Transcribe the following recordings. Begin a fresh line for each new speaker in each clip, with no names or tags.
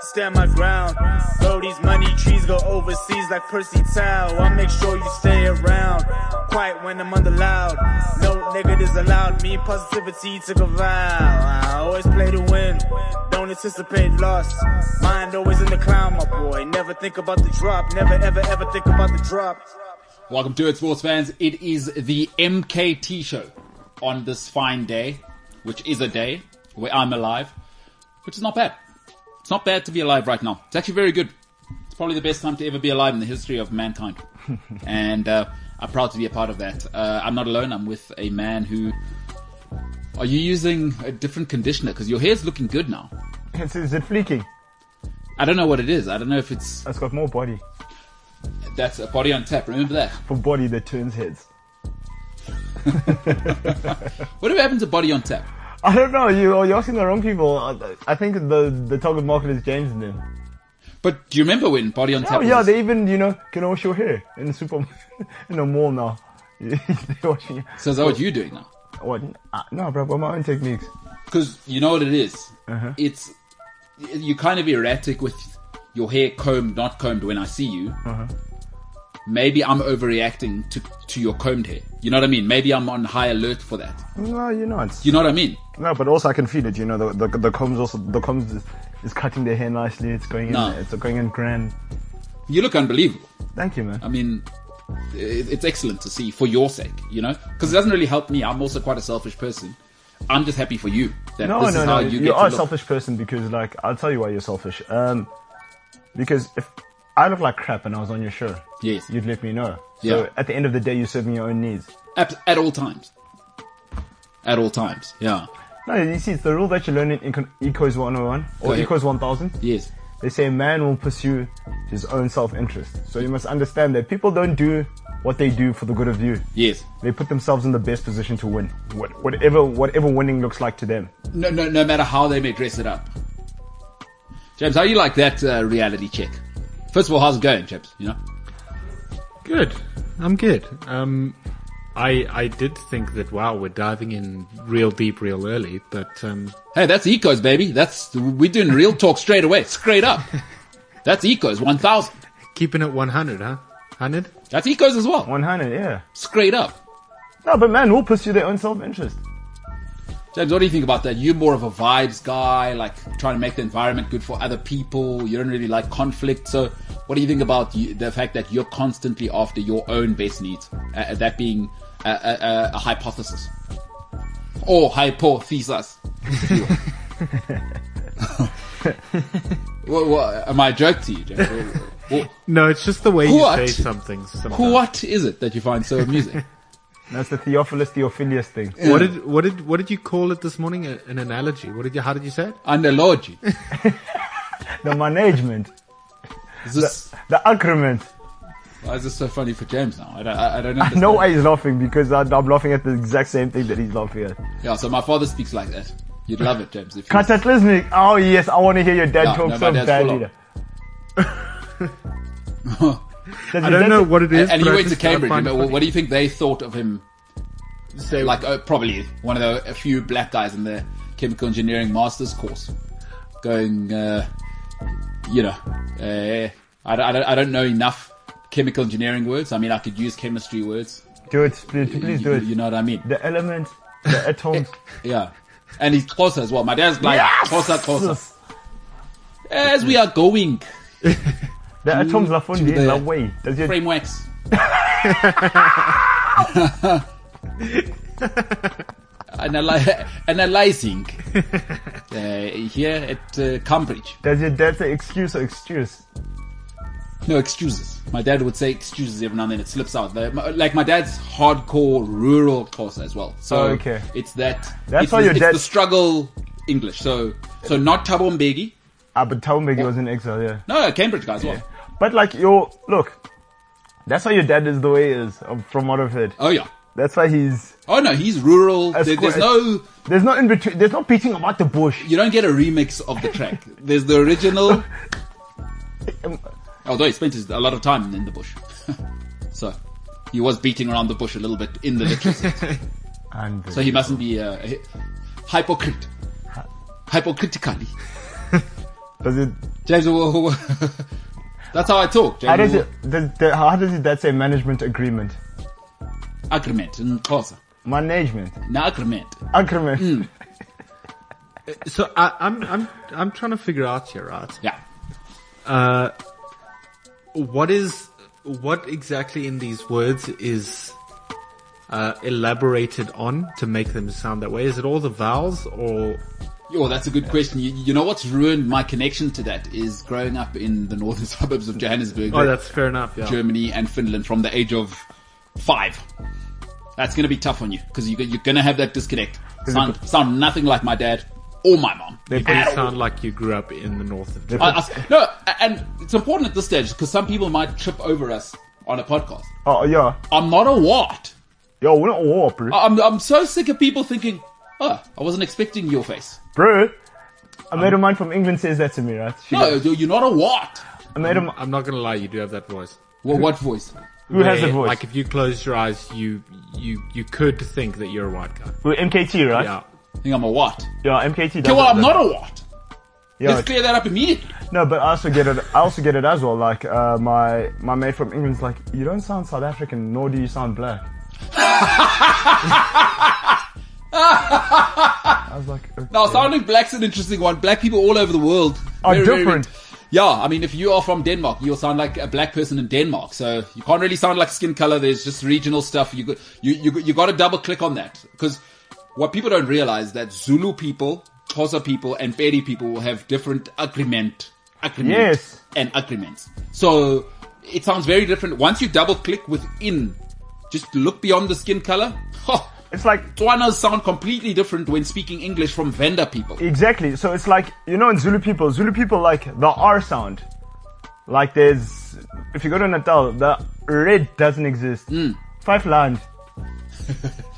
stand my ground. Though these money trees go overseas like Percy Tau. I make sure you stay around. Quiet when I'm under loud. No negatives allowed. Me positivity took a vow. I always play to win. Don't anticipate loss. Mind always in the clown, my boy. Never think about the drop. Never ever ever think about the drop.
Welcome to it, sports fans. It is the MKT show on this fine day, which is a day where I'm alive, which is not bad. It's not bad to be alive right now. It's actually very good. It's probably the best time to ever be alive in the history of mankind. and uh, I'm proud to be a part of that. Uh, I'm not alone. I'm with a man who. Are you using a different conditioner? Because your hair's looking good now.
It's, is it fleeking?
I don't know what it is. I don't know if it's.
It's got more body.
That's a body on tap. Remember that.
For body that turns heads.
Whatever happened to body on tap?
I don't know. You, you're asking the wrong people. I, I think the, the target market is James and them.
But do you remember when body on tap?
Oh, yeah.
was-
They even, you know, can wash your hair in the super, in the mall now. They're washing it.
So is that what you're doing now?
What? Uh, No, bro, but my own techniques.
Because you know what it is?
Uh-huh.
It's you're kind of erratic with your hair combed, not combed. When I see you,
Uh-huh.
maybe I'm overreacting to to your combed hair. You know what I mean? Maybe I'm on high alert for that.
No, you're not.
You know what I mean?
No, but also I can feel it. You know, the the, the combs also the combs is, is cutting their hair nicely. It's going in.
No.
It's going in grand.
You look unbelievable.
Thank you, man.
I mean, it, it's excellent to see for your sake. You know, because it doesn't really help me. I'm also quite a selfish person. I'm just happy for you that
No,
this
no,
is how
no.
you
You,
get to
are a
look.
selfish person because, like, I'll tell you why you're selfish. Um, because if I look like crap and I was on your show,
Yes,
you'd let me know. So
Yeah.
at the end of the day, you're serving your own needs.
at, at all times. At all times. Yeah.
No, you see, it's the rule that you learn in Eco- Eco's 101 or
Correct.
Eco's 1000.
Yes.
They say a man will pursue his own self-interest. So you must understand that people don't do what they do for the good of you.
Yes.
They put themselves in the best position to win, What- whatever whatever winning looks like to them.
no, no, no matter how they may dress it up. James, how you like that uh, reality check? First of all, how's it going, James? You know,
Good. I'm good. Um, I I did think that wow, we're diving in real deep, real early, but um,
hey, that's Ecos, baby. That's we're doing real talk straight away, straight up. That's Ecos, one thousand.
keeping it 100, huh? 100.
That's Ecos as well,
100, yeah.
straight up.
No, but man will pursue their own self-interest.
James, what do you think about that? You're more of a vibes guy, like trying to make the environment good for other people. You don't really like conflict. So, what do you think about you, the fact that you're constantly after your own best needs? Uh, Uh, that being a, a, a, a hypothesis or hypothesis. what, what, am I a joke to you, James? Or- or-
No, it's just the way
What?
you say something. Sometimes.
or what is it that you find so amusing?
That's the Theophilus Theophilus thing.
What did what did what did you call it this morning? A- An analogy. What did you? How did you say it?
Analogy.
The management,
Is this,
the agreement.
why is this so funny for James now? I don't, I, I don't
I
understand.
know why he's laughing because I, I'm laughing at the exact same thing that he's laughing at.
Yeah, so my father speaks like that. You'd love it, James. If you-
Cataclysmic. Oh yes, I want to hear your
No,
dad talk
no, my
so
dad's full
badly.
I don't know what it is.
and, and he
but I
went to
just- I
Cambridge.
find it
Remember,
funny.
what do you think they thought of him?
Say-
Like, oh, probably one of the a few black guys in the chemical engineering master's course, going, uh, you know, uh, I, don't- I, don't, I don't know enough chemical engineering words. I mean, I could use chemistry words.
Do it, please, please do
You-
it.
You know what I mean?
The element, the atoms.
Yeah. And he's closer as well. My dad's like closer, closer.
Yes.
As we are going,
The atoms are found
the-
in the way. Does your
frameworks. Analy- analyzing uh, here at uh, Cambridge.
does your dad say excuse or excuse?
No excuses. My dad would say excuses every now and then. It slips out. Like my- Like my dad's hardcore rural Xhosa as well. So
Oh, okay.
it's that.
That's
it's
why
the,
your
it's
dad-
the struggle English. So so not Thabo Mbeki.
Ah, but Talmud was in exile, yeah.
No, Cambridge guys. Well.
But like your look, that's why your dad is the way he is. um, From what I've heard,
Oh yeah.
that's why he's.
Oh no, he's rural.
That's
There- there's
quite-
no
There's no in between. There's no beating about the bush.
you don't get a remix of the track. There's the original, Although he spent his, a lot of time in the bush. so, he was beating around the bush a little bit in the literacy.
And
so he mustn't be uh, hy- hypocrite. Hypocritically.
does it?
James, wha- wha- that's how I talk. James,
How does it? Does, the- how does it? That say management agreement,
Agreement in Xhosa.
management
Now agreement.
agreement.
Mm.
So I, I'm I'm I'm trying to figure out here, right?
Yeah.
Uh, what is what exactly in these words is uh, elaborated on to make them sound that way? Is it all the vowels or
Yo, that's a good question. You, you know what's ruined my connection to that is growing up in the northern suburbs of Johannesburg,
Oh, that's fair enough. Yeah.
Germany, and Finland from the age of five. That's going to be tough on you because you, you're going to have that disconnect. Sound, sound nothing like my dad or my mom.
They
at all.
sound like you grew up in the north of Germany.
I, I, no, a- and it's important at this stage because some people might trip over us on a podcast.
Oh yeah,
I'm not a what.
yo, we're not war, bro.
I'm, I'm so sick of people thinking, oh, I wasn't expecting your face.
bro. A mate of mine from England says that to me, right? She
No, you're you're not a what.
a mate of mi-
I'm not gonna lie, you do have that voice.
Well, what voice?
who has
Where,
a voice?
Like if you close your eyes, you you you could think that you're a white guy.
We're MKT, right?
Yeah.
I think I'm a what.
Yeah, MKT.
Okay,
does
well,
it,
I'm
does
not a what.
it. Yeah,
Let's clear that up immediately.
No, but I also get it. I also get it as well. Like uh, my my mate from England's like, you don't sound South African, nor do you sound black. I was like, okay.
Now, sounding black's an interesting one. Black people all over the world
Are
very, very-
different.
yeah, I mean, if you are from Denmark, you'll sound like a black person in Denmark. So you can't really sound like skin color. There's just regional stuff. You got, you you, you got to double click on that because what people don't realize that Zulu people, Xhosa people, and Pedi people will have different agreement, agreement,
Yes.
and agreements. So it sounds very different once you double click within. Just look beyond the skin color.
it's like
Tswanas sound completely different when speaking English from Venda people.
exactly. So it's like you know, in Zulu people, Zulu people like the R sound. Like there's, if you go to Natal, the red doesn't exist.
Hmm.
Five land,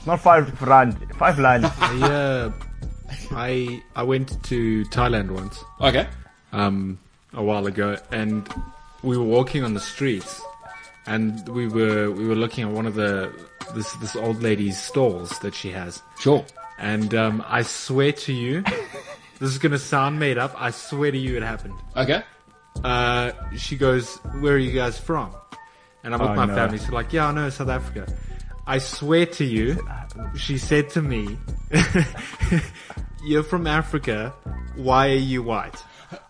not five rand, five land.
I, uh, I I went to Thailand once.
Okay.
um, a while ago, and we were walking on the streets, and we were we were looking at one of the this this old lady's stalls that she has,
Sure.
and um, I swear to you, this is gonna sound made up. I swear to you, it happened.
Okay.
Uh, she goes, "Where are you guys from?" And I'm with
Oh,
my
no.
family. She's like, "Yeah, I know South Africa." I swear to you, she said to me, "You're from Africa. Why are you white?"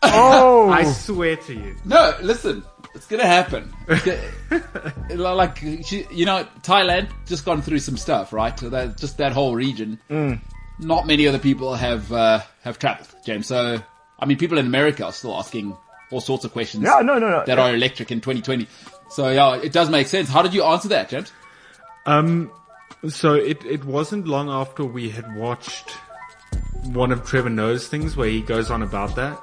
oh,
I swear to you.
No, listen. It's gonna happen. It's gonna- like she- you know, Thailand just gone through some stuff, right? So that just that whole region.
Mm.
Not many other people have uh, have traveled, James. So I mean, people in America are still asking all sorts of questions.
Yeah, no, no, no.
That are electric in 2020. So yeah, it does make sense. How did you answer that, James?
Um, so it, it wasn't long after we had watched one of Trevor Noah's things where he goes on about that.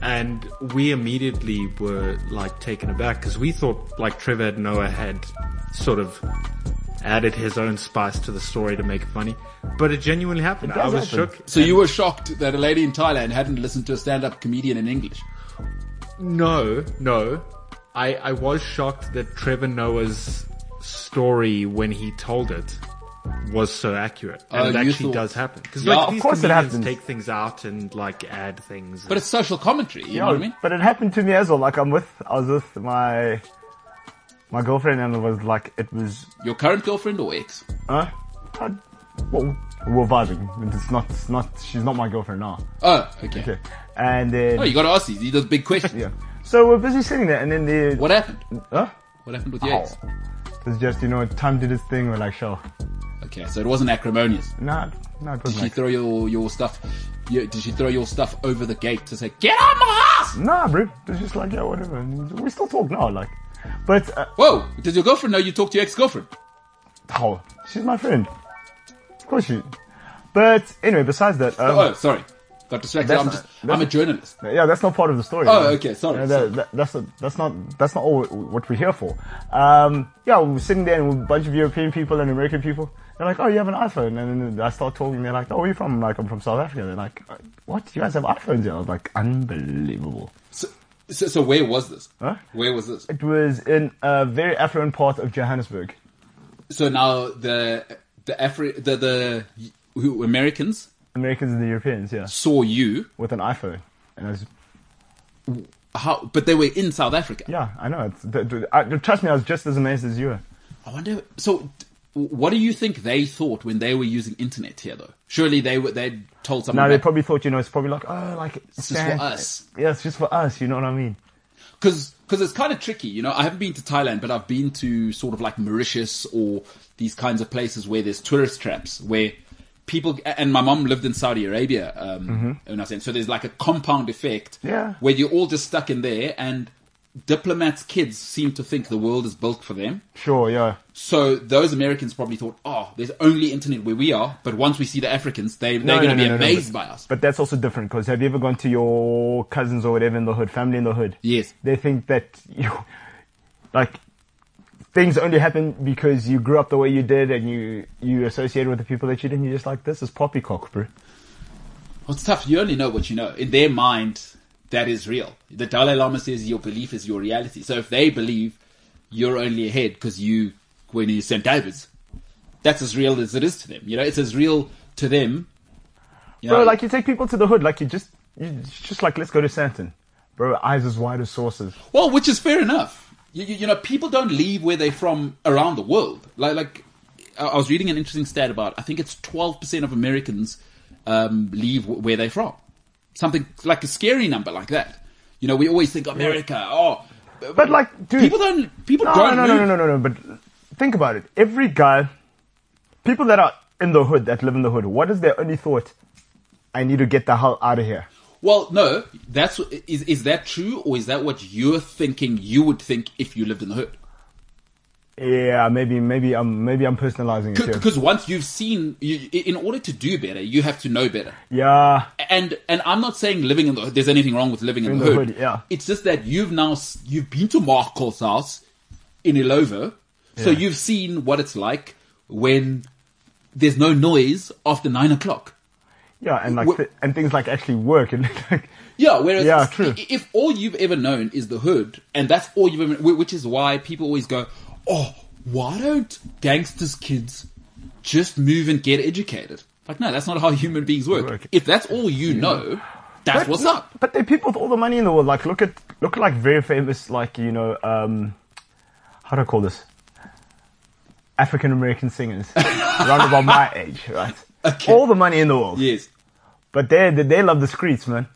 And we immediately were like taken aback because we thought like Trevor and Noah had sort of added his own spice to the story to make it funny. But it genuinely happened. I
does
was
happen.
shook.
So you were shocked that a lady in Thailand hadn't listened to a stand-up comedian in English.
No, no. I, I was shocked that Trevor Noah's story when he told it was so accurate. And
Oh,
it
you
actually
thought-
does happen. Because
Yeah,
like,
of
these
course it
comedians
happens.
take things out and like add things.
But it's social commentary. You know
Oh,
what I mean?
But it happened to me as well. Like I'm with, I was with my my girlfriend, and it was like it was,
Your current girlfriend or ex?
huh? I, well, we're vibing. It's not, it's not. She's not my girlfriend now.
Oh, okay.
Okay. And then
Oh, you got to ask these. These are the big questions.
yeah. So we're busy sitting there, and then the
What happened?
Huh?
What happened with your
Oh.
ex?
It's just you know, time did its thing. We're like, sure,
Okay, so it wasn't acrimonious.
nah, nah, it
Did
wasn't.
she
Like,
throw your, your stuff? You, did she throw your stuff over the gate to say, "Get out my house"?
nah, bro. It's just like yeah, whatever. And we still talk now, like. But uh,
Whoa! Does your girlfriend know you talked to your ex-girlfriend?
how? She's my friend. Of course she. But anyway, besides that, um,
Oh, sorry, got distracted.
That's
I'm
not-
just,
that's-
I'm a journalist.
Yeah, that's not part of the story.
Oh,
man.
okay, sorry,
Yeah, that-
sorry.
that- that's, that's not that's not all what we're here for. Um, yeah, we we're sitting there and we're a bunch of European people and American people. They're like, "Oh, you have an iPhone," and then I start talking. They're like, "Oh, where are you from?" I'm like, "I'm from South Africa." They're like, "What? You guys have iPhones?" here?" I was like, "Unbelievable."
So, So, so where was this?
Huh?
Where was this?
It was in a very affluent part of Johannesburg.
So now the the Afri- the the who, Americans
Americans and the Europeans, yeah,
saw you
with an iPhone. And I was,
how, but they were in South Africa.
yeah, I know. It's, th- th- I, trust me, I was just as amazed as you were.
I wonder. So, d- what do you think they thought when they were using internet here, though? Surely they were they told someone.
Now they
that-
probably thought, you know, it's probably like, oh, like it's
just for us.
Yeah, it's just for us. You know what I mean?
because because it's kind of tricky, you know. I haven't been to Thailand, but I've been to sort of like Mauritius or these kinds of places where there's tourist traps where people. And my mom lived in Saudi Arabia, um, and I was saying so there's like a compound effect,
Mm-hmm. Yeah.
where you're all just stuck in there, and diplomats' kids seem to think the world is built for them.
Sure, yeah.
So those Americans probably thought, oh, there's only internet where we are, but once we see the Africans, they they're
No,
going to
no,
be
no, no, no,
amazed
but-
by us.
But that's also different because have you ever gone to your cousins or whatever in the hood, family in the hood?
Yes.
They think that you, like, things only happen because you grew up the way you did and you you associated with the people that you did. And you're just like, this is poppycock, bro.
Well, it's tough. You only know what you know. In their mind, that is real. The Dalai Lama says your belief is your reality. So if they believe you're only ahead because you went in St. David's, that's as real as it is to them. You know, it's as real to them. You
Bro,
know,
like you take people to the hood, like you just you it's just like let's go to Santon, bro. Eyes as wide as saucers.
well, which is fair enough. You, you, you know, people don't leave where they're from around the world. Like, like I I was reading an interesting stat about. I think it's twelve percent of Americans um, leave wh- where they're from. Something like a scary number like that. You know, we always think America. Oh,
But like, dude,
people don't people
No,
don't
no,
move.
no, no, no, no, no. But think about it. Every guy, people that are in the hood, that live in the hood, what is their only thought? I need to get the hell out of here.
Well, no, that's is is that true or is that what you're thinking you would think if you lived in the hood?
Yeah, maybe, maybe I'm, maybe I'm personalizing it. Here.
Because once you've seen you, in order to do better, you have to know better.
Yeah,
And and I'm not saying living in the hood, there's anything wrong with living in, the, hood.
yeah.
It's just that you've now s- you've been to Markle's house in Ilova, so
Yeah.
you've seen what it's like when there's no noise after nine o'clock.
yeah, and like,
Wh-
th- and things like actually work and like,
Yeah, whereas
Yeah,
if-
true.
if all you've ever known is the hood, and that's all you've ever, wh- which is why people always go, "Oh, why don't gangsters' kids just move and get educated?" Like, no, that's not how human beings work.
Work.
If that's all you know, that's what's
no,
up.
But they're people with all the money in the world. Like, look at, look like very famous, like you know, um, how do I call this? African American singers, around about my age, right?
Okay.
All the money in the world,
Yes.
but they, they they love the streets, man.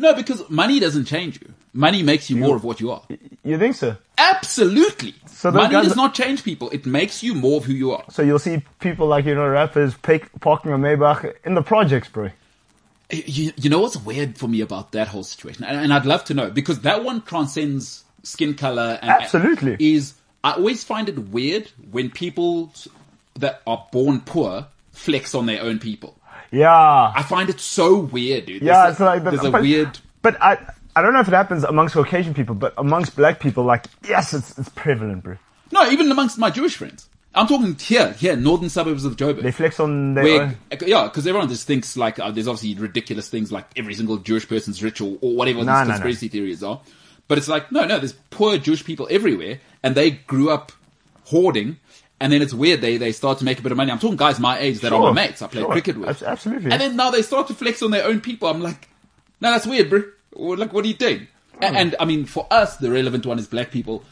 No, because money doesn't change you. Money makes you, more of what you are.
You think so?
Absolutely.
So those
money
guys-
does not change people. It makes you more of who you are.
So you'll see people like you know rappers pick, parking a Maybach in the projects, bro.
You, you know what's weird for me about that whole situation, and, and I'd love to know because that one transcends skin color. And,
Absolutely.
is I always find it weird when people s- that are born poor flex on their own people.
Yeah,
I find it so weird, dude.
yeah.
There's
it's
a-
like that-
there's a
but,
weird.
But I I don't know if it happens amongst Caucasian people, but amongst Black people, like yes, it's it's prevalent, bro.
No, even amongst my Jewish friends, I'm talking here, here, northern suburbs of Joburg.
They flex on their
Where,
own.
yeah, because everyone just thinks like uh, there's obviously ridiculous things like every single Jewish person's ritual or whatever
No,
these
no, no.
conspiracy theories are. But it's like no, no, there's poor Jewish people everywhere, and they grew up hoarding, and then it's weird they they start to make a bit of money. I'm talking guys my age that are
Sure,
my mates I play
sure.
cricket with,
Abs- absolutely.
And then now they start to flex on their own people. I'm like, no, that's weird, bro. Or, Like, what are you doing? A-
Hmm.
And, I mean, for us, the relevant one is black people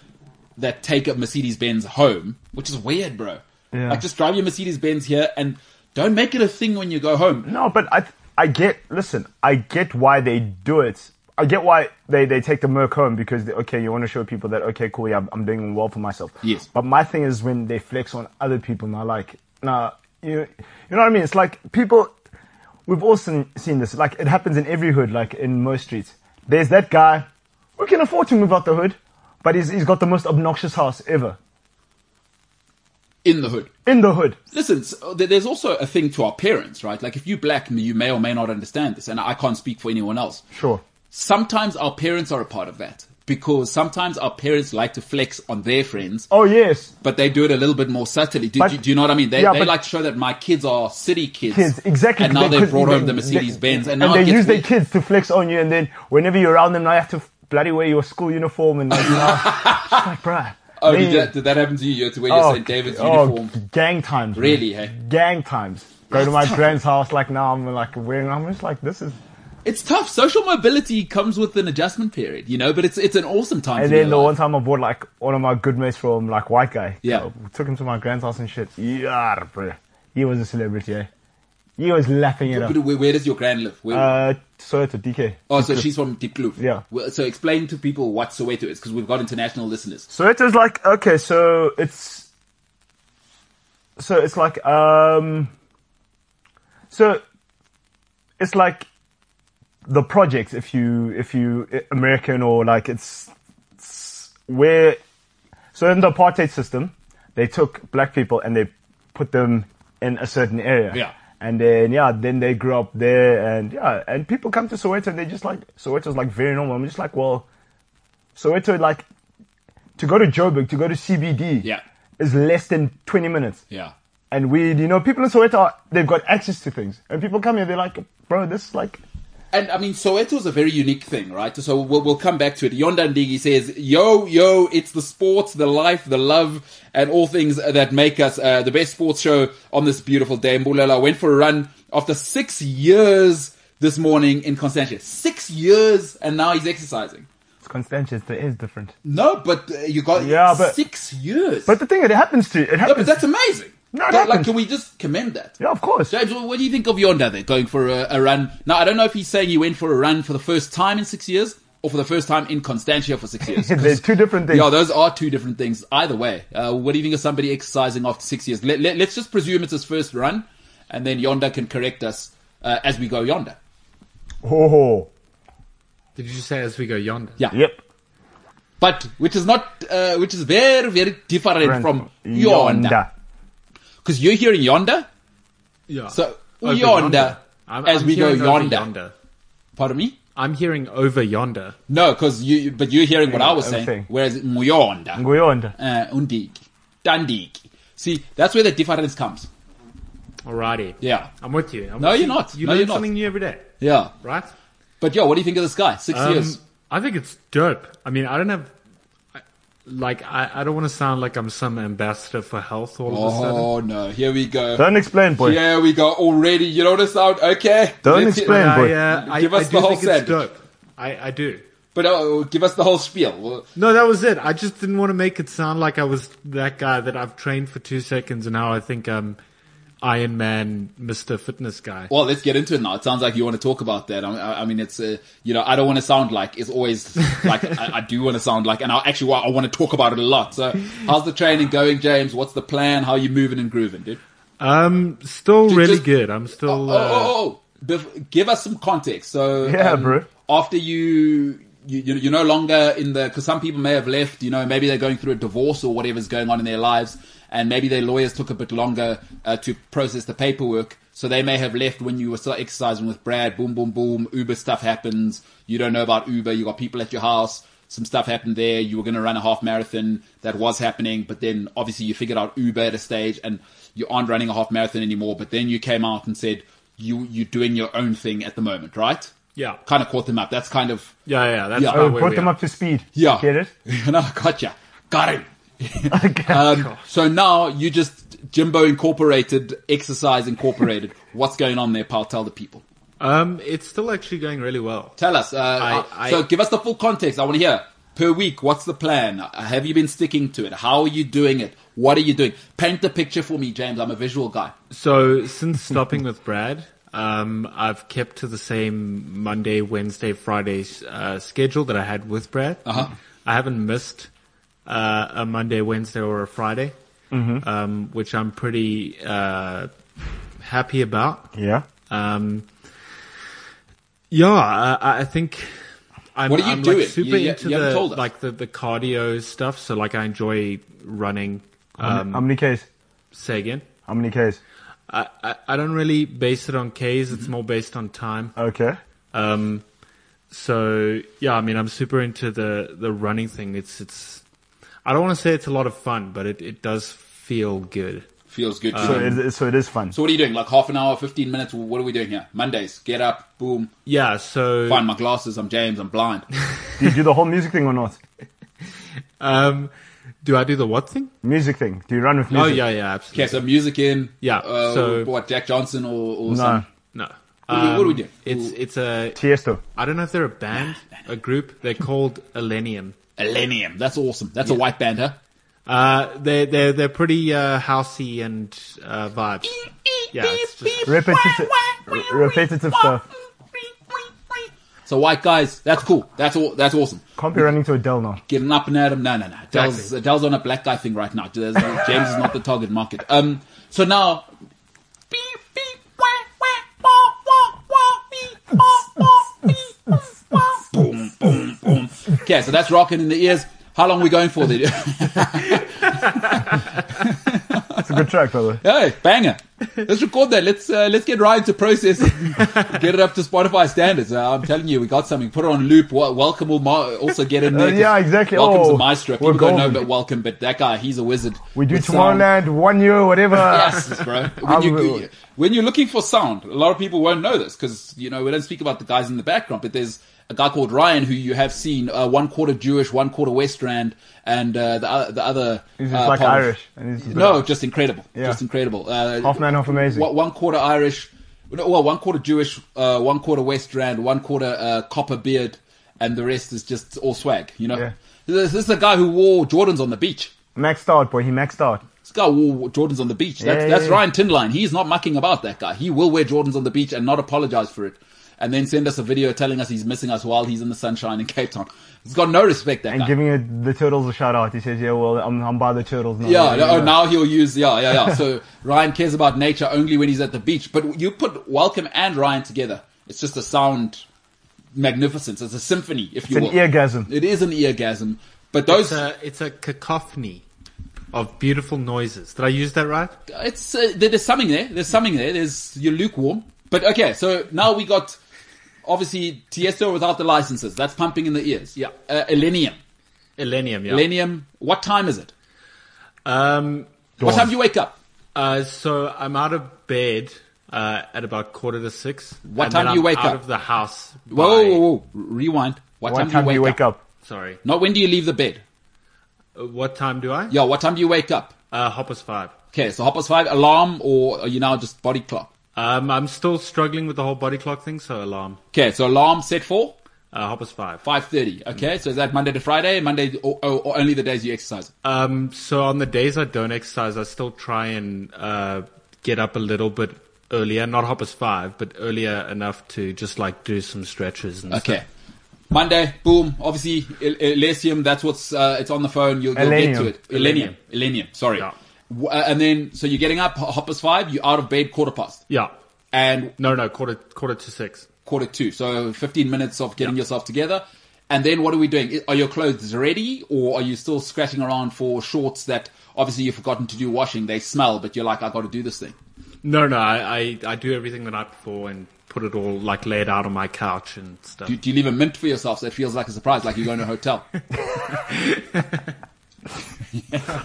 that take a Mercedes Benz home, which is weird, bro.
Yeah.
Like, just drive your Mercedes Benz here and don't make it a thing when you go home.
No, but I I get listen, I get why they do it. I get why they, they take the merc home because they, okay, you want to show people that okay, cool, yeah, I'm, I'm doing well for myself.
Yes.
But my thing is when they flex on other people, now like, nah, you you know what I mean? It's like people, we've all seen, seen this. Like it happens in every hood, like in most streets. There's that guy who can afford to move out the hood, but he's he's got the most obnoxious house ever
In the hood.
in the hood.
Listen, so th- there's also a thing to our parents, right? Like, if you black, you may or may not understand this, and I can't speak for anyone else.
Sure.
Sometimes our parents are a part of that because sometimes our parents like to flex on their friends
Oh yes,
but they do it a little bit more subtly. Do,
But-
do, do you know what I mean? They,
yeah,
they
but-
like to show that my kids are city kids,
kids exactly
and now
they
they've
could-
brought
they-
home the
they-
Mercedes Benz, and,
and
now
they
it gets
use their
weird.
kids to flex on you and then whenever you're around them now you have to bloody wear your school uniform and like, you know, just like, bruh.
Oh,
me-
did that, did that happen to you? You had to wear your St. David's
oh,
uniform.
gang times. man.
Really, hey?
Gang times. Go to my friend's house, like now I'm like wearing, I'm just like, this is,
It's tough. Social mobility comes with an adjustment period, you know, but it's it's an awesome time
and
to be
then the one
alive.
time I bought like one of my good mates from like white guy.
Yeah.
Uh, took him to my grand's house and shit. Yeah, bro. He was a celebrity, eh? He was laughing it up.
But where, where does your grand live? Where,
Uh, so it's a DK.
oh, so she's from Deep Kloof.
Yeah.
Well, so explain to people what Soweto is, because we've got international listeners.
So it was like okay, so it's so it's like um so it's like the projects if you if you i- American or like it's, it's where so in the apartheid system they took black people and they put them in a certain area.
Yeah.
And then yeah, then they grew up there and yeah, and people come to Soweto and they just like Soweto's like very normal. I'm just like, well, Soweto like to go to Joburg, to go to CBD
Yeah.
is less than 20 minutes.
Yeah.
And we, you know, people in Soweto, are, they've got access to things. And people come here, they're like, bro, this is like,
And I mean, Soweto is a very unique thing, right? So we'll, we'll come back to it. Yondandigi says, "Yo, yo, it's the sports, the life, the love, and all things that make us uh, the best sports show on this beautiful day." Mbulela went for a run after six years this morning in Constantia. Six years, and now he's exercising.
it's Constantia, it is different.
No, but uh, you got
Yeah, but-
six years.
But the thing, it happens to, it
no, but
happens.
that's amazing.
No, it
like,
happens.
can we just commend that?
yeah, of course.
James, what what do you think of Yonda there going for a, a run? Now, I don't know if he's saying he went for a run for the first time in six years or for the first time in Constantia for six years.
They're two different things.
Yeah, those are two different things. Either way, uh, what do you think of somebody exercising after six years? Let, let, us just presume it's his first run, and then Yonda can correct us uh, as we go. Yonda,
Oh,
Did you say as we go yonder?
yeah,
yep.
but which is not, uh, which is very, very different from Yonda,
Yonder.
because you're hearing Yonda.
Yeah.
So
Over
yonder, as we go
hearing over
yonder. Pardon me.
I'm hearing over yonder.
No, because you, but you're hearing what I was
I'm
saying.
saying.
Whereas Muyonda,
Nguyonda.
uh, Undiki, Dandiki. See, that's where the difference comes.
Alrighty.
Yeah.
I'm with you. I'm
No,
with
you're
you.
not.
You
No,
learn
you're not.
something new every day,
Yeah.
right?
But yo, what do you think of this guy? Six
Um,
years.
I think it's dope. I mean, I don't have. I- Like I, I don't want to sound like I'm some ambassador for health all of a sudden.
Oh no, here we go.
Don't explain, boy.
Here we go already. You know the sound? Okay.
Don't
Let's hear-
explain.
I,
boy.
uh, I,
Give
I
us
do
the whole
think it's
sandwich.
dope. I, I do.
But uh, give us the whole spiel. Well,
No, that was it. I just didn't want to make it sound like I was that guy that I've trained for two seconds and now I think I'm Iron Man, Mr. Fitness guy.
Well, let's get into it now. It sounds like you want to talk about that. I, I, I mean, it's uh, you know, I don't want to sound like it's always like I, I do want to sound like, and I actually wa- I want to talk about it a lot. So, how's the training going, James? What's the plan? How you moving and grooving, dude?
Um, still really
just-
good. I'm still.
oh,
Uh,
oh, oh. Bef- give us some context. So, um,
Yeah, bro.
After you. You, you- you're no longer in the because some people may have left. You know, maybe they're going through a divorce or whatever's going on in their lives, and maybe their lawyers took a bit longer uh, to process the paperwork. So they may have left when you were still exercising with Brad. Boom, boom, boom. Uber stuff happens. You don't know about Uber. You got people at your house. Some stuff happened there. You were going to run a half marathon. That was happening, but then obviously you figured out Uber at a stage, and you aren't running a half marathon anymore. But then you came out and said you you're doing your own thing at the moment, right?
Yeah.
Kind of caught them up. That's kind of
Yeah, yeah, that's
Yeah.
about
Oh,
where
Brought
we
them
are.
up to speed.
yeah.
Get it?
no, gotcha. Got him.
Okay.
Um, so now you just Jimbo Incorporated, Exercise Incorporated. What's going on there, pal? Tell the people.
Um, it's still actually going really well.
Tell us. Uh, uh,
I-
so give us the full context. I want to hear per week. What's the plan? Uh, Have you been sticking to it? How are you doing it? What are you doing? Paint the picture for me, James. I'm a visual guy.
So since stopping with Brad, um, I've kept to the same Monday, Wednesday, Friday uh, schedule that I had with Brad.
Uh-huh.
I haven't missed uh, a Monday, Wednesday, or a Friday,
Mm-hmm.
um, which I'm pretty uh, happy about.
yeah.
Um, yeah, I, I think. I'm,
What are you
I'm
doing?
Like super
You- you-
into
you haven't
the
told us.
like the, the cardio stuff. So like I enjoy running.
Uh-huh.
Um,
How many Ks?
say again.
How many Ks?
I, I, I don't really base it on Ks. It's more based on time.
Okay.
Um, so yeah, I mean, I'm super into the, the running thing. It's, it's, I don't want to say it's a lot of fun, but it, it does feel good.
Feels good. to
So
do.
it is, so it is fun.
Um, so what are you doing? Like half an hour, 15 minutes? What are we doing here? Mondays. Get up. Boom.
Yeah, so
Find my glasses. I'm James. I'm blind.
do you do the whole music thing or not?
um, do I do the what thing?
Music thing. Do you run with
Oh
music?
yeah, yeah, absolutely.
Okay, so music in.
Yeah,
Uh,
so-
what, Jack Johnson or, or
No.
some-
No. Um,
What do we- what do we do?
It's it's a
Tiesto.
I don't know if they're a band, a group. They're called Elenium.
Elenium. That's awesome. That's a white band, huh?
Uh, they're they're they're pretty uh, housey and uh, vibes. Yeah, it's just,
Repetitive, repetitive stuff.
So white guys, that's cool. That's all. That's awesome.
Can't be running to Adele now.
Getting up and at him. No, no, no. Adele's,
Exactly.
Adele's on a black guy thing right now. There's- James is not the target market. Um. So now. Boom, boom, boom. Okay, so that's rocking in the ears. How long we going for? There?
It's a good track, by the way.
Hey, banger! Let's record that. Let's uh, let's get Ryan to process, it. get it up to Spotify standards. Uh, I'm telling you, we got something. Put it on loop. Wel- welcome will mar- also get in there.
Uh, yeah, exactly.
Welcome's
Oh,
a maestro.
we're
People don't know
golden.
about welcome, but that guy, he's a wizard.
We do
with sound.
Tomorrowland, one year, whatever.
Yes, bro. When,
I
you,
will.
you- when you're looking for sound, a lot of people won't know this because you know we don't speak about the guys in the background. But there's a guy called Ryan who you have seen uh, one quarter Jewish, one quarter West Rand, and uh, the o- the other
He's just
uh,
like
part of-
Irish, and he's just-
no, just incredible,
Yeah.
just incredible. Uh,
Half man, half amazing.
One, one quarter Irish, no, well, one quarter Jewish, uh, one quarter West Rand, one quarter uh, copper beard, and the rest is just all swag. You know,
Yeah.
this, this is a guy who wore Jordans on the beach.
Maxed out, boy. He maxed out.
This guy wore Jordans on the beach. That's,
Yeah, yeah,
that's
yeah.
Ryan Tindline. He's not mucking about that guy. He will wear Jordans on the beach and not apologize for it. And then send us a video telling us he's missing us while he's in the sunshine in Cape Town. He's got no respect, that
And
guy.
giving it, the turtles a shout out. He says, yeah, well, I'm, I'm by the turtles now.
Yeah, oh, now he'll use, yeah, yeah, yeah. so Ryan cares about nature only when he's at the beach. But you put Welcome and Ryan together. It's just a sound magnificence. It's a symphony, if you
an
will.
eargasm.
It is an eargasm. But those,
it's a it's a cacophony of beautiful noises. Did I use that right?
it's uh, there- there's something there. There's something there. There's you're lukewarm. But okay, so now we got obviously Tiesto without the licenses. That's pumping in the ears. Yeah, uh, Elenium.
Elenium. Yeah.
Elenium. What time is it?
um.
What time do you wake up?
Uh. So I'm out of bed. Uh, at about quarter to six.
What
and
time
then
do you
I'm
wake
out
up?
of the house. By,
Whoa, whoa, whoa, whoa. rewind. What,
What time do you wake up?
Sorry.
Not when do you leave the bed?
Uh, What time do I?
Yeah, what time do you wake up?
Uh, hoppers five.
Okay, so hoppers five alarm, or are you now just body clock?
Um, I'm still struggling with the whole body clock thing, so alarm.
Okay, so alarm set for
Uh, hoppers five.
five thirty. Okay, so is that Monday to Friday? Monday, or, or, or only the days you exercise?
Um, so on the days I don't exercise, I still try and uh, get up a little bit earlier. Not hoppers five, but earlier enough to just like do some stretches and
Okay.
stuff.
Monday, boom. Obviously, El- Elysium. That's what's uh, it's on the phone. You'll, you'll get to
Elenium.
it. Elenium. Elenium. Sorry.
Yeah.
W- uh, and then, so you're getting up, ho- hoppers five. You're out of bed quarter past
Yeah.
and
No, no, quarter quarter to six.
quarter two. So 15 minutes of getting yourself together. And then what are we doing? I- Are your clothes ready, or are you still scratching around for shorts that obviously you've forgotten to do washing? They smell, but you're like, I got to do this thing.
No, no, I, I, I do everything the night before and put it all like laid out on my couch and stuff.
Do, do you leave a mint for yourself so it feels like a surprise, like you're going to a hotel?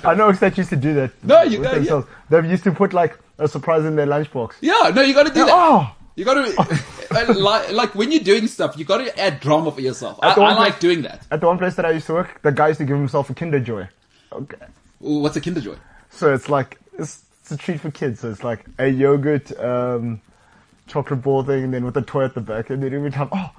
I know that used to do that.
No, you-
with
no, yeah.
themselves. They used to put like a surprise in their lunchbox.
yeah, no, you got to do that.
Oh,
You got to like, like when you're doing stuff, you got to add drama for yourself. I,
At the
I
one
like
place-
doing that.
at the one place that I used to work, the guy used to give himself a Kinder Joy. Okay.
Ooh, what's a Kinder Joy?
So it's like it's, it's a treat for kids. So it's like a yogurt, um, chocolate ball thing, and then with a toy at the back, and then every time, oh,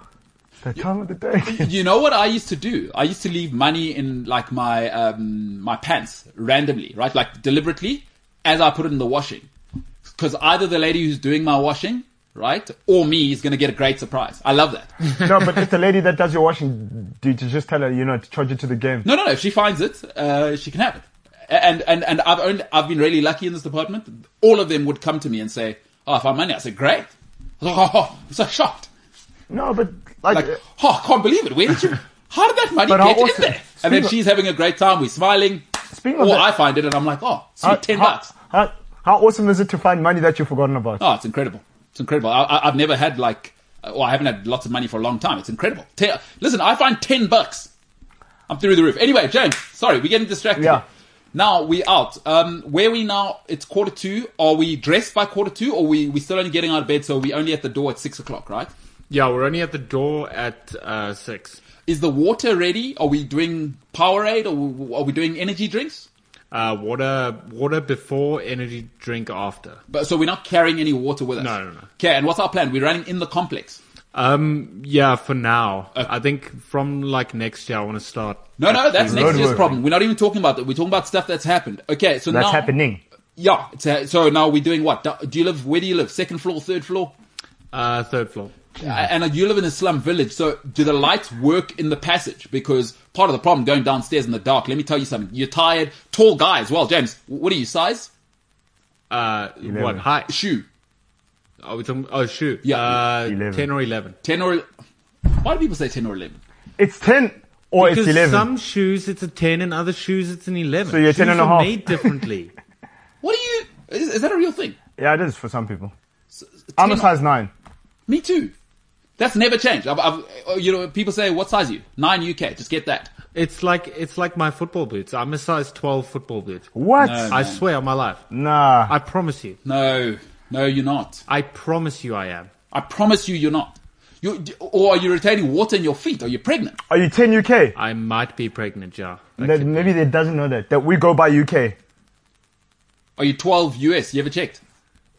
the time of the day.
You know what I used to do? I used to leave money in like my um, my pants randomly, right? Like deliberately, as I put it in the washing, because either the lady who's doing my washing, right, or me is going to get a great surprise. I love that.
no, but if the lady that does your washing, dude, you just tell her, you know, to charge it to the game.
No, no, no. If she finds it, uh, she can have it. And and and I've only, I've been really lucky in this department. All of them would come to me and say, "Oh, I found money." I said, "Great." I was like, "Oh, I'm so shocked."
No, but like, uh,
like, oh, I can't believe it. Where did you? How did that money
But how
get in
awesome.
there? And then
Speaking of-
she's having a great time. We're smiling.
Speaking
or
of that-
I find it and I'm like, oh, sweet,
how,
ten
how-
bucks.
How, how awesome is it to find money that you've forgotten about?
Oh, it's incredible. It's incredible. I, I, I've never had like, uh, well, I haven't had lots of money for a long time. It's incredible. Ten, listen, I find ten bucks. I'm through the roof. Anyway, James, sorry, we're getting distracted.
Yeah.
Now we out. Um, where we now? It's quarter two. Are we dressed by quarter two, or we we still only getting out of bed? So we only at the door at six o'clock, right?
Yeah, we're only at the door at uh, six.
Is the water ready? Are we doing Powerade, or are we doing energy drinks?
Uh, water, water before energy drink after.
But so we're not carrying any water with us.
No, no, no.
Okay, and what's our plan? We're running in the complex.
Um, yeah, for now. I think from like next year, I want to start.
Uh, No, no, that's next
Road
year's
work.
problem. We're not even talking about that. We're talking about stuff that's happened. Okay, so
That's
now
happening.
Yeah. It's uh so now we're doing what? Do, do you live? Where do you live? Second floor, third floor?
uh, third floor.
Uh, And you live in a slum village, so do the lights work in the passage? Because part of the problem going downstairs in the dark. Let me tell you something. You're tired, tall guy as well, James. What are you size?
Uh, what height?
Shoe
Oh, we talking? Oh, shoot.
Yeah.
uh,
11.
ten or eleven.
ten or? Why do people say ten or eleven?
It's 10 or
because
it's 11.
some shoes it's a ten, and other shoes it's an eleven.
So you're
shoes
10 and a
are
half.
Made differently.
What are you? Is, is that a real thing?
Yeah, it is for some people. I'm a size 9.
Me too. That's never changed. I've, I've, uh, you know, people say, "What size are you?" Nine UK. Just get that.
it's like it's like my football boots. I'm a size twelve football boot.
What?
No.
I swear on my life.
Nah.
I promise you.
No, no, you're not.
I promise you, I am.
I promise you, you're not. You or are you retaining water in your feet? Are you pregnant?
Are you 10 UK?
I might be pregnant, yeah. That
That,
could be.
maybe they doesn't know that. That we go by UK.
Are you 12 US? You ever checked?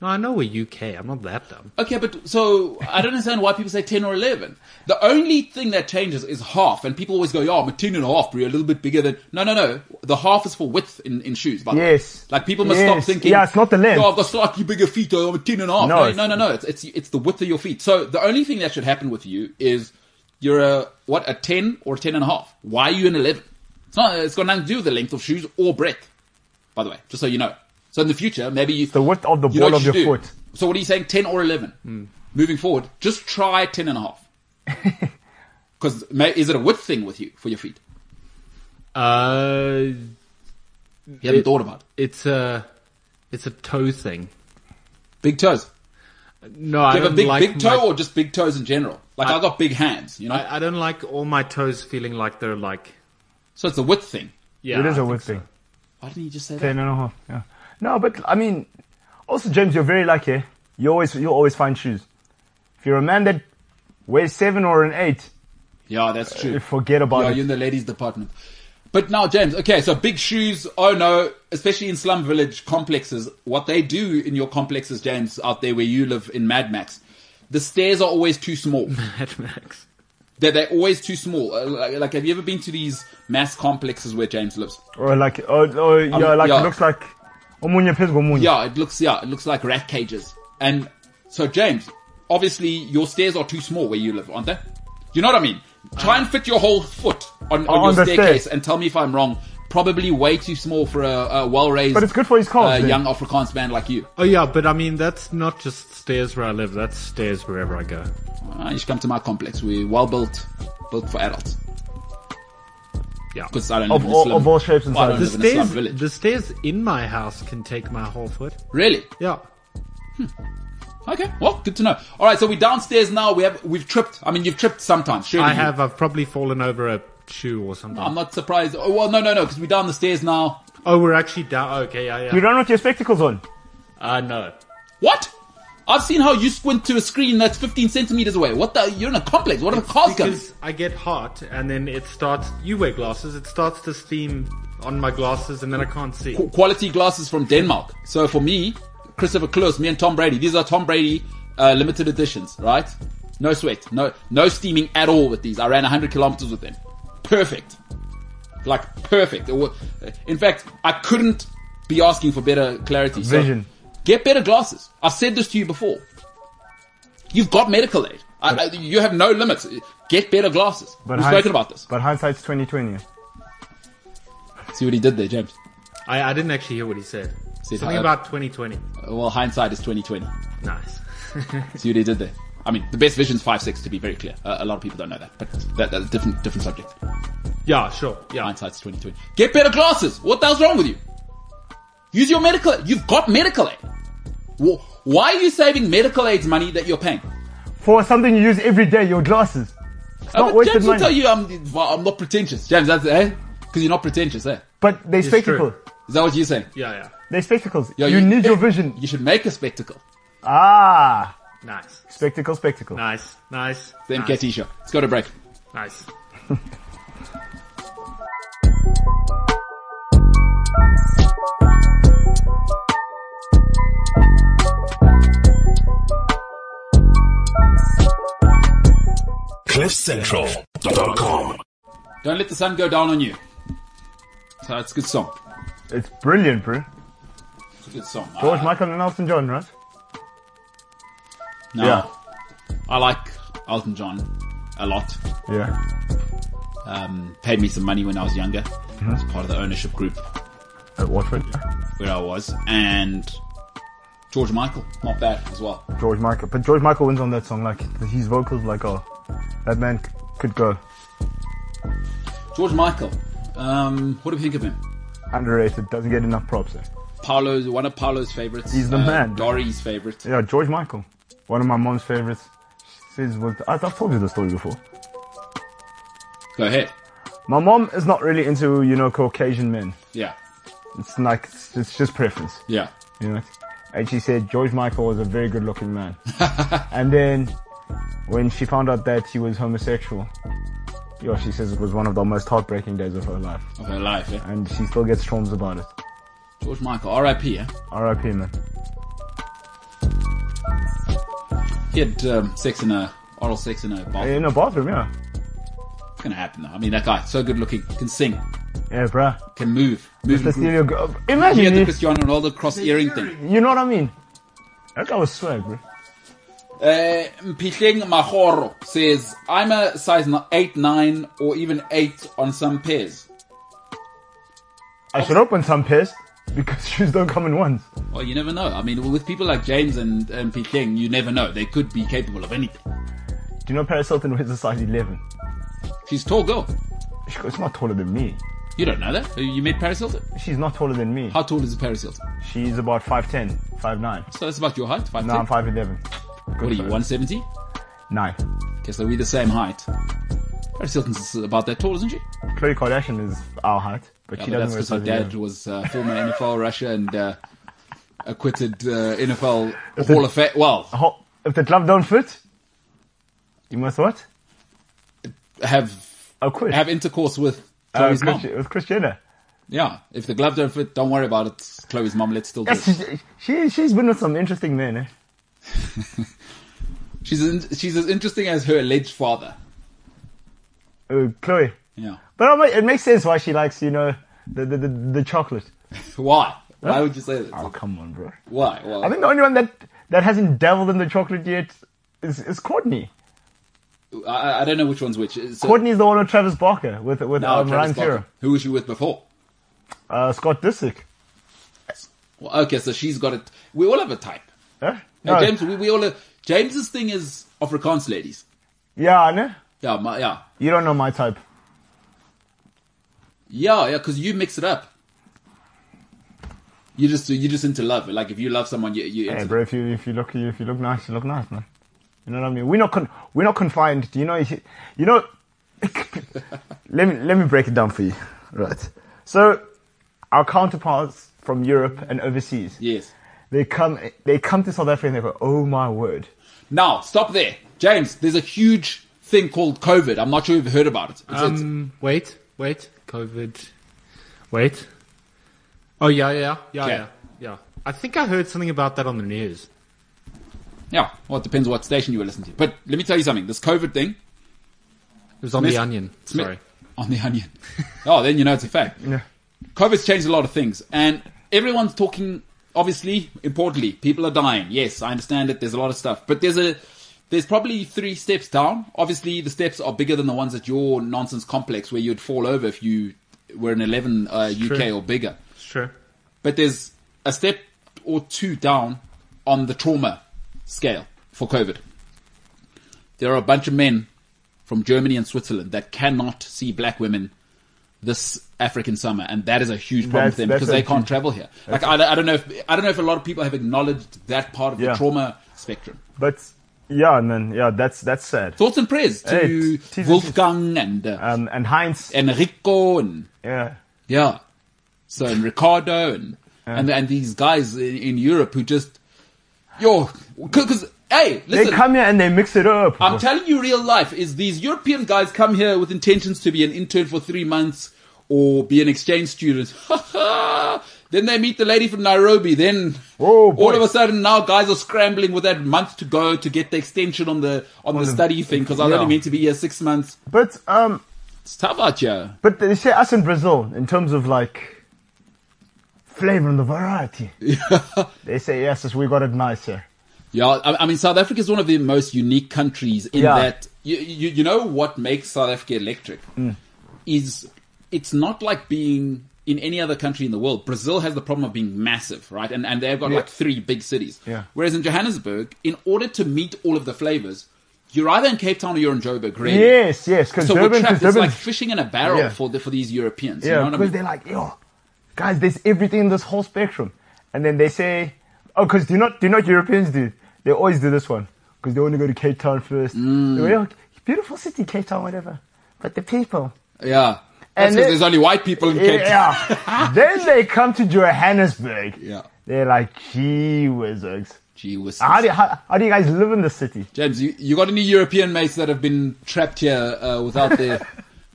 No, I know we're UK. I'm not that dumb.
Okay, but so I don't understand why people say 10 or 11. The only thing that changes is half, and people always go, "Yeah, I'm a 10 and a half, but you're a little bit bigger than." No, no, no. The half is for width in, in shoes. By the way.
Yes.
Like people must stop
Yes.
thinking.
Yeah, it's not the length.
Oh, I've got slightly bigger feet. oh, I'm a 10 and a half.
No,
No,
it's-
no, no, no. It's it's it's the width of your feet. So the only thing that should happen with you is you're a what a 10 or 10 and a half. Why are you an 11? It's not. It's got nothing to do with the length of shoes or breadth. By the way, just so you know. So in the future, maybe you
The width of the
you know
ball
what
of
you should
your
do?
foot. Hmm.
So what are you saying? 10 or 11? Moving forward, just try 10 and a half. Because is it a width thing with you for your feet?
Uh,
You haven't thought about it.
it's a, it's a toe thing.
Big toes.
No, I
Do you have
don't
a big,
like
big toe
my-
or just big toes in general? Like I,
I-
got big hands, you know?
I, I don't like all my toes feeling like they're like.
so it's a width thing.
Yeah,
it is
I
a
think
width
so.
thing.
Why didn't you just say that?
Ten and a half. Yeah. No, but I mean, also James, you're very lucky. eh? You always you'll always find shoes. If you're a man that weighs seven or an eight,
Yeah, that's true.
you forget
yeah,
about
you're
it.
in the ladies department. But now, James, okay, so big shoes, oh no, especially in slum village complexes, what they do in your complexes, James, out there where you live in Mad Max, the stairs are always too small.
Mad Max.
They're, they're always too small. Uh, Like, like, have you ever been to these mass complexes where James lives?
Or like, or, or yeah, like
Um, yeah.
it looks like omunye phezu komunye.
Yeah, it looks, yeah, it looks like rat cages. And so, James, obviously your stairs are too small where you live, aren't they? You know what I mean? Try and fit your whole foot on, on,
On
your
the stair.
staircase and tell me if I'm wrong. Probably way too small for a, a well-raised,
But it's good for his calves, eh?
uh,
then.
young Afrikaans man like you.
Oh yeah, but I mean that's not just stairs where I live. That's stairs wherever I go.
Uh, you should come to my complex. We're well built, built for adults.
Yeah.
Because I don't
Of
live in a
all-
slum.
of all shapes and
Well, I don't
The
sizes.
live in a slum
stairs,
village.
the stairs in my house can take my whole foot.
Really?
Yeah.
Okay. Well, good to know. All right. So we're downstairs now. We have we've tripped. I mean, you've tripped sometimes. Surely
I
you-
have. I've probably fallen over a shoe or something.
I'm not surprised. Oh, well, no, no, no, because we're down the stairs now.
oh, we're actually down. Okay, yeah, yeah.
You run with your spectacles on.
I know.
What? I've seen how you squint to a screen that's 15 centimeters away. What the? You're in a complex. What are the cars coming?
Because I get hot, and then it starts. You wear glasses. It starts to steam on my glasses, and then I can't see.
Qu- Quality glasses from Denmark. So for me, Christopher Close, me and Tom Brady. These are Tom Brady uh, limited editions, right? No sweat, no no steaming at all with these. I ran 100 kilometers with them. Perfect. Like perfect. It wa- In fact, I couldn't be asking for better clarity. So
Vision.
get better glasses. I've said this to you before. You've got medical aid. I, I, you have no limits. Get better glasses.
But
We've
hind-
spoken about this.
But hindsight's twenty twenty.
See what he did there, James.
I, I didn't actually hear what he said.
Said,
Something
uh,
about 2020.
Well, hindsight is 2020.
Nice.
See what he did there. I mean, the best vision's five six. To be very clear, uh, a lot of people don't know that, but that, that's a different different subject.
yeah, sure. Yeah.
Hindsight's twenty twenty. Get better glasses. What the hell's wrong with you? Use your medical. aid. You've got medical aid. Wh- Why are you saving medical aid's money that you're paying?
For something you use every day, your glasses. It's
Uh,
not
but
wasted
James will
money.
tell you I'm well, I'm not pretentious. James, that's eh? Because you're not pretentious, eh?
but they
It's true.
spectacles.
Is that what you're saying?
Yeah, yeah.
They're spectacles.
Yo,
you,
you-
need your vision.
You should make a spectacle.
Ah,
Nice.
spectacle, spectacle.
Nice. Nice.
The
nice.
MKT show. Let's go to break.
Nice.
CliffCentral.com.
Don't let the sun go down on you. So that's a good song.
It's brilliant, bro.
It's a good song.
George
I-
Michael and Elton John, right?
no, I like Elton John a lot.
Yeah.
Um, paid me some money when I was younger.
Mm-hmm.
As part of the ownership group
At Watford.
where I was. And George Michael, not bad as well.
George Michael. But George Michael wins on that song. Like, his vocals, like, oh, that man c- could go.
George Michael. Um, what do we think of him?
Underrated. Doesn't get enough props. eh?
Paolo's one of Paolo's favorites. Uh,
He's the man.
Dory's favorite.
Yeah, George Michael. One of my mom's favorites. She's was, I- I've told you the story before.
Go ahead.
My mom is not really into, you know, Caucasian men.
Yeah,
It's like, it's, it's just preference,
yeah.
you know. And she said George Michael was a very good looking man. and then when she found out that he was homosexual, yo, she says it was one of the most heartbreaking days of her life.
Of her life. Yeah?
And she still gets storms about it.
George Michael. R.I.P. Yeah.
R.I.P. man.
He had um, sex in a oral sex in a bathroom.
Eh, In a bathroom, yeah.
It's gonna happen though. I mean, that guy so good looking, can sing,
Yeah, bruh.
can move, move. and groove.
Let's steal your girl.
He
Imagine
had the
if,
Cristiano Ronaldo cross earring thing.
you know what I mean? That guy was swag, bro.
Uh, Mpitling Mahoro says, I'm a size ni- 8, 9, or even 8 on some pairs.
I should open some pairs because shoes don't come in ones.
Well, you never know. I mean, with people like James and um, Mpitling, you never know. They could be capable of anything.
Do you know Paris Hilton wears a size 11?
She's a tall girl.
She goes, "It's not taller than me.
You don't know that. You met Paris Hilton?
She's not taller than me.
How tall is Paris Hilton?
She's about 5'10, 5'9.
So that's about your height, 5'10".
No, I'm 5'11.
what are you, 170?
Nine.
Okay, so we're the same height. Paris Hilton's about that tall, isn't she?
Khloe Kardashian is our height, but
Yeah,
she
but
doesn't
that's
wear
because her
a size
dad
11.
was uh, former NFL Russia and uh, acquitted uh, NFL Hall of Fame. Well,
Ho- If the glove don't fit, you must what?
have
Oh, quit.
have intercourse with
Uh,
Chloe's
Chris,
mom.
with Chris Jenner.
Yeah, if the glove don't fit, don't worry about it. It's Chloe's mom, let's still do
Yes,
it.
she, she, she's been with some interesting men, eh?
She's in, she's as interesting as her alleged father.
Uh, Chloe.
Yeah,
But I mean, it makes sense why she likes, you know, the, the, the, the chocolate.
why? Why would you say that?
Oh, come on, bro.
Why? Well,
I think the only one that, that hasn't dabbled in the chocolate yet is, is Courtney.
I, I don't know which one's which. So,
Courtney's the one with Travis Barker, with, with
no,
um, Ryan
Travis Barker.
Fuhrer.
Who was she with before?
Uh, Scott Disick.
Well, okay, so she's got it. We all have a type.
Huh?
No,
No.
James, we, we all have, James's thing is Afrikaans ladies.
Yeah, I know.
Yeah, my, yeah,
You don't know my type.
yeah, yeah. Because you mix it up. You just you just into love. Like if you love someone, you you
Hey,
into
bro, if you if you look if you look nice, you look nice, man. You know what I mean? We're not con- we're not confined. Do you know? You know. let me let me break it down for you. Right. So, our counterparts from Europe and overseas,
yes.
they come they come to South Africa and they go, "Oh my word!"
Now, stop there. James, there's a huge thing called COVID. I'm not sure if you've heard about it. It's, it's-
Um, wait, wait, COVID. Wait. Oh yeah, yeah, yeah,
Okay.
yeah, yeah. I think I heard something about that on the news.
yeah, well, it depends what station you were listening to. But let me tell you something. This COVID thing
It was on
Miss-
the Onion.
Smith-
Sorry.
On the onion. oh, then you know it's a fact.
Yeah.
COVID's changed a lot of things, and everyone's talking. Obviously, importantly, people are dying. Yes, I understand it. There's a lot of stuff, but there's a there's probably three steps down. Obviously, the steps are bigger than the ones at your nonsense complex where you'd fall over if you were an 11 uh, UK
true.
or bigger.
It's true.
But there's a step or two down on the trauma scale for COVID. There are a bunch of men from Germany and Switzerland that cannot see black women this African summer, and that is a huge problem
That's-
for them
that's
because
a
they can't
huge-
travel here. Like I, don't- I don't know if I don't know if a lot of people have acknowledged that part of
Yeah.
the trauma spectrum.
But yeah, man, yeah, that's that's sad.
Thoughts and prayers to
Hey, t- teas and
Wolfgang and uh,
Um, and Heinz,
Enrico and
yeah,
yeah. So and Ricardo and and and these guys in, in Europe who just yo because hey
They
listen. Uh-huh.
come here and they mix it up.
I'm telling you, real life is these European guys come here with intentions to be an intern for three months or be an exchange student. then they meet the lady from Nairobi. Then
Oh, boy.
all of a sudden now guys are scrambling with that month to go to get the extension on the on, the,
the-
study thing because I was
yeah.
only meant to be here six months.
but um,
It's tough out here.
but they say us in Brazil in terms of like flavor and the variety. they say yes, yes, we got it nice here.
Yeah, I, I mean, South Africa is one of the most unique countries in
Yeah.
that you, you you know what makes South Africa electric
Hmm.
is it's not like being in any other country in the world. Brazil has the problem of being massive, right? And and they've got like three big cities.
Yeah.
Whereas in Johannesburg, in order to meet all of the flavors, you're either in Cape Town or you're in Joburg. Really.
Yes, yes, because
So we're
Durban,
trapped.
because
It's
Durban,
like fishing in a barrel
Yeah.
for the, for these Europeans.
yeah,
you know what I
because
mean?
they're like, yo, guys, there's everything in this whole spectrum, and then they say, oh, because do you not do you not Europeans do? They always do this one because they want to go to Cape Town first.
Mm.
They go, "Yo, beautiful city, Cape Town, whatever, but the people.
yeah. That's
And
because
it-
there's only white people in Cape Town.
Yeah. then they come to Johannesburg.
Yeah.
They're like, gee whizzers.
Gee whiz.
How do, how, how do you guys live in the city?
James, you, you got any European mates that have been trapped here uh, without their?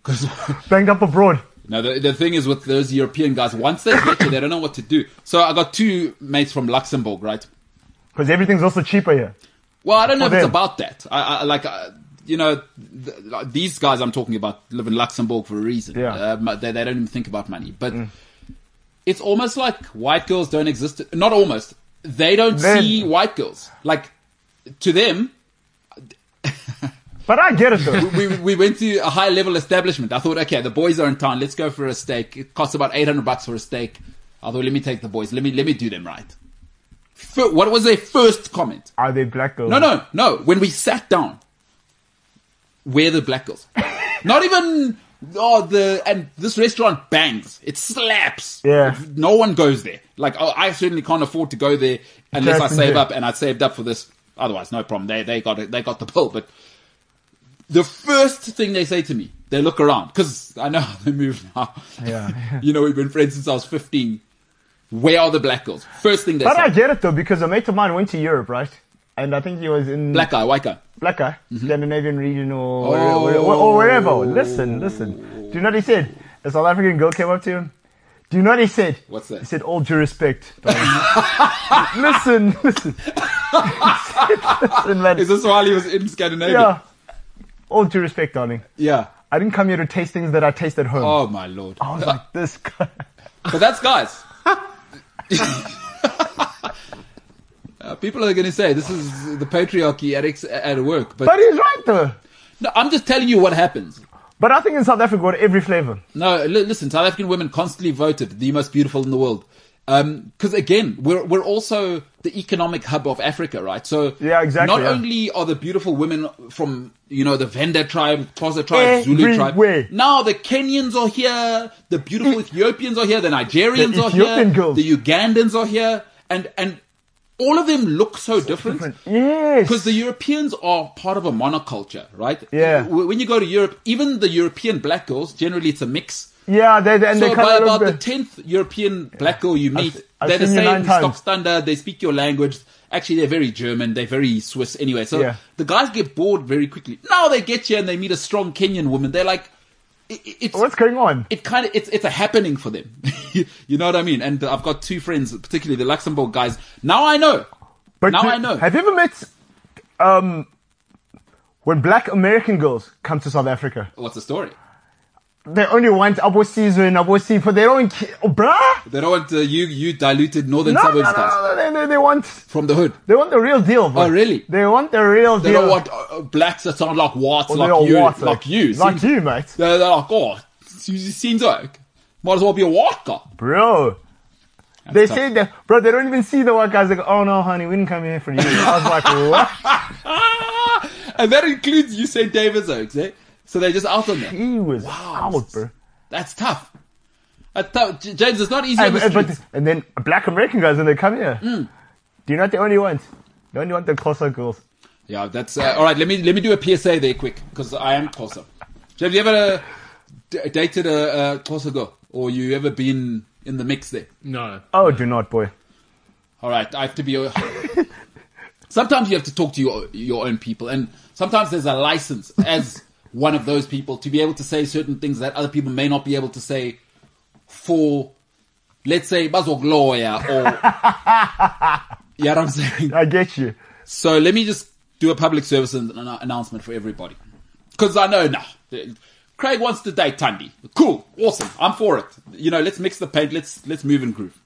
Because
Bang up abroad.
no, the, the thing is with those European guys, once they get here, they don't know what to do. So I got two mates from Luxembourg, right?
Because everything's also cheaper here.
Well, I don't know if
For
it's
them.
about that. I, I like. Uh, you know, th- like, these guys I'm talking about live in Luxembourg for a reason.
Yeah. Mm.
Um, they, they don't even think about money. But it's almost like white girls don't exist. Not almost. They don't
Then-
see white girls. Like, to them,
But I get it though.
we, we went to a high level establishment. I thought, okay, the boys are in town. Let's go for a steak. It costs about 800 bucks for a steak. I thought, let me take the boys. Let me, let me do them right. Fir- what was their first comment?
Are they black girls?
No, no, no. When we sat down, we're the black girls. Not even, oh, the, and this restaurant bangs. It slaps.
Yeah.
No one goes there. Like, oh, I certainly can't afford to go there unless I
Just in
save
there.
up and I saved up for this. Otherwise, no problem. They, they got it. They got the bill, but the first thing they say to me, they look around because I know how they move now.
Yeah.
you know, we've been friends since I was 15. Where are the black girls? First thing they
But I
say.
get it though because a mate of mine went to Europe, right? And I think he was in
Black Mm-hmm. guy, white guy.
Black guy, Scandinavian region or, where- where- or wherever. Listen, listen. Do you know what he said? A South African girl came up to him. Do you know what he said?
What's that?
He said, all due respect. listen, listen. listen, man.
Is this while he was in Scandinavia?
yeah. All due respect, darling.
Yeah.
I didn't come here to taste things that I taste at home.
Oh my lord.
I was like, this guy.
But that's guys. Uh, people are going to say this is the patriarchy at, ex- at work, but,
But he's right though.
no, I'm just telling you what happens.
But I think in South Africa, we got every flavor.
No, li- listen, South African women constantly voted the most beautiful in the world. Um 'cause because again, we're, we're also the economic hub of Africa, right? So
Yeah, exactly,
Not
yeah.
only are the beautiful women from, you know, the Venda tribe, Xhosa tribe, Zulu
Everywhere. E-,
tribe. Now the Kenyans are here. The beautiful Ethiopians are here. The Nigerians
The
are
Ethiopian
here.
girls.
The Ugandans are here. And, and all of them look so different.
Yes.
Because the Europeans are part of a monoculture, right?
Yeah.
W- When you go to Europe, even the European black girls, generally it's a mix.
Yeah, they, they, and
So
they
by
kind
about
of
the
look.
tenth European black girl you meet,
I've
they're the
seen you
same
nine
stock
times.
standard. They speak your language. Actually, they're very German. They're very Swiss anyway. So
Yeah.
the guys get bored very quickly. Now they get here and they meet a strong Kenyan woman. They're like, it, it- it's
What's going on?
it kind of it's it's a happening for them. you know what I mean? And I've got two friends, particularly the Luxembourg guys. Now I know.
But
Now
do-
I know.
Have you ever met um when black American girls come to South Africa?
What's the story?
They only want abosizo and abosi, but they don't care. Oh, bruh!
They don't want uh, you you diluted northern
No, no,
suburbs
no,
guys
no, they, they, they want
from the hood.
they want the real deal. Bro.
Oh, really?
They want the real
They
deal.
don't want uh, uh, blacks that sound like whites,
Or they
like
don't
you,
want,
like you,
like
Seems-
you, mate,
They're, they're like, oh, Susie seems like might as well be a white guy.
bro. They
tough.
say that, bro. They don't even see the white guys. Like, oh no, honey, we didn't come here for you. I was like, what?
Ah! And that includes you, St. David's Oaks, eh? So they're just out on that.
He was
Wow.
out, bro.
That's tough. That's tough. J- James, it's not easy on
And,
the
and- but,
streets. Mm.
and then black American guys when they come here, do you know what they only want? They only want the closer girls.
Yeah, that's uh, all right. Let me let me do a PSA there quick because I am closer. James, you ever uh, d- dated a, a closer girl, or you ever been in the mix there.
No.
Oh, do not, boy.
All right, I have to be. sometimes you have to talk to your your own people, and sometimes there's a license as one of those people to be able to say certain things that other people may not be able to say. For, let's say, Bazogloya or. you know what I'm saying?
I get you.
So let me just do a public service an- an- announcement for everybody. Because I know now. Craig wants to date Tandy. Cool. Awesome. I'm for it. You know, let's mix the paint. Let's, let's move and groove.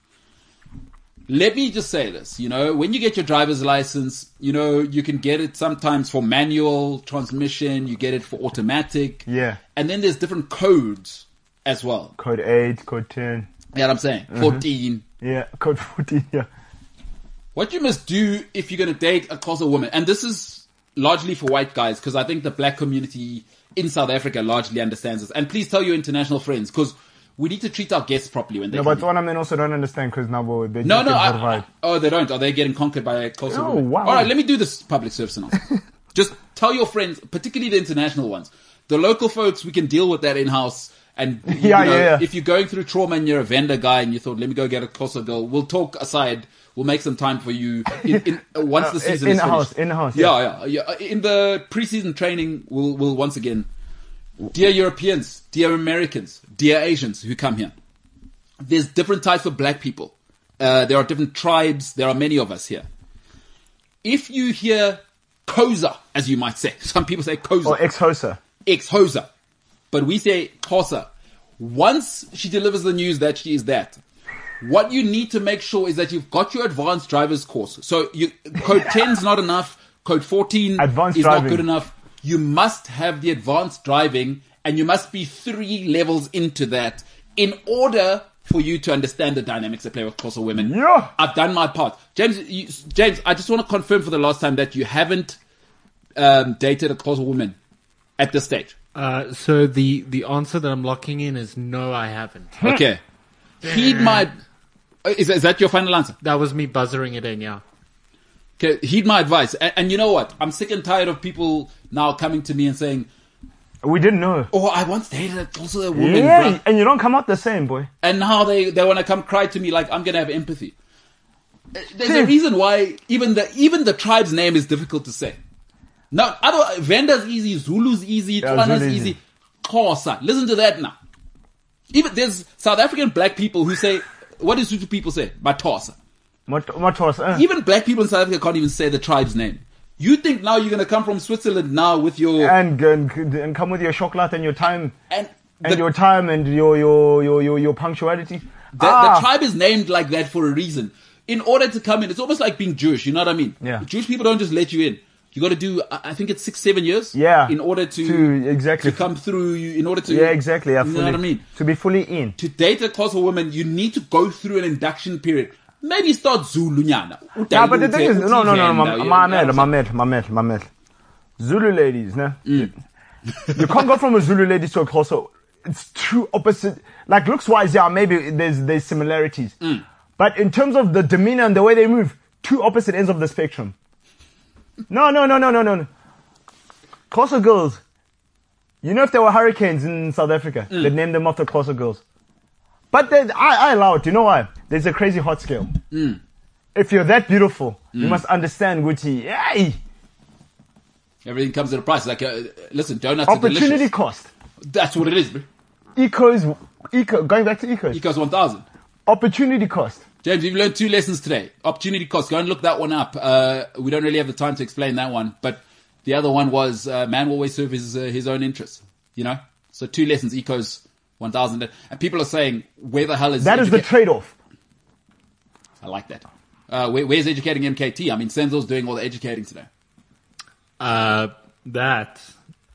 Let me just say this. You know, when you get your driver's license, you know, you can get it sometimes for manual transmission. You get it for automatic.
Yeah.
And then there's different codes as well.
Code 8, code 10.
You know what I'm saying? 14.
Yeah, code 14, yeah.
What you must do if you're going to date a Xhosa woman, and this is largely for white guys, because I think the black community in South Africa largely understands this. And please tell your international friends, because we need to treat our guests properly when they.
No,
come
but
in.
one I mean also don't understand because now well, they
no,
just
no.
get
I,
that
I-
vibe.
oh, they don't. Are they getting conquered by a Xhosa
Oh,
woman?
wow.
All right, let me do this public service announcement. Just tell your friends, particularly the international ones. The local folks, we can deal with that in house. And you
Yeah,
know,
yeah, yeah.
if you're going through trauma and you're a vendor guy and you thought, let me go get a Xhosa girl, we'll talk aside. We'll make some time for you in, in, uh, once the
Uh,
season
in-
is
in-house,
finished.
in-house,
Yeah, yeah, yeah. In the preseason training, we'll, we'll once again, dear Europeans, dear Americans, dear Asians who come here, there's different types of black people. Uh, there are different tribes. There are many of us here. If you hear Koza, as you might say, some people say Koza,
Or ex-hosa.
ex-Hosa, but we say Kosa. Once she delivers the news that she is that, what you need to make sure is that you've got your advanced driver's course. So you, code 10 is not enough. Code 14
Advanced
is not
driving.
good enough. You must have the advanced driving and you must be three levels into that in order for you to understand the dynamics that play with Kosa women.
Yeah.
I've done my part. James, you, James, I just want to confirm for the last time that you haven't um, dated a Kosa woman at this stage.
Uh, so the, the answer that I'm locking in is no, I haven't.
Hmm.
Okay. Heed my. uh, Is, is that your final answer?
That was me buzzering it in, yeah.
Okay, heed my advice. And, and you know what? I'm sick and tired of people now coming to me and saying,
We didn't know.
"Oh, I once dated a- also a woman,"
Yeah,
bruh."
and you don't come out the same, boy.
and now they they want to come cry to me like I'm gonna have empathy. Uh, There's
Hmm.
a reason why even the even the tribe's name is difficult to say. Now, other Venda's easy, Zulu's easy,
Yeah,
Tswana's
Zulu
easy,
easy.
Xhosa. Listen to that now. Even there's South African black people who say, "What do Zulu people say?" Matosa.
Mat- Matos, eh?
even black people in South Africa can't even say the tribe's name. You think now you're going to come from Switzerland now with your
and, and and come with your chocolate and your time
and,
and
the,
your time and your your your your, your punctuality.
the,
ah,
the tribe is named like that for a reason. In order to come in, it's almost like being Jewish. You know what I mean?
Yeah.
Jewish people don't just let you in. You got to do, I I think it's six, seven years.
Yeah.
In order to
To- exactly.
to come through, you in order to
yeah, exactly. I
You know
fully-
what I mean?
To be fully in.
To date a Xhosa woman, you need to go through an induction period. Maybe start Zulu nyana.
Yeah, but the thing is, no, no, no, no,
Uthe- Uthi Venda, you
my, my
know
man,
what
my
I'm saying?
man, my man, my man. Zulu ladies, no? you can't go from a Zulu lady to a Xhosa. It's true opposite. Like looks wise, yeah, maybe there's there's similarities, but in terms of the demeanor and the way they move, two opposite ends of the spectrum. No, no, no, no, no, no. no. Xhosa girls. You know, if there were hurricanes in South Africa, they'd name them after Xhosa girls. But then I, I allow it. You know why? There's a crazy hot scale. If you're that beautiful,
Mm.
you must understand, Gucci. Yay!
Everything comes at a price. Like, uh, listen, donuts are
Opportunity
delicious.
cost.
That's what it is, bro.
Ecos, eco, going back to ecos.
Because 1000.
Opportunity cost.
James, you've learned two lessons today. Opportunity cost. Go and look that one up. Uh, we don't really have the time to explain that one, but the other one was uh, man will always serve his, uh, his own interests. You know? So two lessons, Ecos 1000. And people are saying, where the hell is
That is the
educa-
trade off.
I like that. Uh, where, where's educating MKT? I mean, Senzo's doing all the educating today.
Uh, that,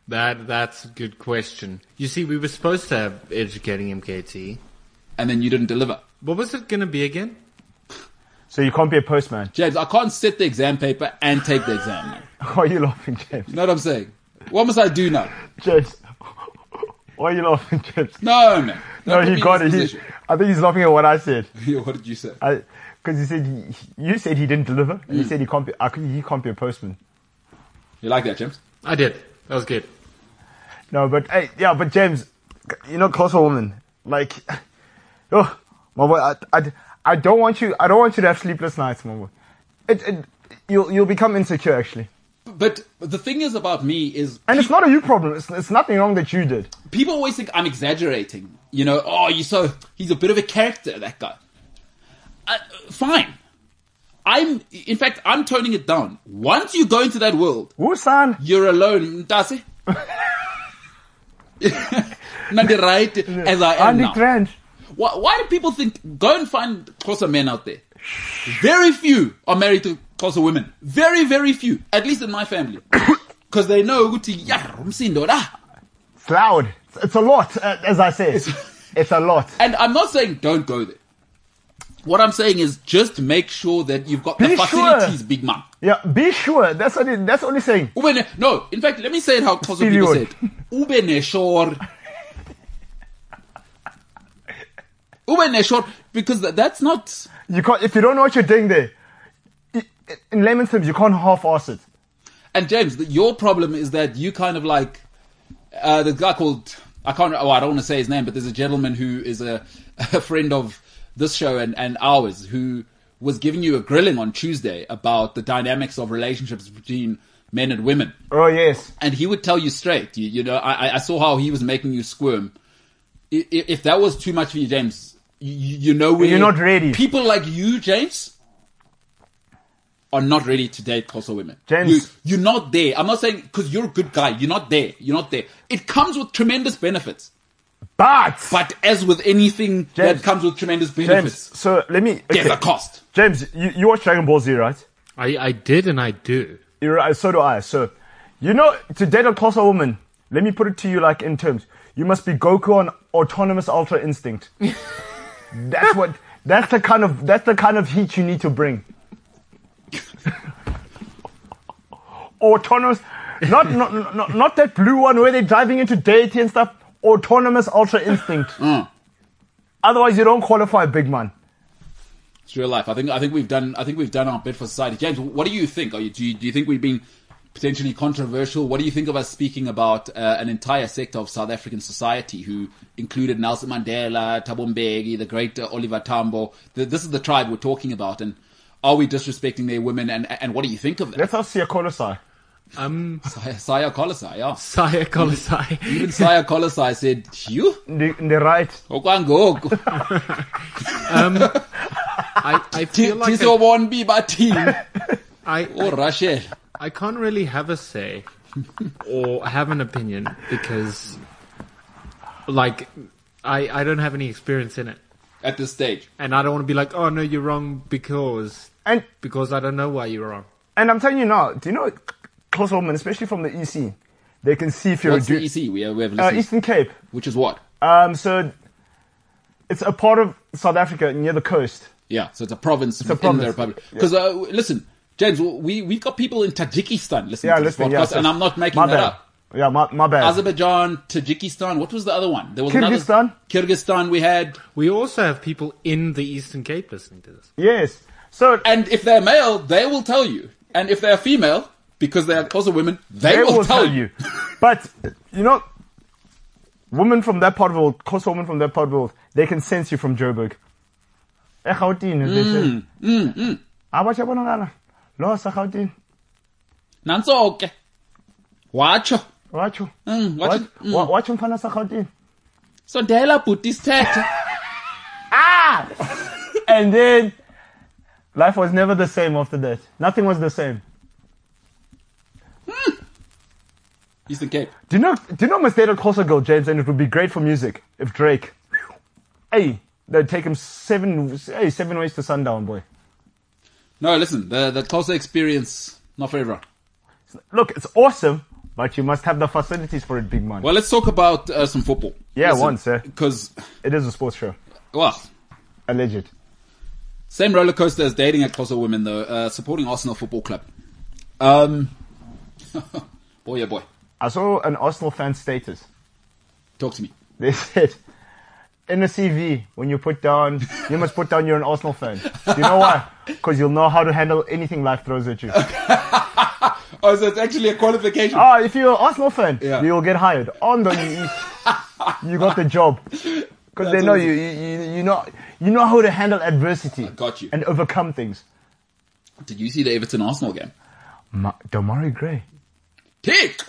that, that's a good question. You see, we were supposed to have educating MKT.
And then you didn't deliver.
What was it going to be again?
So you can't be a postman.
James, I can't sit the exam paper and take the exam. Man.
Why are you laughing, James?
You know what I'm saying? What must I do now?
James. Why are you laughing, James?
No, man.
No,
Don't put me
he
in
got
this
it. He,
position.
I think he's laughing at what I said.
what did you say?
Because he said, he, you said he didn't deliver. And he
Mm.
said he can't, be, I, he can't be a postman.
You like that, James?
I did. That was good.
No, but hey, yeah, but James, you know, closer woman, like, oh, Mabo, I, I, I don't want you. I don't want you to have sleepless nights, Mabo. It, it, you'll you'll become insecure actually.
But the thing is about me is
And it's not a you problem. It's, it's nothing wrong that you did.
people always think I'm exaggerating. You know, oh, you so he's a bit of a character, that guy. Uh, fine. I'm, in fact, I'm toning it down. Once you go into that world,
Woo san.
you're alone, Ndase. Not the right as I am
Andy
now.
Grant.
Why, why do people think go and find Xhosa men out there? Very few are married to Xhosa women. Very, very few. At least in my family, because they know ukuthi, "Yeah, umsindo la."
It's loud. It's, it's a lot, uh, as I say. It's, a lot.
And I'm not saying don't go there. What I'm saying is just make sure that you've got the
Be sure.
facilities, big man.
Yeah, be sure. That's only that's only saying.
Ube ne- no, in fact, let me say it how Xhosa people say it.
Period.
Ube ne shore. Ube ne shore, because tha- that's not.
You can't if you don't know what you're doing there. i- i- In layman's terms, you can't half-ass it.
And James, th- your problem is that you kind of like uh, the guy called I can't. Oh, I don't want to say his name, but there's a gentleman who is a, a friend of this show and, and ours who was giving you a grilling on Tuesday about the dynamics of relationships between men and women,
Oh yes.
and he would tell you straight. You, you know, I, I- I saw how he was making you squirm. I- i- If that was too much for you, James, you, you you know where
You're not ready.
People like you, James, are not ready to date Kosovo women.
James.
You, you're not there. I'm not saying because you're a good guy. You're not there. You're not there. It comes with tremendous benefits,
But,
but as with anything that
James.
comes with tremendous
James,
benefits,
so let me. Okay.
there's a cost.
James, you, you watch Dragon Ball Z, right?
I, I did and I do.
You're right, so do I. So, you know, to date a closer woman, let me put it to you like in terms. You must be Goku on autonomous ultra instinct. that's what. That's the kind of. That's the kind of heat you need to bring. autonomous, not, not not not that blue one where they're driving into deity and stuff. Autonomous ultra instinct. Otherwise, you don't qualify, big man.
It's real life. I think. I think we've done. I think we've done our bit for society. James, what do you think? Are you, do you do you think we've been potentially controversial? What do you think of us speaking about uh, an entire sector of South African society who included Nelson Mandela, Thabo Mbeki, the great uh, Oliver Tambo? Th this is the tribe we're talking about, and are we disrespecting their women? And and what do you think of that?
Let's ask Sia Colossi.
Um,
Saya Kolosai, yeah.
Saya Kolosai.
Even Saya Kolosai said, "You,
The, the right.
okwangoku,
Um, I, I feel like I,
tisobonbi bathini,
I,
or Rachel."
I can't really have a say or have an opinion because, like, I, I don't have any experience in it.
At this stage,
And I don't want to be like, oh no, you're wrong because,
And
because I don't know why you're wrong.
And I'm telling you now, do you know, close women, especially from the EC, they can see if you're
what's
a
the E
dude.
EC? We have, we have
Uh,
E
listeners.
Eastern Cape.
which is what.
Um, so it's a part of South Africa near the coast.
Yeah, so it's a province within
province.
the republic. Because uh, w- listen, James, w- we we got people in Tajikistan listening
Yeah,
to this
listen, yeah.
podcast,
so-
and I'm not making
my
that
bad.
up.
Yeah, my, my bad.
Azerbaijan, Tajikistan. What was the other one? There was Another,
Kyrgyzstan?
Kyrgyzstan. We had,
We also have people in the Eastern Cape listening to this.
yes. So
and if they're male, they will tell you, and if they're female, because they are also women, they,
they will tell you. but, you know, women from that part of the world, close women from that part of the world, they can sense you from Joburg. Eh, Gauteng, as they
Mm,
say. Ah, but you wanna know, no, it's Gauteng.
Nanso okay. Watch.
Watch you.
Mm, watch.
Watch,
it.
wa- watch in front of Gauteng.
So Dela Butistet.
And then life was never the same after that. Nothing was the same.
Eastern Cape.
Do you know do you know Miss Data Corsa Girl James and it would be great for music if Drake Hey, they'd take him seven hey, seven ways to sundown, boy.
No, listen, the the closer experience, not for everyone.
Look, it's awesome, but you must have the facilities for it, big man.
Well, let's talk about uh, some football.
Yeah, once, eh?
Because
it is a sports show.
well,
Alleged.
Same roller coaster as dating a Kosovo woman, though. Uh, supporting Arsenal Football Club. Um, boy, yeah, boy.
I saw an Arsenal fan status.
Talk to me.
They said in the CV, when you put down, you must put down you're an Arsenal fan. Do you know why? Because you'll know how to handle anything life throws at you.
Oh, so it's actually a qualification.
Oh, if you're an Arsenal fan,
Yeah.
you will get hired. On the you, you got the job because they
That's
know
awesome.
you, you. You you know You know how to handle adversity.
got you.
And overcome things.
Did you see the Everton Arsenal game?
Ma- Damari Gray.
Tick!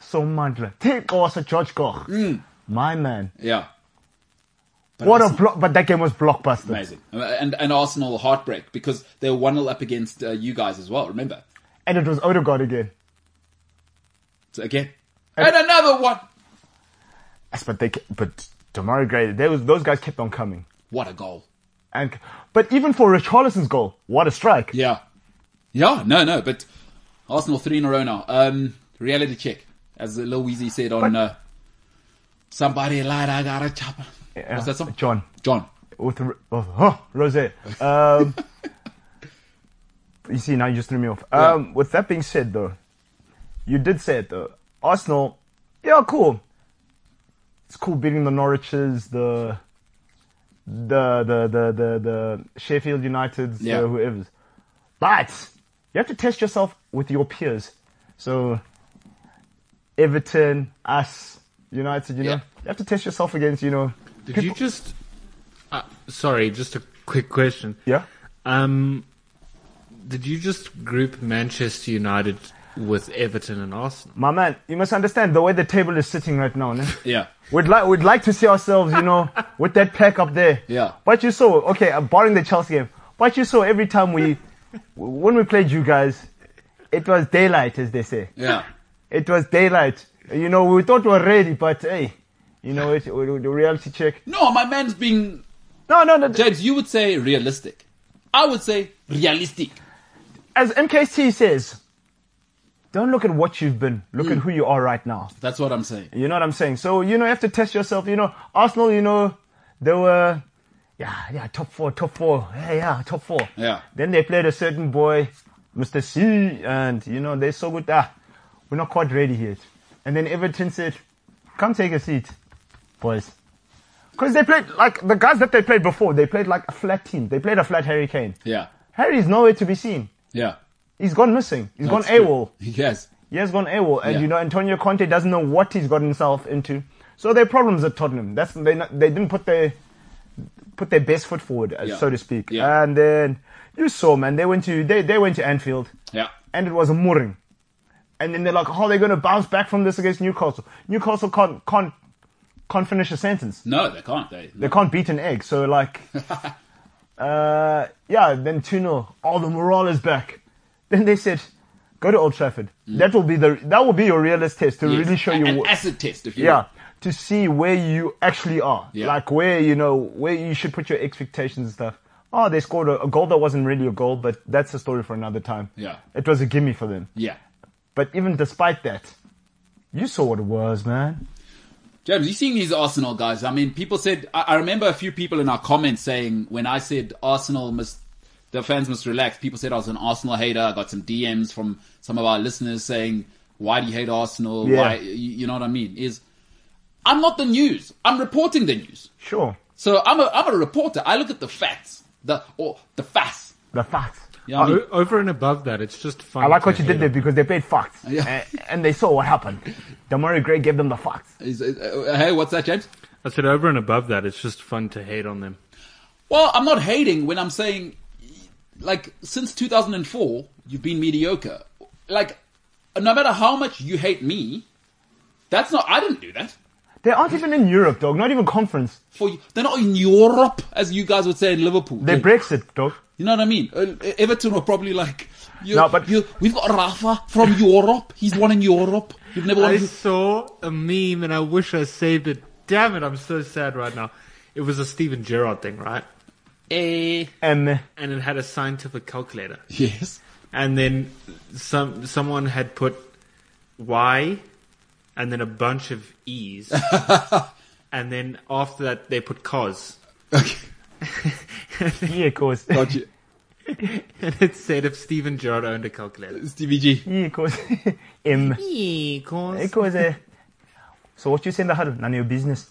So Mandla. Take also George Koch.
Hmm.
My man.
Yeah. But
What a
Arsenal-
block, but that game was blockbuster.
amazing. Uh, And, and Arsenal heartbreak because they were 1 0 up against uh, you guys as well, remember?
And it was Odegaard again.
So again. And another one!
Yes, but they, ke- but Damari Gray, they was, those guys kept on coming.
What a goal.
And, but even for Richarlison's goal, what a strike.
Yeah. Yeah, no, no, but Arsenal three in a row now. Um, reality check. As Lil Weezy said on, uh, somebody lied, I got a chopper.
Yeah.
What's that song?
John.
John.
With, the- oh, oh, Rose. Um, you see, now you just threw me off. Um, With that being said, though, you did say it, though. Arsenal, yeah, cool. It's cool beating the Norwiches, the, the, the, the, the, the Sheffield Uniteds,
Yeah.
the whoever's. But you have to test yourself with your peers. So, Everton, us, United, you know,
Yeah.
you have to test yourself against, you know,
Did you just? Uh, sorry, just a quick question.
yeah.
Um, did you just group Manchester United with Everton and Arsenal?
My man, you must understand the way the table is sitting right now. Ne?
Yeah.
We'd like we'd like to see ourselves, you know, with that pack up there.
Yeah.
But you saw, okay, uh, barring the Chelsea game, but you saw every time we when we played you guys, it was daylight, as they say.
Yeah.
It was daylight. You know, we thought we were ready, but hey, you know, it, we, we- the reality check.
No, my man's being,
No, no, no.
James, you would say realistic. I would say realistic.
As MKC says, don't look at what you've been. Look at who you are right now.
That's what I'm saying.
You know what I'm saying? So, you know, you have to test yourself. You know, Arsenal, you know, they were, yeah, yeah, top four, top four. Yeah, yeah, top four.
Yeah.
Then they played a certain boy, Mr. C, and, you know, they so good. Ah, we're not quite ready yet. And then Everton said, come take a seat, boys. Because they played, like, the guys that they played before, they played like a flat team. They played a flat Harry Kane.
Yeah.
Harry's nowhere to be seen.
Yeah.
He's gone missing. He's
That's
gone AWOL.
true. Yes.
He has gone AWOL, and
Yeah.
you know Antonio Conte doesn't know what he's got himself into. So their problems at Tottenham. That's they not, they didn't put their put their best foot forward, uh,
Yeah.
so to speak.
Yeah.
And then you saw, man, they went to they they went to Anfield,
Yeah.
and it was a mooring. And then they're like, "How oh, they're going to bounce back from this against Newcastle? Newcastle can't can't can't finish a sentence.
No, they can't. They,
They can't beat an egg. So like, uh, yeah. Then 2 0 All the morale is back. Then they said, go to Old Trafford. That will be the that will be your realist test to
Mm. yes.
really show
A-
you.
An
what-
acid test, if you
yeah,
will.
to see where you actually are.
Yeah.
Like where you know where you should put your expectations and stuff. Oh, they scored a, a goal that wasn't really a goal, but that's a story for another time.
Yeah.
it was a gimme for them.
Yeah.
But even despite that, you saw what it was, man.
James, you seen these Arsenal guys? I mean, people said. I, I remember a few people in our comments saying when I said Arsenal must, the fans must relax. People said I was an Arsenal hater. I got some DMs from some of our listeners saying, "Why do you hate Arsenal?
Yeah.
Why?" You, you know what I mean? Is I'm not the news. I'm reporting the news.
Sure,
So I'm a I'm a reporter. I look at the facts, the or the facts.
the facts.
Yeah, I mean,
O- over and above that, it's just fun.
I like what
to
you did there
hate
because they played facts.
Yeah.
And, and they saw what happened. Damari Gray gave them the facts.
is- is- uh, hey, what's that, James?
on- I said over and above that, it's just fun to hate on them.
Well, I'm not hating when I'm saying, like, since 2004, you've been mediocre. Like, no matter how much you hate me, that's not, I didn't do that.
They aren't even in Europe, dog. Not even conference.
For you, they're not in Europe, as you guys would say in Liverpool.
They
Yeah.
Brexit, dog.
You know what I mean? Uh, Everton were probably like, you,
No, but-
you, we've got Rafa from Europe. He's won in Europe. You've never won.
I
in-
saw a meme and I wish I saved it. Damn it, I'm so sad right now. It was a Steven Gerrard thing, right?
Eh.
Um,
And it had a scientific calculator.
Yes.
and then some someone had put Y and then a bunch of E's, and then after that they put cos,
Okay.
yeah, cause.
Got you.
and it said if Stephen Gerrard owned a calculator.
Stevie G.
Yeah, cause. um, yeah,
Cos.
cause. Uh, so what you say in the huddle? None of your business.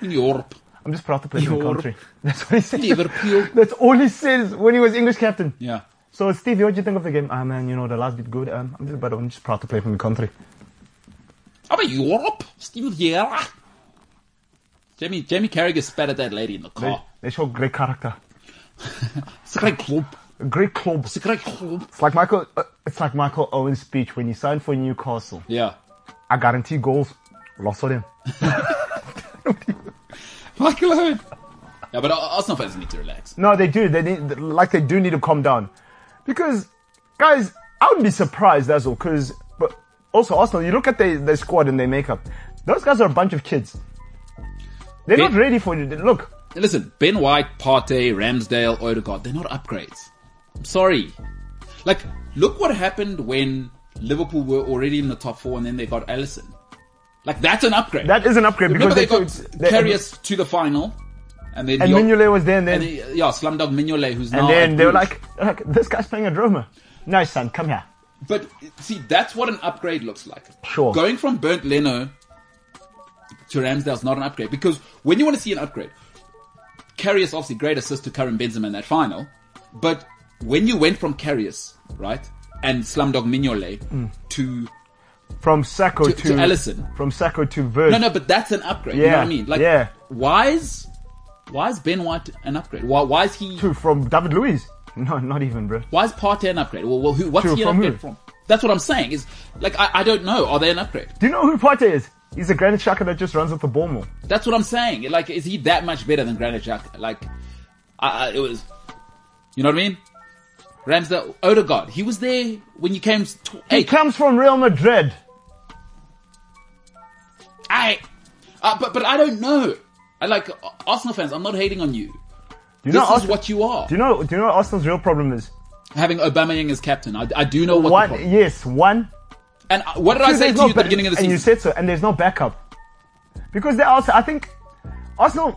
In Europe.
I'm just proud to play for the
Europe.
country. That's what he said.
Liverpool.
That's all he says when he was English captain.
Yeah.
So Steve, what do you think of the game? Ah man, you know the last bit good. Um, I'm just, but I'm just proud to play for the country.
I'm a Europe. Steven Vieira. Jamie, Jamie Carragher spat at that lady in the car.
They show great character,
It's a great club.
great
It's
clubs.
a great club.
It's like Michael. Uh, it's like Michael Owen's speech when he signed for Newcastle.
Yeah.
I guarantee goals. Lost for them.
Michael Owen. Yeah, but Ar- Arsenal fans need to relax.
No, they do. They need, like they do need to calm down, because guys, I would be surprised. That's all. Because but also Arsenal, you look at their their squad and their makeup. Those guys are a bunch of kids. They're
Yeah.
not ready for it. Look,
Listen, Ben White, Partey, Ramsdale, Odegaard, they're not upgrades. I'm sorry. Like, look what happened when Liverpool were already in the top four and then they got Allison. Like, that's an upgrade.
that is an upgrade
Remember
because
they,
they,
got
they-
Karius to the final, and then
and
Yo-
Mignolet was there, and then
and
and,
he- yeah, Slumdog Mignolet, who's now
then
at
they were
Bruges.
like, they're like, this guy's playing a drummer. Nice son, come here.
But see, that's what an upgrade looks like.
Sure.
Going from Burnt Leno to Ramsdale's not an upgrade because when you want to see an upgrade, Carrius obviously great assist to Karim Benzema in that final, but when you went from Carrius, right, and Slumdog Mignolet to
From Sacco Mm. to,
to Alisson.
From Sacco to Verge.
no, no, but that's an upgrade. You know
Yeah,
what I mean? Like,
yeah.
why is why is Ben White an upgrade? Why why is he?
to from David Luiz. No, not even, bro.
Why is Partey an upgrade? Well, well who, what's
Sure,
he an
from
upgrade
who?
from? That's what I'm saying. Is like I, I don't know. Are they an upgrade?
Do you know who Partey is? He's a granite shaka that just runs at the ball more.
That's what I'm saying. Like, is he that much better than Granit Xhaka? Like, I, I, it was, you know what I mean? Ramsdale, Odegaard, he was there when you came. To,
He
hey,
comes from Real Madrid.
I, uh, but but I don't know. I like uh, Arsenal fans. I'm not hating on you.
Do you
This
know
is
Arsenal-
what you are.
Do you know? Do you know what Arsenal's real problem is?
Having Obama Young as captain, I, I do know what. the
One,
problem-
yes, one.
and uh, what did I
Two,
say
there's
to
no
you at the
back-
beginning of the
and
season?
you said so, and there's no backup because they also. I think Arsenal,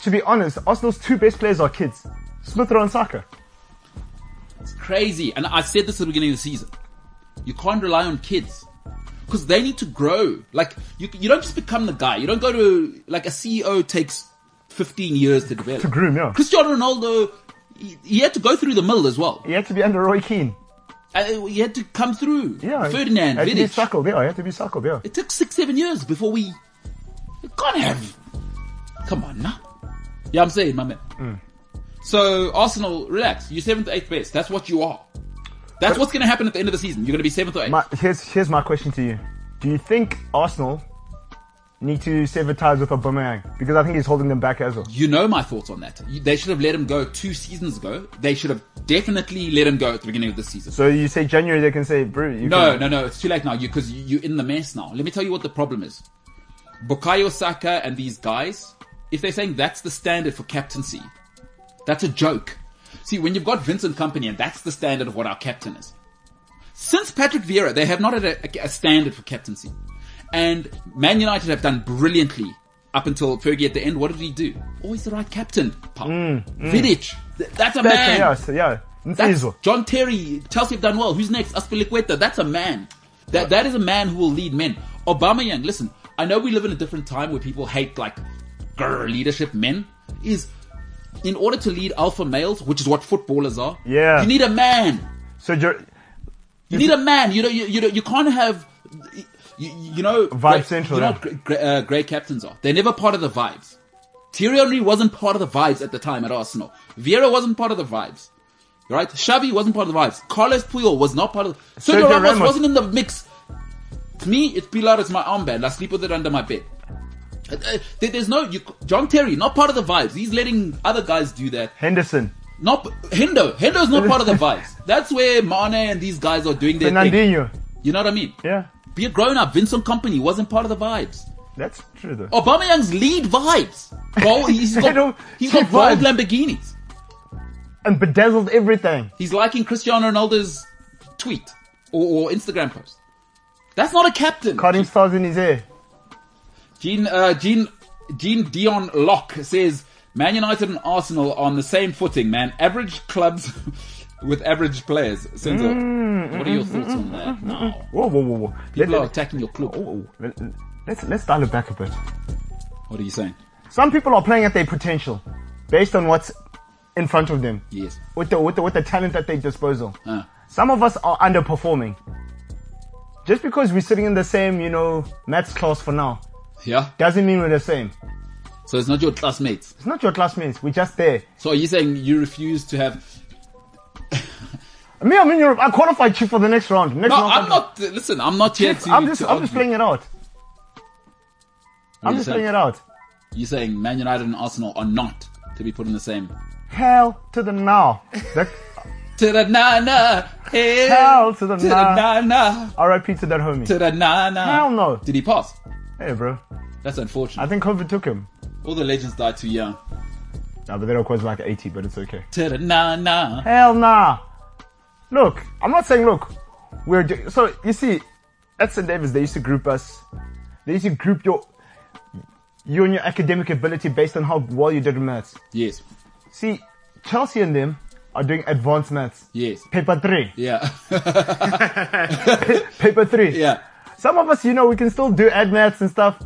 to be honest, Arsenal's two best players are kids, Smith Rowe and Saka.
crazy. And I said this at the beginning of the season. You can't rely on kids because they need to grow. Like you, you don't just become the guy. You don't go to like a CEO takes 15 years to develop.
To groom, yeah.
Cristiano Ronaldo, he, he had to go through the mill as well.
He had to be under Roy Keane.
Uh, he had to come through.
Yeah,
Ferdinand,
he had to be
Vidic.
suckled. Yeah, he had to be suckled. Yeah,
It took six, seven years before we. You can't have. Come on now. Yeah, I'm saying, my man. So Arsenal, relax. You're seventh, eighth best. That's what you are. That's what's going to happen at the end of the season. You're going to be seventh or eighth.
My, here's here's my question to you: Do you think Arsenal need to sever ties with Aubameyang because I think he's holding them back as well?
you know my thoughts on that. You, they should have let him go two seasons ago. They should have definitely let him go at the beginning of the season.
So you say January they can say, bro, you
no,
can,
no, no. It's too late now. You because you, you're in the mess now. Let me tell you what the problem is. Bukayo Saka and these guys, if they're saying that's the standard for captaincy, that's a joke. See, when you've got Vincent Company and that's the standard of what our captain is. Since Patrick Vieira, they have not had a, a standard for captaincy. And Man United have done brilliantly up until Fergie at the end. What did he do? Always the right captain. pal. Vidic. Th- That's a
Mm, That's-
man.
yeah, so, yeah,
That's
Ntizo.
John Terry. Chelsea have done well. Who's next? Aspilicueta. That's a man. That that is a man who will lead men. Obama Young. Listen, I know we live in a different time where people hate like grr, leadership. Men is in order to lead alpha males, which is what footballers are.
Yeah.
you need a man.
So Jer-
You need a man. You know, you you know, you can't have. You, you know, vibe
Central,
You know
yeah.
what great, great, uh, great captains are? They're never part of the vibes. Thierry Henry wasn't part of the vibes at the time at Arsenal. Vieira wasn't part of the vibes, right? Xavi wasn't part of the vibes. Carlos Puyol was not part of. Sergio,
Sergio
Ramos,
Ramos.
wasn't in the mix. To me, it's Pilar is my armband. I sleep with it under my bed. Uh, uh, there- There's no you, John Terry, not part of the vibes. He's letting other guys do that.
Henderson,
Not Hendo. Hendo's not part of the vibes. That's where Mane and these guys are doing their thing.
Fernandinho.
You know what I mean?
Yeah,
Be a grown up. Vincent Company wasn't part of the vibes.
that's true though.
Aubameyang's lead vibes. Gold, he's
I know.
got, he's got
Cheap
gold
vibes.
Lamborghinis.
And bedazzled everything.
He's liking Cristiano Ronaldo's tweet or, or Instagram post. That's not a captain.
Cutting stars in his hair.
Jean, uh, Jean, Jean Dion Locke says, Man United and Arsenal are on the same footing, man. Average clubs with average players. Senzo,
Mm,
what are your thoughts on that? No.
Whoa, whoa, whoa, whoa. Let,
People are
let,
attacking your club.
oh, let, let's let's dial it back a bit.
What are you saying?
Some people are playing at their potential, based on what's in front of them,
Yes.
with the with the, with the talent at their disposal.
Uh,
Some of us are underperforming. Just because we're sitting in the same, you know, maths class for now,
yeah.
doesn't mean we're the same.
So it's not your classmates.
It's not your classmates. We're just there.
So are you saying you refuse to have?
Me, I'm in Europe. I qualified you for the next round. Next
No,
round
I'm not. Listen, I'm not here to.
I'm just,
to
I'm just
argue.
playing it out. I'm
You
just
said-
playing it out.
You're saying Man United and Arsenal are not to be put in the same.
Hell to the now. That,
To the na na, hey,
Hell to the
to
nah.
the na na,
R.I.P. to that homie.
to the na na.
Hell no.
Did he pass?
Hey, bro.
That's unfortunate.
I think COVID took him.
All the legends died too young.
Nah, but that was like 80, but it's okay.
To the na na.
Hell nah. Look, I'm not saying look. We're ju- so you see, at St Davis they used to group us. They used to group your you and your academic ability based on how well you did in maths.
Yes,
See, Chelsea and them are doing advanced maths.
yes,
Paper three.
yeah,
Paper three.
yeah.
Some of us, you know, we can still do ad maths and stuff.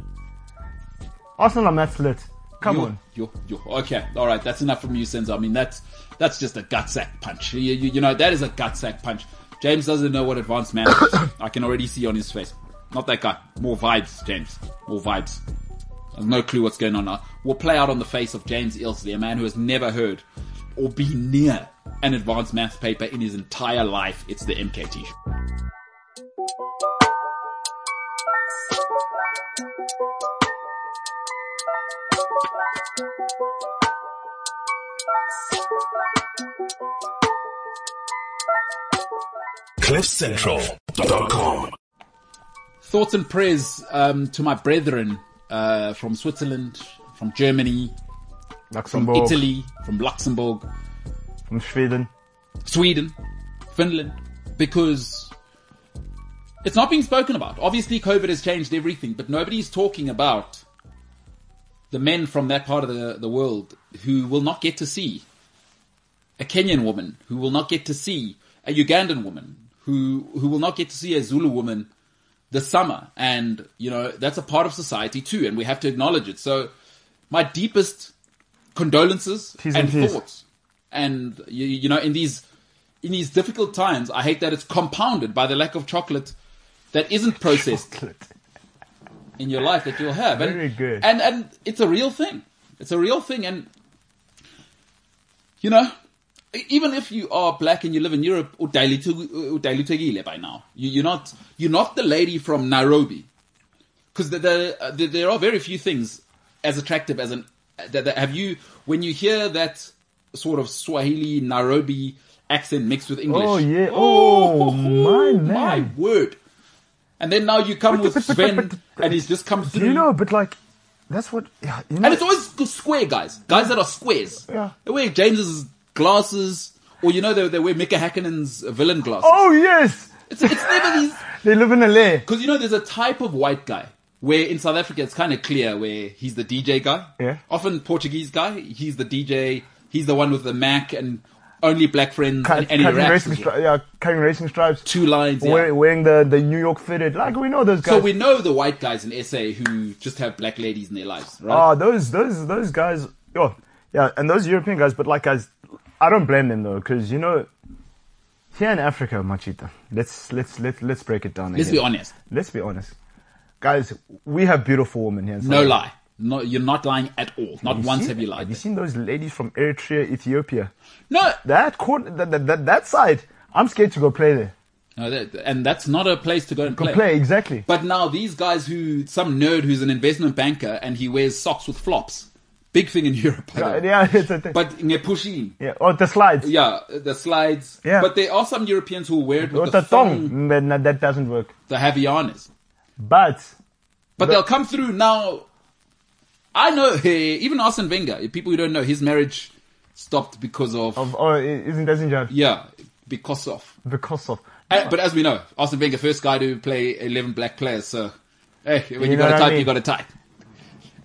Arsenal are maths lit. Come
you,
on.
You, you. Okay, all right. That's enough from you, Senzo. I mean, that's that's just a gut sack punch. You, you, you know, that is a gut sack punch. James doesn't know what advanced man is. I can already see on his face. Not that guy. More vibes, James. More vibes. I've no clue what's going on now. We'll play out on the face of James Ilsley, a man who has never heard or been near an advanced math paper in his entire life. It's the MKT show.
CliffCentral.com.
thoughts and prayers um, to my brethren uh, from Switzerland, from Germany, from
Luxembourg,
Italy, from Luxembourg,
from Sweden.
Sweden, Finland, because it's not being spoken about. Obviously, COVID has changed everything, but nobody's talking about the men from that part of the, the world who will not get to see a Kenyan woman, who will not get to see a Ugandan woman, who, who will not get to see a Zulu woman this summer. And, you know, that's a part of society too, and we have to acknowledge it. So, my deepest condolences
T's and
and
T's.
thoughts. And, you, you know, in these in these difficult times, I hate that it's compounded by the lack of chocolate that isn't processed in your life that you'll have. And,
Very good.
And and it's a real thing. It's a real thing. And you know, e- even if you are black and you live in Europe, or daily to by now, you, you're not you're not the lady from Nairobi, because the, the, uh, the, there are very few things as attractive as an that, that have you when you hear that sort of Swahili Nairobi accent mixed with English.
Oh, yeah. Oh,
my
my man.
word! And then now you come with
but- but- but-
Sven,
but- but-
and he's just come through.
You know, but like, that's what. yeah, You know,
And it's always g- square guys, guys that are squares.
Yeah.
They wear James's glasses, or you know they, they wear Mika Hakkinen's villain glasses.
Oh yes,
It's, it's never these
they live in LA.
because you know there's a type of white guy where in South Africa it's kind of clear where he's the DJ guy.
Yeah.
Often Portuguese guy, he's the DJ. He's the one with the Mac and only black friends,
Cut-
and, and he
cutting
raps
racing
as well.
stri- yeah, cutting racing stripes.
two lines. Yeah.
Wear- Wearing the, the New York fitted, like we know those guys.
so we know the white guys in SA who just have black ladies in their lives, right?
Ah, those those those guys. Oh, yeah, and those European guys. But like, guys, I don't blame them though, because you know, here in Africa, Machita. Let's let's let let's break it down.
Let's
again.
be honest.
Let's be honest, guys. We have beautiful women here. in South
No
Africa.
lie. No, you're not lying at all. Not
You
once
seen-
have you lied.
Have you
there.
seen those ladies from Eritrea, Ethiopia?
No,
That court, that that, that, that side. I'm scared to go play there.
No, that, and that's not a place to go and play.
Play exactly.
But now these guys who some nerd who's an investment banker and he wears socks with flops, big thing in Europe. by the way.
Yeah, it's a thing.
But Ngepushing,
yeah, oh, the slides.
yeah, the slides.
Yeah.
But there are some Europeans who wear it with,
With the tongue, man, no, that doesn't work.
the Havianas.
But
But they'll come through now. I know eh, even Arsene Wenger. People who don't know, his marriage stopped because of,
of oh, i- isn't doesn't just
yeah, because of.
because of
Eh, But as we know, Arsene Wenger, first guy to play 11 black players. So, hey, when you,
You know
got
what
to
I
type,
mean?
you got to type.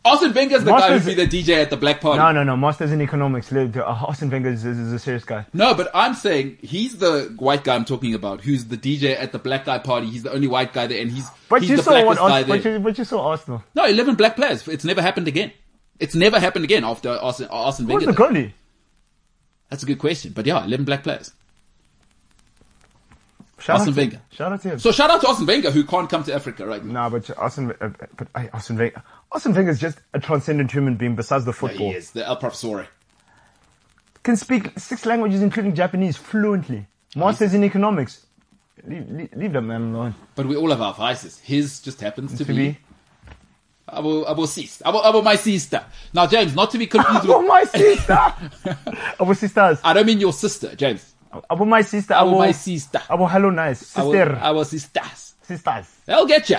Arsene Wenger's the guy
Masters-
who'd be the DJ at the black party.
no, no, no. Masters in economics. li- the- uh, Austin Wenger is, is, is a serious guy.
No, but I'm saying he's the white guy I'm talking about, who's the DJ at the black guy party. He's the only white guy there, and he's
But
he's
you
the
saw what
blackest guy
Ars-
there.
but you, but you saw Arsenal.
No, 11 black players. It's never happened again. It's never happened again after Arsene, Arsene
Who's
Wenger.
the
though.
goalie?
That's a good question. But yeah, 11 black players.
Shout
Arsene
out to-
Wenger.
Shout out to him.
So shout out to Arsene Wenger who can't come to Africa right now.
nah, but Arsene, uh, but uh, Arsene Wenger, Arsene Wenger is just a transcendent human being besides the
He
football.
is the El Professore.
Can speak six languages, including Japanese, fluently. Masters in economics. Leave, leave, leave that man alone.
But we all have our vices. His just happens to
To
be
be.
Abu Abu sister. Abu Abu my sister. Now James, not to be confused
Abu
with
my sister. Abu sisters.
I don't mean your sister, James.
Abu my sister.
Abu
Abu,
my uh, sister.
Abu hello nice.
Abu,
Sister.
Abu sisters.
sisters.
They'll get you.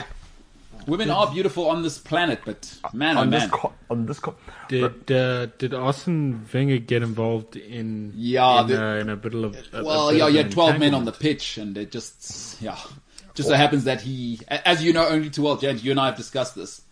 Women are beautiful on this planet, but man, oh
on, this
man.
co- on this call.
Did uh, did Arsene Wenger get involved in
Yeah,
in,
the-
uh, in a bit of a, a
Well,
bit
yeah,
of
you
an
had 12 men on
entanglement?
the pitch, and it just, yeah. Just so happens that he, a- as you know only too well, James, you and I have discussed this.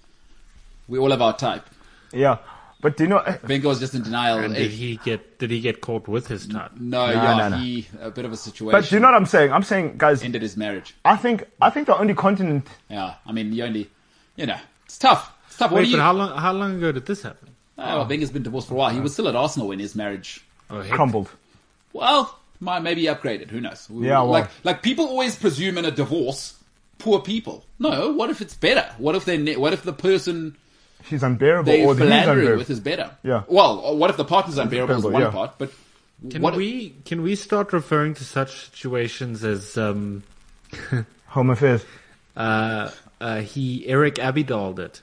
We all have our type.
Yeah. But do you know, uh,
Wenger was just in denial.
And did
Hey,
he get did he get caught with his type?
no,
No,
yeah,
no, no.
he, a bit of a situation.
but do you know what I'm saying? I'm saying, guys,
ended his marriage.
I think, I think the only continent,
Yeah, I mean, you only, you know, it's tough. It's tough. what
Wait,
do you,
but how long how long ago did this happen?
oh, well, Wenger's been divorced for a while. He was still at Arsenal when his marriage,
Oh, heck.
crumbled.
well, might maybe upgraded. Who knows? We-
Yeah, well.
like, like people always presume in a divorce, poor people. No, what if it's better? What if they, ne- what if the person
She's unbearable,
they
or he's
philandering
unbearable.
with is better?
Yeah.
Well, or what if the partner's unbearable is
Unbearable,
one
yeah.
part, but
Can
what
we can we start referring to such situations as um
Home affairs.
uh, uh he Eric Abidal did?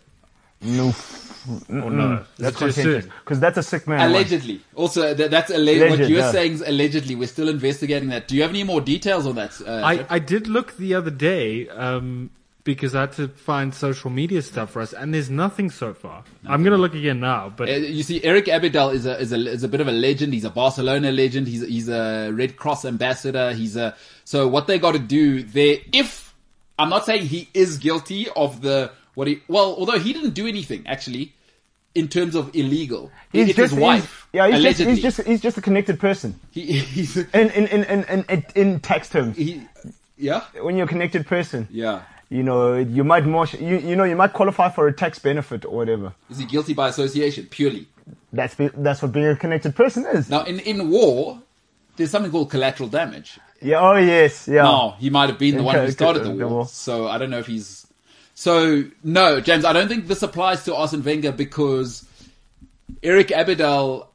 No.
Mm-hmm.
Or no?
That's
too
contentious.
soon.
Because that's a sick man. one.
allegedly? Also, th- that's alleged. what
Alleged,
you're
yeah.
saying is allegedly. We're still investigating that. Do you have any more details on that? Uh,
I, I did look the other day um, because I had to find social media stuff for us, and there's nothing so far. I'm going to look again now, but
Uh, You see, Eric Abidal is a, is a is a bit of a legend. He's a Barcelona legend. He's he's a Red Cross ambassador. He's a so what they got to do there. If I'm not saying he is guilty of the what he well, although he didn't do anything actually in terms of illegal.
He's
it's his
just, he's-
wife.
yeah, he's just,
allegedly.
he's just, he's just a connected person.
He- he's-
In, in, in, in, in, in, in tax terms.
he- yeah
When you're a connected person,
yeah.
you know, you might more, sh- you, you know, you might qualify for a tax benefit or whatever.
Is he guilty by association purely?
That's, be- that's what being a connected person is.
Now in in war, there's something called collateral damage.
Yeah. Oh yes. Yeah.
No, he might have been the one who
Okay,
started the
okay,
war.
the war.
So I don't know if he's. So no, James, I don't think this applies to Arsene Wenger because Eric Abidal,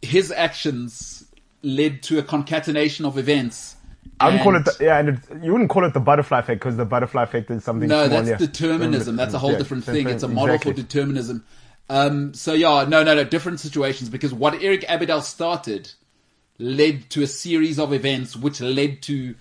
his actions led to a concatenation of events.
I wouldn't call it.
and-
The, yeah, and it, you wouldn't call it the butterfly effect because the butterfly effect is something.
no,
small,
that's
yeah.
determinism. That's a whole
Yeah,
different
different-
thing. It's a model for
exactly.
determinism. Um, so yeah, no, no, no, different situations because what Eric Abidal started led to a series of events which led to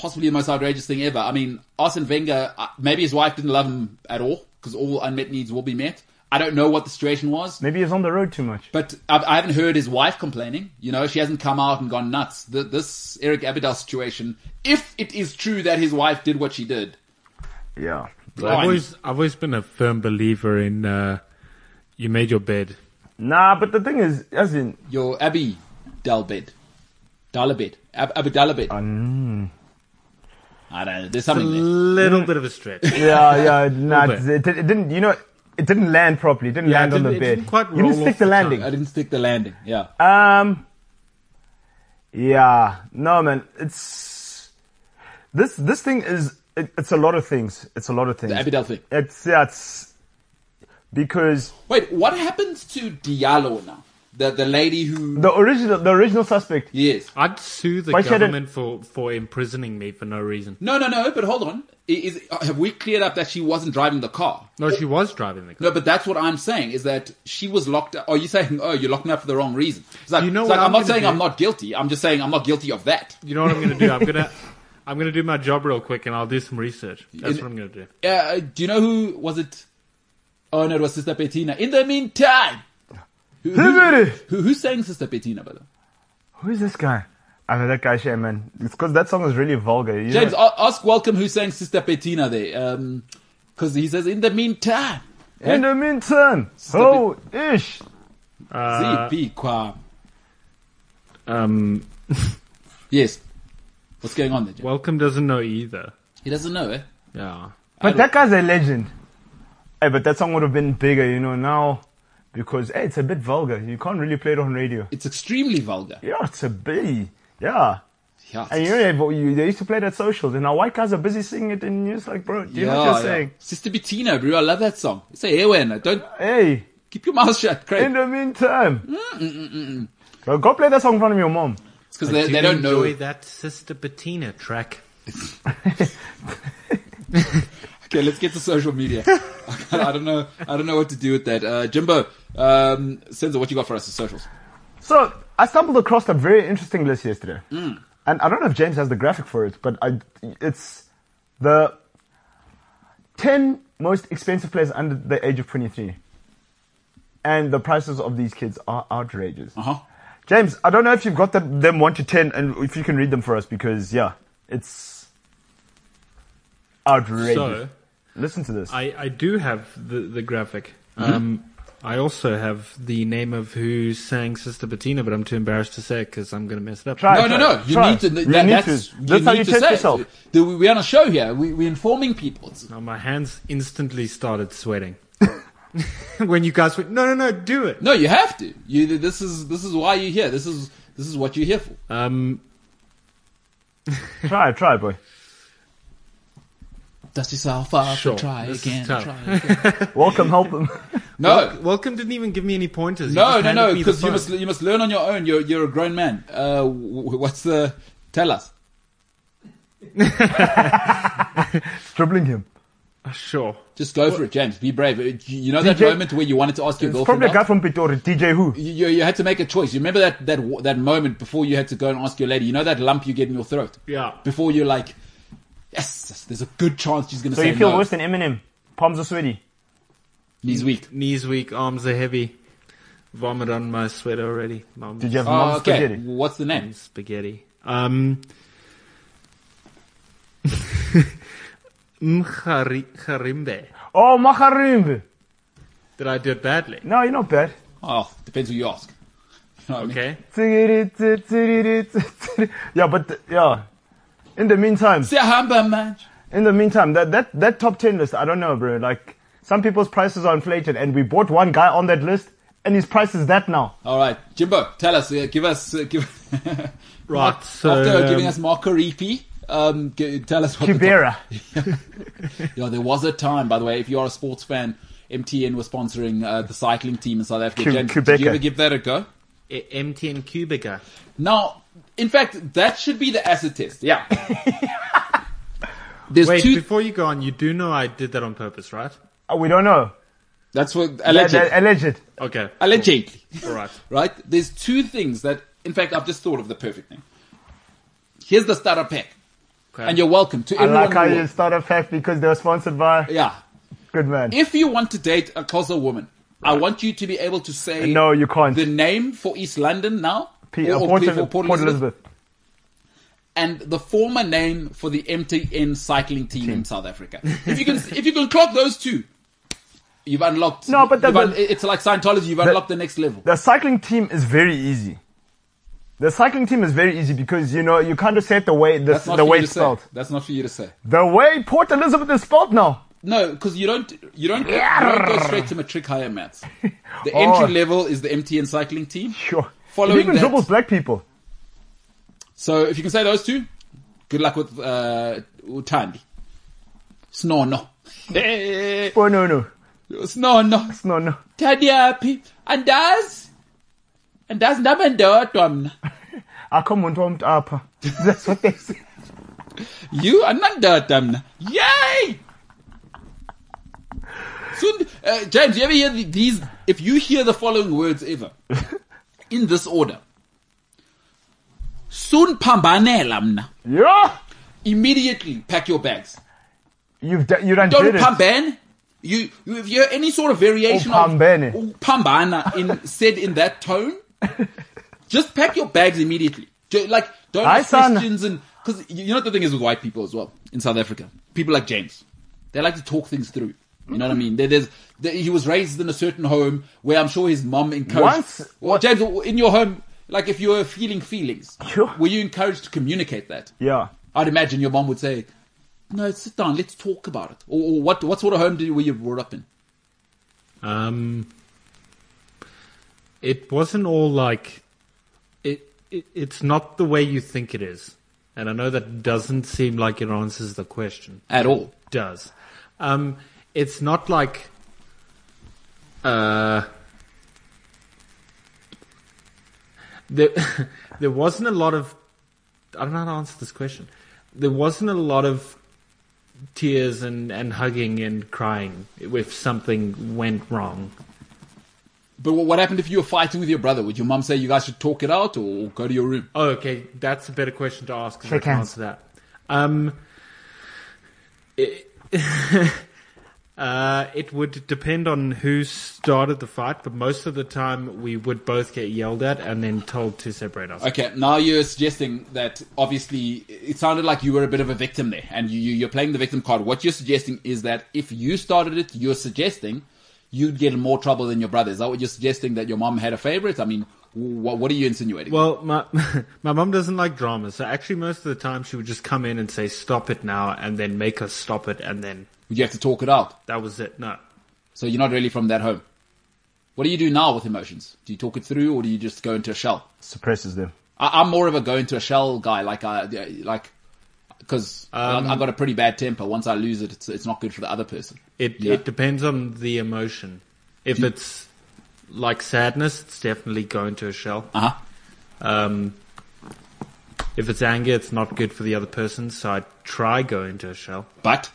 possibly the most outrageous thing ever. I mean, Arsene Wenger, uh, maybe his wife didn't love him at all because all unmet needs will be met. I don't know what the situation was.
Maybe he's on the road too much.
But I, I haven't heard his wife complaining. You know, she hasn't come out and gone nuts. Th this Eric Abidal situation, if it is true that his wife did what she did,
Yeah.
I've
Fine.
always I've always been a firm believer in uh, you made your bed.
Nah, but the thing is, as in,
your Abby Dalbed. Dalabed. Ab- Abby Dalabed. I don't know. There's
A
something there.
little bit of a stretch.
yeah, yeah, nah,
bit.
it, it didn't. You know, it didn't land properly. It didn't
Yeah, it
land on the
didn't- it
bed.
didn't quite
you
roll
didn't stick
off
the
the
landing.
I didn't stick the landing. Yeah.
Um. Yeah. No, man. It's this. This thing is. It, it's a lot of things. It's a lot of things.
Abby Dal thing.
It's yeah. It's because
Wait, what happens to Diallo now? The the lady who
the original, the original suspect.
Yes.
I'd sue the
Why should it-
government for, for imprisoning me for no reason.
No, no, no, but hold on. I- Is, have we cleared up that she wasn't driving the car?
No, she was driving the car.
No, but that's what I'm saying is that she was locked up. Are you saying, oh, you locked me up for the wrong reason? It's like,
You know
it's
what
like I'm,
I'm
not
gonna
saying
do?
I'm not guilty. I'm just saying I'm not guilty of that.
You know what I'm going to do? I'm going to I'm going to do my job real quick and I'll do some research. That's
Is-
what I'm going to do.
Uh, do you know who was it? Oh no, it was Sister Bettina. In the meantime, who, who,
Liberty!
who, who sang Sister Bettina? By the way,
Who is this guy? I know that guy, shit, man. It's because that song is really vulgar. You
James,
know-
a- ask Welcome who sang Sister Bettina there, because he says in the meantime.
in the meantime, oh
Stop
ish.
Uh,
ZP Kwam.
um,
Yes. What's going on there? James?
Welcome doesn't know either.
He doesn't know, eh?
Yeah.
But
don't-
that guy's a legend. Hey, but that song would have been bigger, you know, now because hey, it's a bit vulgar. You can't really play it on radio.
It's extremely vulgar.
Yeah, it's a B. Yeah.
Yeah.
And you know, they- you- they used to play it at socials, and our white guys are busy singing it in news. Like, bro, do you know what you're saying?
Sister Bettina, bro, I love that song. It's a heroin. Don't
Hey,
keep your mouth shut,
in
Craig.
the meantime, bro, go play that song in front of your mom.
It's because they,
Do
they
you
don't know.
enjoy that Sister Bettina track.
Okay, let's get to social media. I don't know. I don't know what to do with that. Uh, Jimbo, um, Senzo, what you got for us in socials?
So I stumbled across a very interesting list yesterday, and I don't know if James has the graphic for it, but I, it's the ten most expensive players under the age of twenty-three, and the prices of these kids are outrageous.
Uh huh.
James, I don't know if you've got the, them one to ten, and if you can read them for us, because yeah, it's outrageous.
So
Listen to this.
I, I do have the, the graphic.
Mm-hmm.
Um, I also have the name of who sang Sister Bettina, but I'm too embarrassed to say it because I'm going to mess it up.
Try it.
No, no, no. You
Try.
need to.
You
That,
need
that's
to.
you
That's how
need
you
to
test
say it.
yourself.
The- we- We're on a show here. We, we're informing people. It's-
Now, my hands instantly started sweating. when you guys went, no, no, no, do it.
No, you have to. You. This is this is why you're here. This is this is what you're here for.
Um,
try, try, boy.
Dust yourself off.
Sure.
and Try
This is
again.
tough.
Try again.
Welcome, help them.
No.
Welcome didn't even give me any pointers. He
No, no,
just handed
no,
me the
because you
phone.
must you must learn on your own. You're you're a grown man. Uh, wh- what's the? Tell us.
Dribbling him.
Ah, Sure.
Just go for it, James. Be brave. Uh, You you know that
DJ
moment where you wanted to ask your
It's
girlfriend.
probably a
out?
guy from Pitori, DJ Who.
you, you- you had to make a choice. You remember that, that w- that moment before you had to go and ask your lady. You know that lump you get in your throat.
Yeah.
Before you're like, yes, yes, there's a good chance she's gonna
So
say
you feel
no.
worse than Eminem. Palms are sweaty.
Knees weak.
Knees weak, arms are heavy. Vomit on my sweat already. Mum.
Did you have
Oh,
mom's
okay.
spaghetti?
What's the name?
spaghetti. Um, Mkhari- Kharimbe.
Oh, Macharimbe.
Did I do it badly?
No, you're not bad.
Oh, depends who you ask. You know what I mean?
Okay.
Yeah, but th- yeah. In the meantime,
Say hamba man.
in the meantime, that that that top ten list, I don't know, bro. Like some people's prices are inflated, and we bought one guy on that list, and his price is that now.
All right, Jimbo, tell us. Uh, give us. Uh, give.
Right,
After
so,
giving
um,
us Marco Ripi, um, g- tell us what. the top-
Kibera.
Yeah, there was a time, by the way, if you are a sports fan, MTN was sponsoring uh, the cycling team in South Africa.
Cu-
James, did
Quebec.
you ever give that a go?
E- MTN Cubica.
Now, in fact, that should be the acid test. Yeah. There's
Wait,
two.
before you go on, you do know I did that on purpose, right?
Uh, we don't know.
That's what
That-
alleged.
that- Alleged.
Okay.
allegedly.
All right.
right? There's two things that, in fact, I've just thought of the perfect thing. Here's the starter pack,
Okay.
and you're welcome to
I
everyone.
like how
who
you
will-
start a fact because they were sponsored by
yeah.
Good Man.
If you want to date a Kosovo woman, I want you to be able to say
Uh, No, you can't.
the name for East London now,
P- uh,
or- or
Port,
P- for
Elizabeth. Port Elizabeth.
and the former name for the MTN cycling team, in South Africa. If you can, if you can clock those two, you've unlocked.
No, but that-
you've un- it's like Scientology. You've unlocked the next level.
The cycling team is very easy. The cycling team is very easy because you know you kind of set the way the,
That's not
the
for
way
you
it's
to say.
spelled.
That's not for you to say.
The way Port Elizabeth is spelled now.
No, because you don't. You don't. Go, you don't go straight to matric higher maths. The
Oh.
entry level is the MTN cycling team.
Sure.
Following
it even
that-
dribbles black people.
So if you can say those two, good luck with uh, Utandi. Snono. Eh,
Oh no no
Snono.
no no.
Tadiapi. Andazi. Andazi ndamandodwa mna.
I come on to up. That's what they say.
You are nandodwa mna. Yay! Soon, uh, James, you ever hear the- these? If you hear the following words ever, in this order. Soon pambanela mna.
Yeah.
Immediately pack your bags.
You've d- you done
don't
did it.
pamban. You, you if you hear any sort of variation
Or
of
pambene.
or pambana in said in that tone, just pack your bags immediately. Ju- Like don't
Aye,
ask
son.
questions and because you you know what the thing is with white people as well in South Africa, people like James, they like to talk things through. You know what I mean? There, there's there, he was raised in a certain home where I'm sure his mum encouraged.
Once-
well, James, in your home, like if you were feeling feelings,
Sure.
were you encouraged to communicate that?
Yeah.
I'd imagine your mom would say, "No, sit down. Let's talk about it." Or, or what? What sort of home did, were you brought up in?
Um, it wasn't all like. It, it. It's not the way you think it is. And I know that doesn't seem like it answers the question.
at all.
does. Um, it's not like, uh, there, there wasn't a lot of, I don't know how to answer this question. There wasn't a lot of tears and, and hugging and crying if something went wrong.
But wh- what happened if you were fighting with your brother? Would your mum say you guys should talk it out or go to your room?
Oh, okay, that's a better question to ask. 'cause I
Shake
can
hands.
answer that. Um, it, uh, it would depend on who started the fight, but most of the time we would both get yelled at and then told to separate us.
Okay, now you're suggesting that obviously it sounded like you were a bit of a victim there, and you, you you're playing the victim card. What you're suggesting is that if you started it, you're suggesting you'd get in more trouble than your brother. Is that what you're suggesting that your mum had a favorite? I mean, what what are you insinuating?
Well, my my mom doesn't like drama, so actually most of the time she would just come in and say "stop it now" and then make us stop it, and then
you have to talk it out.
that was it. No,
So you're not really from that home. What do you do now with emotions? Do you talk it through, or do you just go into a shell?
Suppresses them.
I, I'm more of a go into a shell guy, like I like because I, have got a pretty bad temper. Once I lose it, it's, it's not good for the other person.
It
Yeah.
it depends on the emotion. If it's like sadness, it's definitely going to a shell.
Uh huh.
Um, if it's anger, it's not good for the other person, so I try going to a shell.
But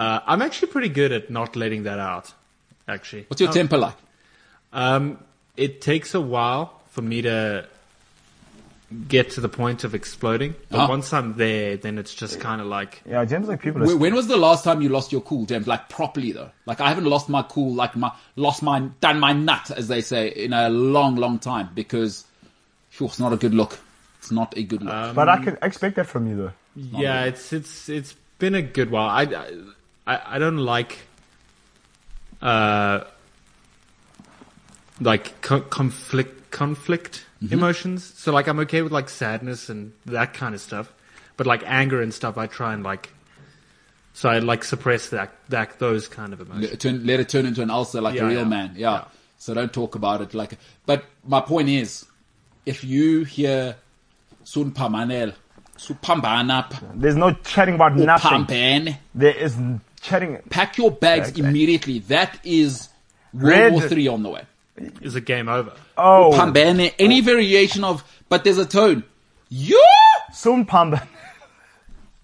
Uh, I'm actually pretty good at not letting that out. Actually,
what's your
Oh,
temper like?
Um, it takes a while for me to get to the point of exploding, but
Ah.
once I'm there, then it's just kind of like
Yeah, James, like people
Wh-
are.
When was the last time you lost your cool, James? Like properly though. Like I haven't lost my cool, like my lost my done my nut, as they say, in a long, long time because phew, it's not a good look. It's not a good look.
But I can I expect that from you though.
Yeah, it's it's it's been a good while. I I, I don't like uh like co- conflict conflict emotions. So like I'm okay with like sadness and that kind of stuff, but like anger and stuff, I try and like so I like suppress that that those kind of emotions.
Let it turn, let it turn into an ulcer like
Yeah,
a real
yeah.
man. Yeah.
Yeah.
So don't talk about it like. But my point is, if you hear sun pamanel, supambanap,
There's no chatting about
or
nothing.
pampen,
There is n- chatting.
pack your bags
Exactly.
immediately. That is World
Red-
War Three on the way.
Is a game over?
Oh,
Pambane, any variation of, but there's a tone. You,
soon pamba.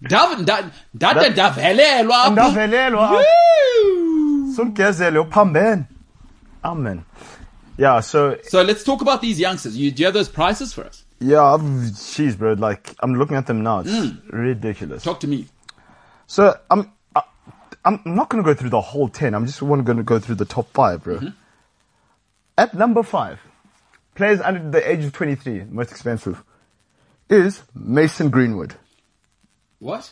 Dav, da, da, da, davelelwa,
Ndavelelwa.
Woo!
Soon gezelo pamben. Amen. Yeah. So
So let's talk about these youngsters. You, do you have those prices for us?
yeah, I've, jeez, bro. Like I'm looking at them now. It's ridiculous.
Talk to me.
So I'm I, I'm not gonna go through the whole ten. I'm just one gonna go through the top five, bro. At number five, players under the age of 23, most expensive, is Mason Greenwood.
What?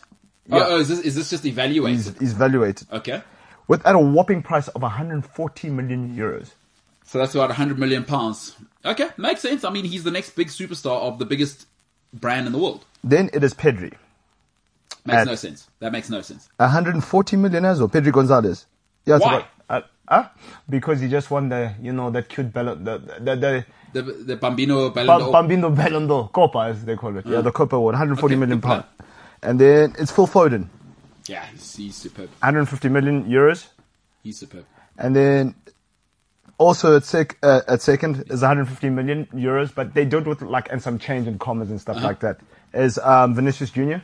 Oh, oh, is this is this just evaluated?
He's, he's valuated
Okay,
with at a whopping price of 140 million euros.
so that's about 100 million pounds. Okay, makes sense. I mean, he's the next big superstar of the biggest brand in the world.
Then it is Pedri,
Makes
At-
no sense. That makes no sense.
140 million as well. Pedri Gonzalez. Yeah, it's
Why?
about- uh, uh, because he just won the, you know, that cute ballon, the, the, the,
The the Bambino Ballon
Ba-
d'Or.
Bambino Ballon d'Or, Copa as they call it. Yeah, the Copa one, 140
Okay,
million
good plan.
pound. And then it's Phil Foden,
yeah, he's, he's superb.
150 million euros.
He's superb.
And then also at, sec- uh, at second is 150 million euros, but they do it with like and some change in commas and
Uh-huh.
stuff like that. Is um, Vinicius Junior?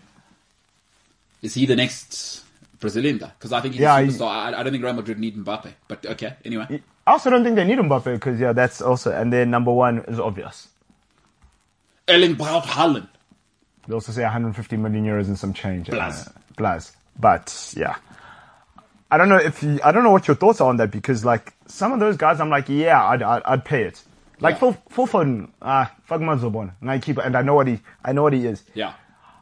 Is he the next Brazilian guy? Because I think he's
Yeah,
a
he-
superstar. I, I don't think Real Madrid need Mbappe. But okay, anyway.
I also don't think they need Mbappe because yeah, that's also. And then number one is obvious.
Erling Braut Haaland.
They also say 150 million euros and some change.
Plus.
Uh, plus. But yeah. I don't know if you, I don't know what your thoughts are on that because like some of those guys, I'm like, yeah, I'd I'd, I'd pay it. Like
Yeah.
full full phone, ah, fuck Mazobon, and I keep and I know what he I know what he is.
Yeah.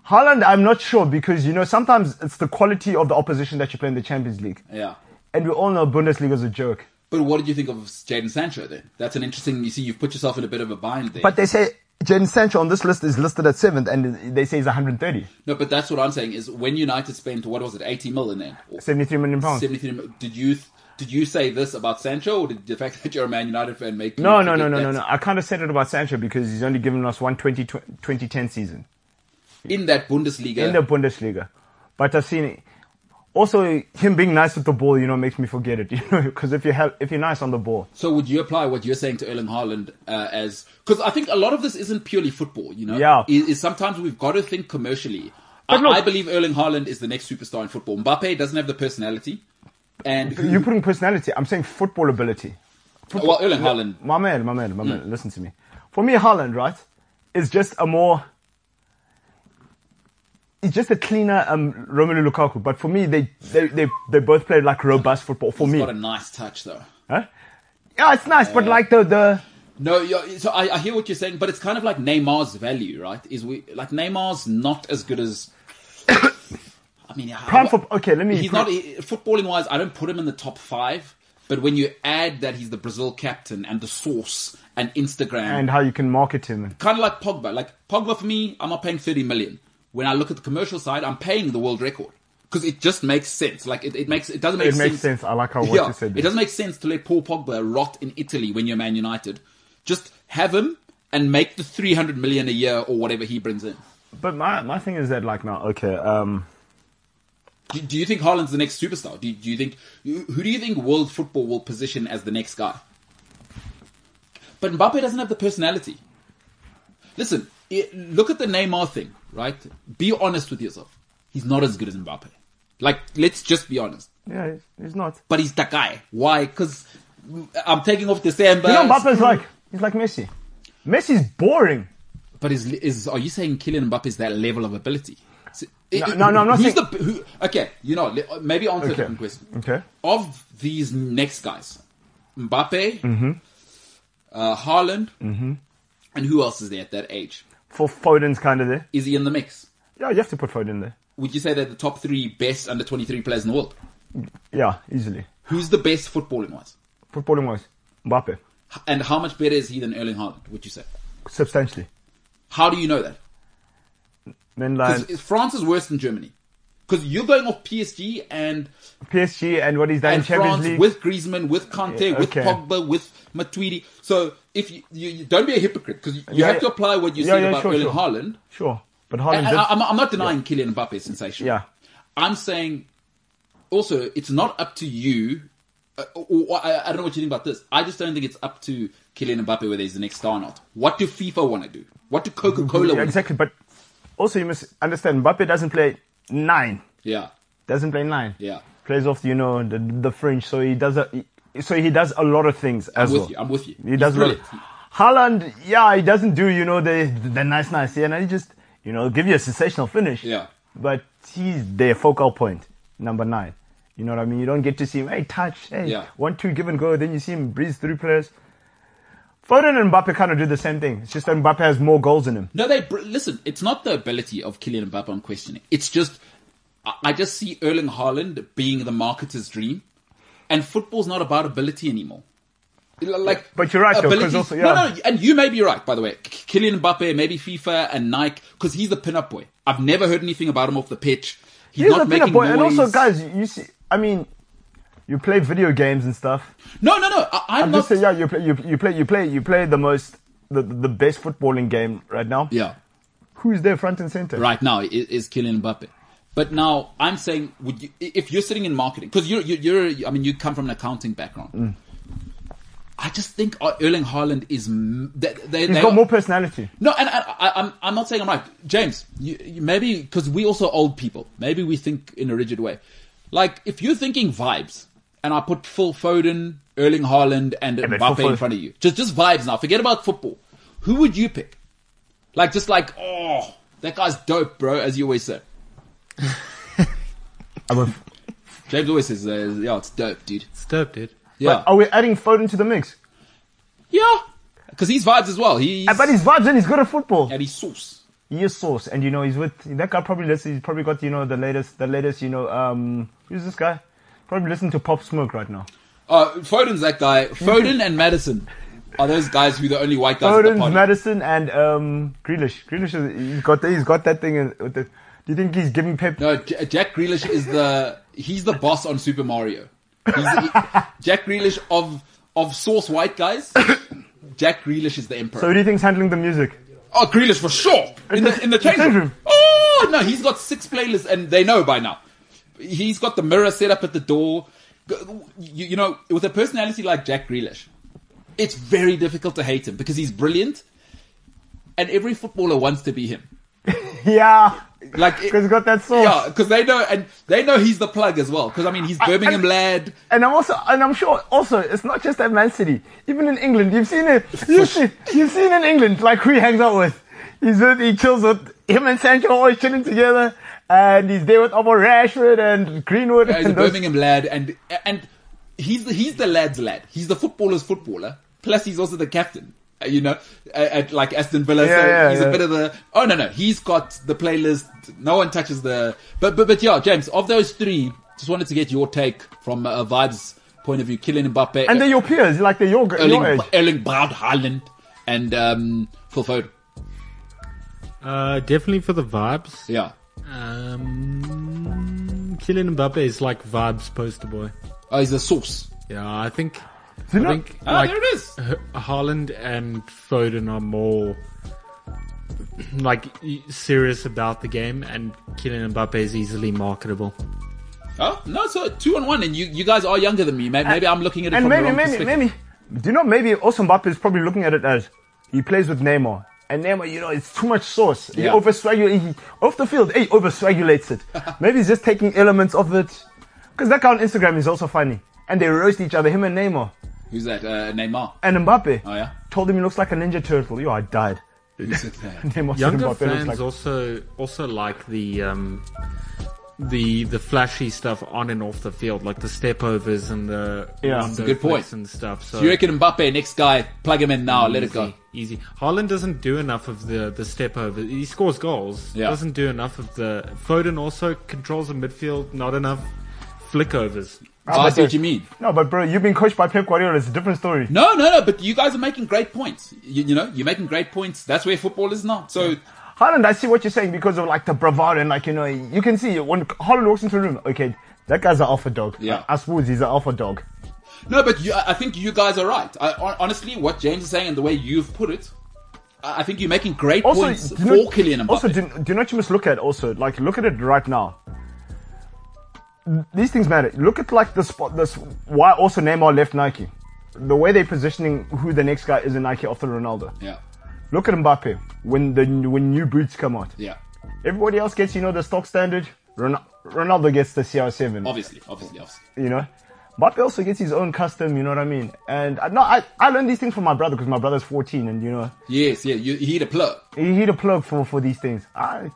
Haaland, I'm not sure because you know sometimes it's the quality of the opposition that you play in the Champions League,
Yeah.
and we all know Bundesliga is a joke.
But what did you think of Jaden Sancho then? That's an interesting. You see, you've put yourself in a bit of a bind there.
But they say Jaden Sancho on this list is listed at seventh, and they say he's 130,
no, but that's what I'm saying is when United spent what was it, 80 mil in there, or
73 million pounds.
73 mil- Did you did you say this about Sancho, or did the fact that you're a Man United fan make you
No, no, no,
forget
no, no,
that?
no. I kind of said it about Sancho because he's only given us one 20, 2010 season.
in that Bundesliga.
in the Bundesliga. But I've seen it. Also, him being nice with the ball, you know, makes me forget it, you know, because if you have, if you're nice on the ball,
so would you apply what you're saying to Erling Haaland uh, as because I think a lot of this isn't purely football. You know,
Yeah.
Is, is sometimes we've got to think commercially. I,
But look-
I believe Erling Haaland is the next superstar in football. Mbappe doesn't have the personality, and who-
you're putting personality. I'm saying football ability.
well, Erling Haaland.
My man, my man, my man,
Mm.
listen to me. For me, Haaland, right, is just a more. He's just a cleaner um, Romelu Lukaku, but for me, they, they, they, they both play like robust football. For
He's
me,
got a nice touch though.
huh? yeah, it's nice, but like the the
No, you're, so I, I hear what you're saying, but it's kind of like Neymar's value, right? Is we like Neymar's not as good as. I mean, I-
prime football. Okay, let me.
He's not he- footballing wise. I don't put him in the top five, but when you add that he's the Brazil captain and the source and Instagram,
and how you can market him.
kind of like Pogba. Like Pogba for me, I'm not paying 30 million. When I look at the commercial side, I'm paying the world record because it just makes sense. Like it, it makes it doesn't make
It
sense.
makes sense. I like how what
yeah,
you said.
it doesn't make sense to let Paul Pogba rot in Italy when you're Man United. Just have him and make the 300 million a year or whatever he brings in.
But my, my thing is that like now, okay, um,
Do, do you think Haaland's the next superstar? Do, do you think who do you think world football will position as the next guy? But Mbappe doesn't have the personality. Listen, i look at the Neymar thing, right? Be honest with yourself. He's not as good as Mbappe. Like, let's just be honest.
yeah, he's, he's not.
But he's that guy. Why? Because I'm taking off December.
You know, Mbappe's like he's like Messi. Messi's boring.
But is is are you saying Kylian Mbappe is that level of ability? S- i-
no, no, I'm not
Who's
saying-
the who, okay? You know, le- maybe answer a
Okay.
different question.
Okay.
Of these next guys, Mbappe,
Mm-hmm.
uh, Haaland, and who else is there at that age?
For Foden's kind of there.
Is he in the mix?
Yeah, you have to put Foden there.
Would you say they're the top three best under twenty three players in the world?
Yeah, easily.
Who's the best footballing wise?
Footballing wise, Mbappe
H- And how much better is he than Erling Haaland? Would you say?
substantially.
How do you know that?
Then like
'Cause France is worse than Germany. Because you're going off PSG and
PSG and what he's done in
and
Champions
France
League.
with Griezmann, with Conte,
Yeah,
with
okay.
Pogba, with Matuidi. So if you, you, you- don't be a hypocrite because you
Yeah,
have
yeah.
to apply what you
Yeah,
said
yeah,
about
sure,
Erling
sure.
Haaland.
sure, but
And,
Haaland
and
did-
I, am Eh, I'm not denying Kylian Mbappe's sensation.
Yeah.
I'm saying also it's not up to you. Uh, or, or- I, I don't know what you think about this. I just don't think it's up to Kylian Mbappe whether he's the next star or not. What do FIFA want to do? What do Coca Cola
yeah,
want? to do?
exactly. But also you must understand, Mbappe doesn't play nine.
Yeah,
Doesn't play nine.
yeah.
Plays off, you know, the the French. So he does a. he- so he does a lot of things as
I'm with
well.
you. I'm with you.
He does really.
brilliant.
Haaland, yeah, he doesn't do, you know, the the nice, nice, yeah, and he just, you know, give you a sensational finish.
Yeah.
But he's their focal point, number nine. You know what I mean? You don't get to see him, hey, touch, hey,
Yeah.
one, two, give and go. Then you see him breeze through players. Foden and Mbappe kind of do the same thing. It's just that Mbappe has more goals in him.
No, they br- listen. It's not the ability of Kylian Mbappe I'm questioning. It's just I, I just see Erling Haaland being the marketer's dream, and football's not about ability anymore. L- Like,
But you're right, though, 'cause
ability-
also-
no,
yeah.
no, and you may be right. By the way, K- Kylian Mbappe, maybe FIFA and Nike, because he's the pin-up boy. I've never heard anything about him off the pitch. He's,
Here's
not
the thing,
making
boy,
noise.
and also, guys, you see, I mean, you play video games and stuff.
no, no, no. I, I'm,
I'm
not.
just saying, yeah, you play, you, you play, you play, you play the most, the, the best footballing game right now.
yeah.
Who's there front and center?
right now is, is Kylian Mbappe. But now I'm saying, would you, if you're sitting in marketing, because you're, you're, you're, I mean, you come from an accounting background.
Mm.
I just think uh, Erling Haaland is m- they, they,
He's
they
got
are-
more personality.
no, and I, I, I'm I'm not saying I'm right, James. You, you maybe because we also old people, maybe we think in a rigid way. Like if you're thinking vibes, and I put Phil Foden, Erling Haaland, and
but
Mbappe
Phil
in
Foden-
front of you, just just vibes now. Forget about football. Who would you pick? Like just like oh, that guy's dope, bro. As you always say,
I'm a-
James always says, uh, yeah, it's dope, dude.
It's dope, dude.
Yeah,
Are we adding Foden to the mix?
yeah, because he's vibes as well. He's
I bet he's vibes and he's good at football.
and he's sauce.
He is source, and you know he's with that guy. Probably listen, he's probably got you know the latest, the latest. You know, um, who's this guy? Probably listening to Pop Smoke right now.
Uh, Foden's that guy. Foden and Madison are those guys who the only white guys at the
Foden's
party.
Madison and um, Grealish. Grealish, is, he's got he's got that thing. In, with the, do you think he's giving Pep?
No, J- Jack Grealish is the he's the boss on Super Mario. He's he, Jack Grealish of of source white guys. Jack Grealish is the emperor.
So who do you think's handling the music?
oh, Grealish for sure in the in the change
change
room.
room.
Oh, Oh no, he's got six playlists, and they know by now. He's got the mirror set up at the door. G- You, you know, with a personality like Jack Grealish, it's very difficult to hate him because he's brilliant, and every footballer wants to be him.
Yeah.
Like, it-
Because he's got that sauce.
yeah, because they know, and they know he's the plug as well. Because I mean, he's Birmingham lad.
And I'm also, and I'm sure also, it's not just at Man City. Even in England, you've seen it. You've seen, you've seen in England, like who he hangs out with. He's with, he chills with him and Sancho always chilling together. And he's there with Abel Rashford and Greenwood.
Yeah, he's a
and those-
Birmingham lad, and and he's the, he's the lad's lad. He's the footballer's footballer. Plus, he's also the captain. uh, You know, at, at like Aston Villa, so
Yeah, yeah,
he's
yeah.
a bit of the. Oh no, no, he's got the playlist. No one touches the. But but but yeah, James. Of those three, just wanted to get your take from a vibes point of view. Kylian Mbappe, uh,
And they're your peers, like they're your, your
Erling,
age.
Erling Braut Haaland, and um, Phil Foden.
Uh, definitely for the vibes.
Yeah.
Um, Kylian Mbappe is like vibes poster boy.
Oh, he's a source.
Yeah, I think.
Do you
I
know-
think
Ah,
like
there it is.
H- Haaland and Foden are more like e- serious about the game, and Kylian Mbappe is easily marketable.
Oh no, so two on one, and you you guys are younger than me. Maybe, maybe I'm looking at it
And
from the
maybe,
wrong
maybe,
perspective.
maybe. Do you know maybe also Mbappe is probably looking at it as he plays with Neymar. And Neymar, you know, it's too much sauce. He
Yeah.
over he off the field, hey, over swagulates it. maybe he's just taking elements of it. Because that guy on Instagram is also funny. And they roast each other, him and Neymar.
Who's that? Uh, Neymar.
And Mbappe
Oh yeah.
told him he looks like a ninja turtle. Yo, I died.
Who's that?
Neymar said
Younger
Mbappe looks
fans
like
also also like the um, the the flashy stuff on and off the field, like the stepovers and the
Yeah.
Rondo
Good point.
flicks and stuff. So
Do you reckon Mbappe next guy? Plug him in now. Let it
easy,
go.
Easy. Haaland doesn't do enough of the the step over. He scores goals.
Yeah.
Doesn't do enough of the. Foden also controls the midfield. Not enough flick overs.
Oh, I see what you mean.
No, but bro, you've been coached by Pep Guardiola. It's a different story.
No, no, no. But you guys are making great points. You, you know, you're making great points. That's where football is now. So
Holland, I see what you're saying because of like the bravado and like you know you can see when Holland walks into a room. Okay, that guy's an alpha dog.
Yeah.
I suppose he's an alpha dog.
no, but you, I think you guys are right. I, hon- honestly, what James is saying and the way you've put it, I I think you're making great
Also,
points
do
for
you know-
Kylian Mbappe.
Also, do, do you know what you must look at? Also, like look at it right now. These things matter. Look at like the spot. This why also Neymar left Nike. The way they're positioning who the next guy is in Nike after Ronaldo.
yeah,
Look at Mbappe when the when new boots come out.
yeah.
Everybody else gets you know the stock standard. Ron- Ronaldo gets the CR7.
Obviously, obviously, obviously.
you know. Mbappe also gets his own custom, you know what I mean? And I, no, I, I learned these things from my brother because my brother's 14 and, you know,
Yes, yeah. You, you hear the plug.
he, he the plug for, for these things. I,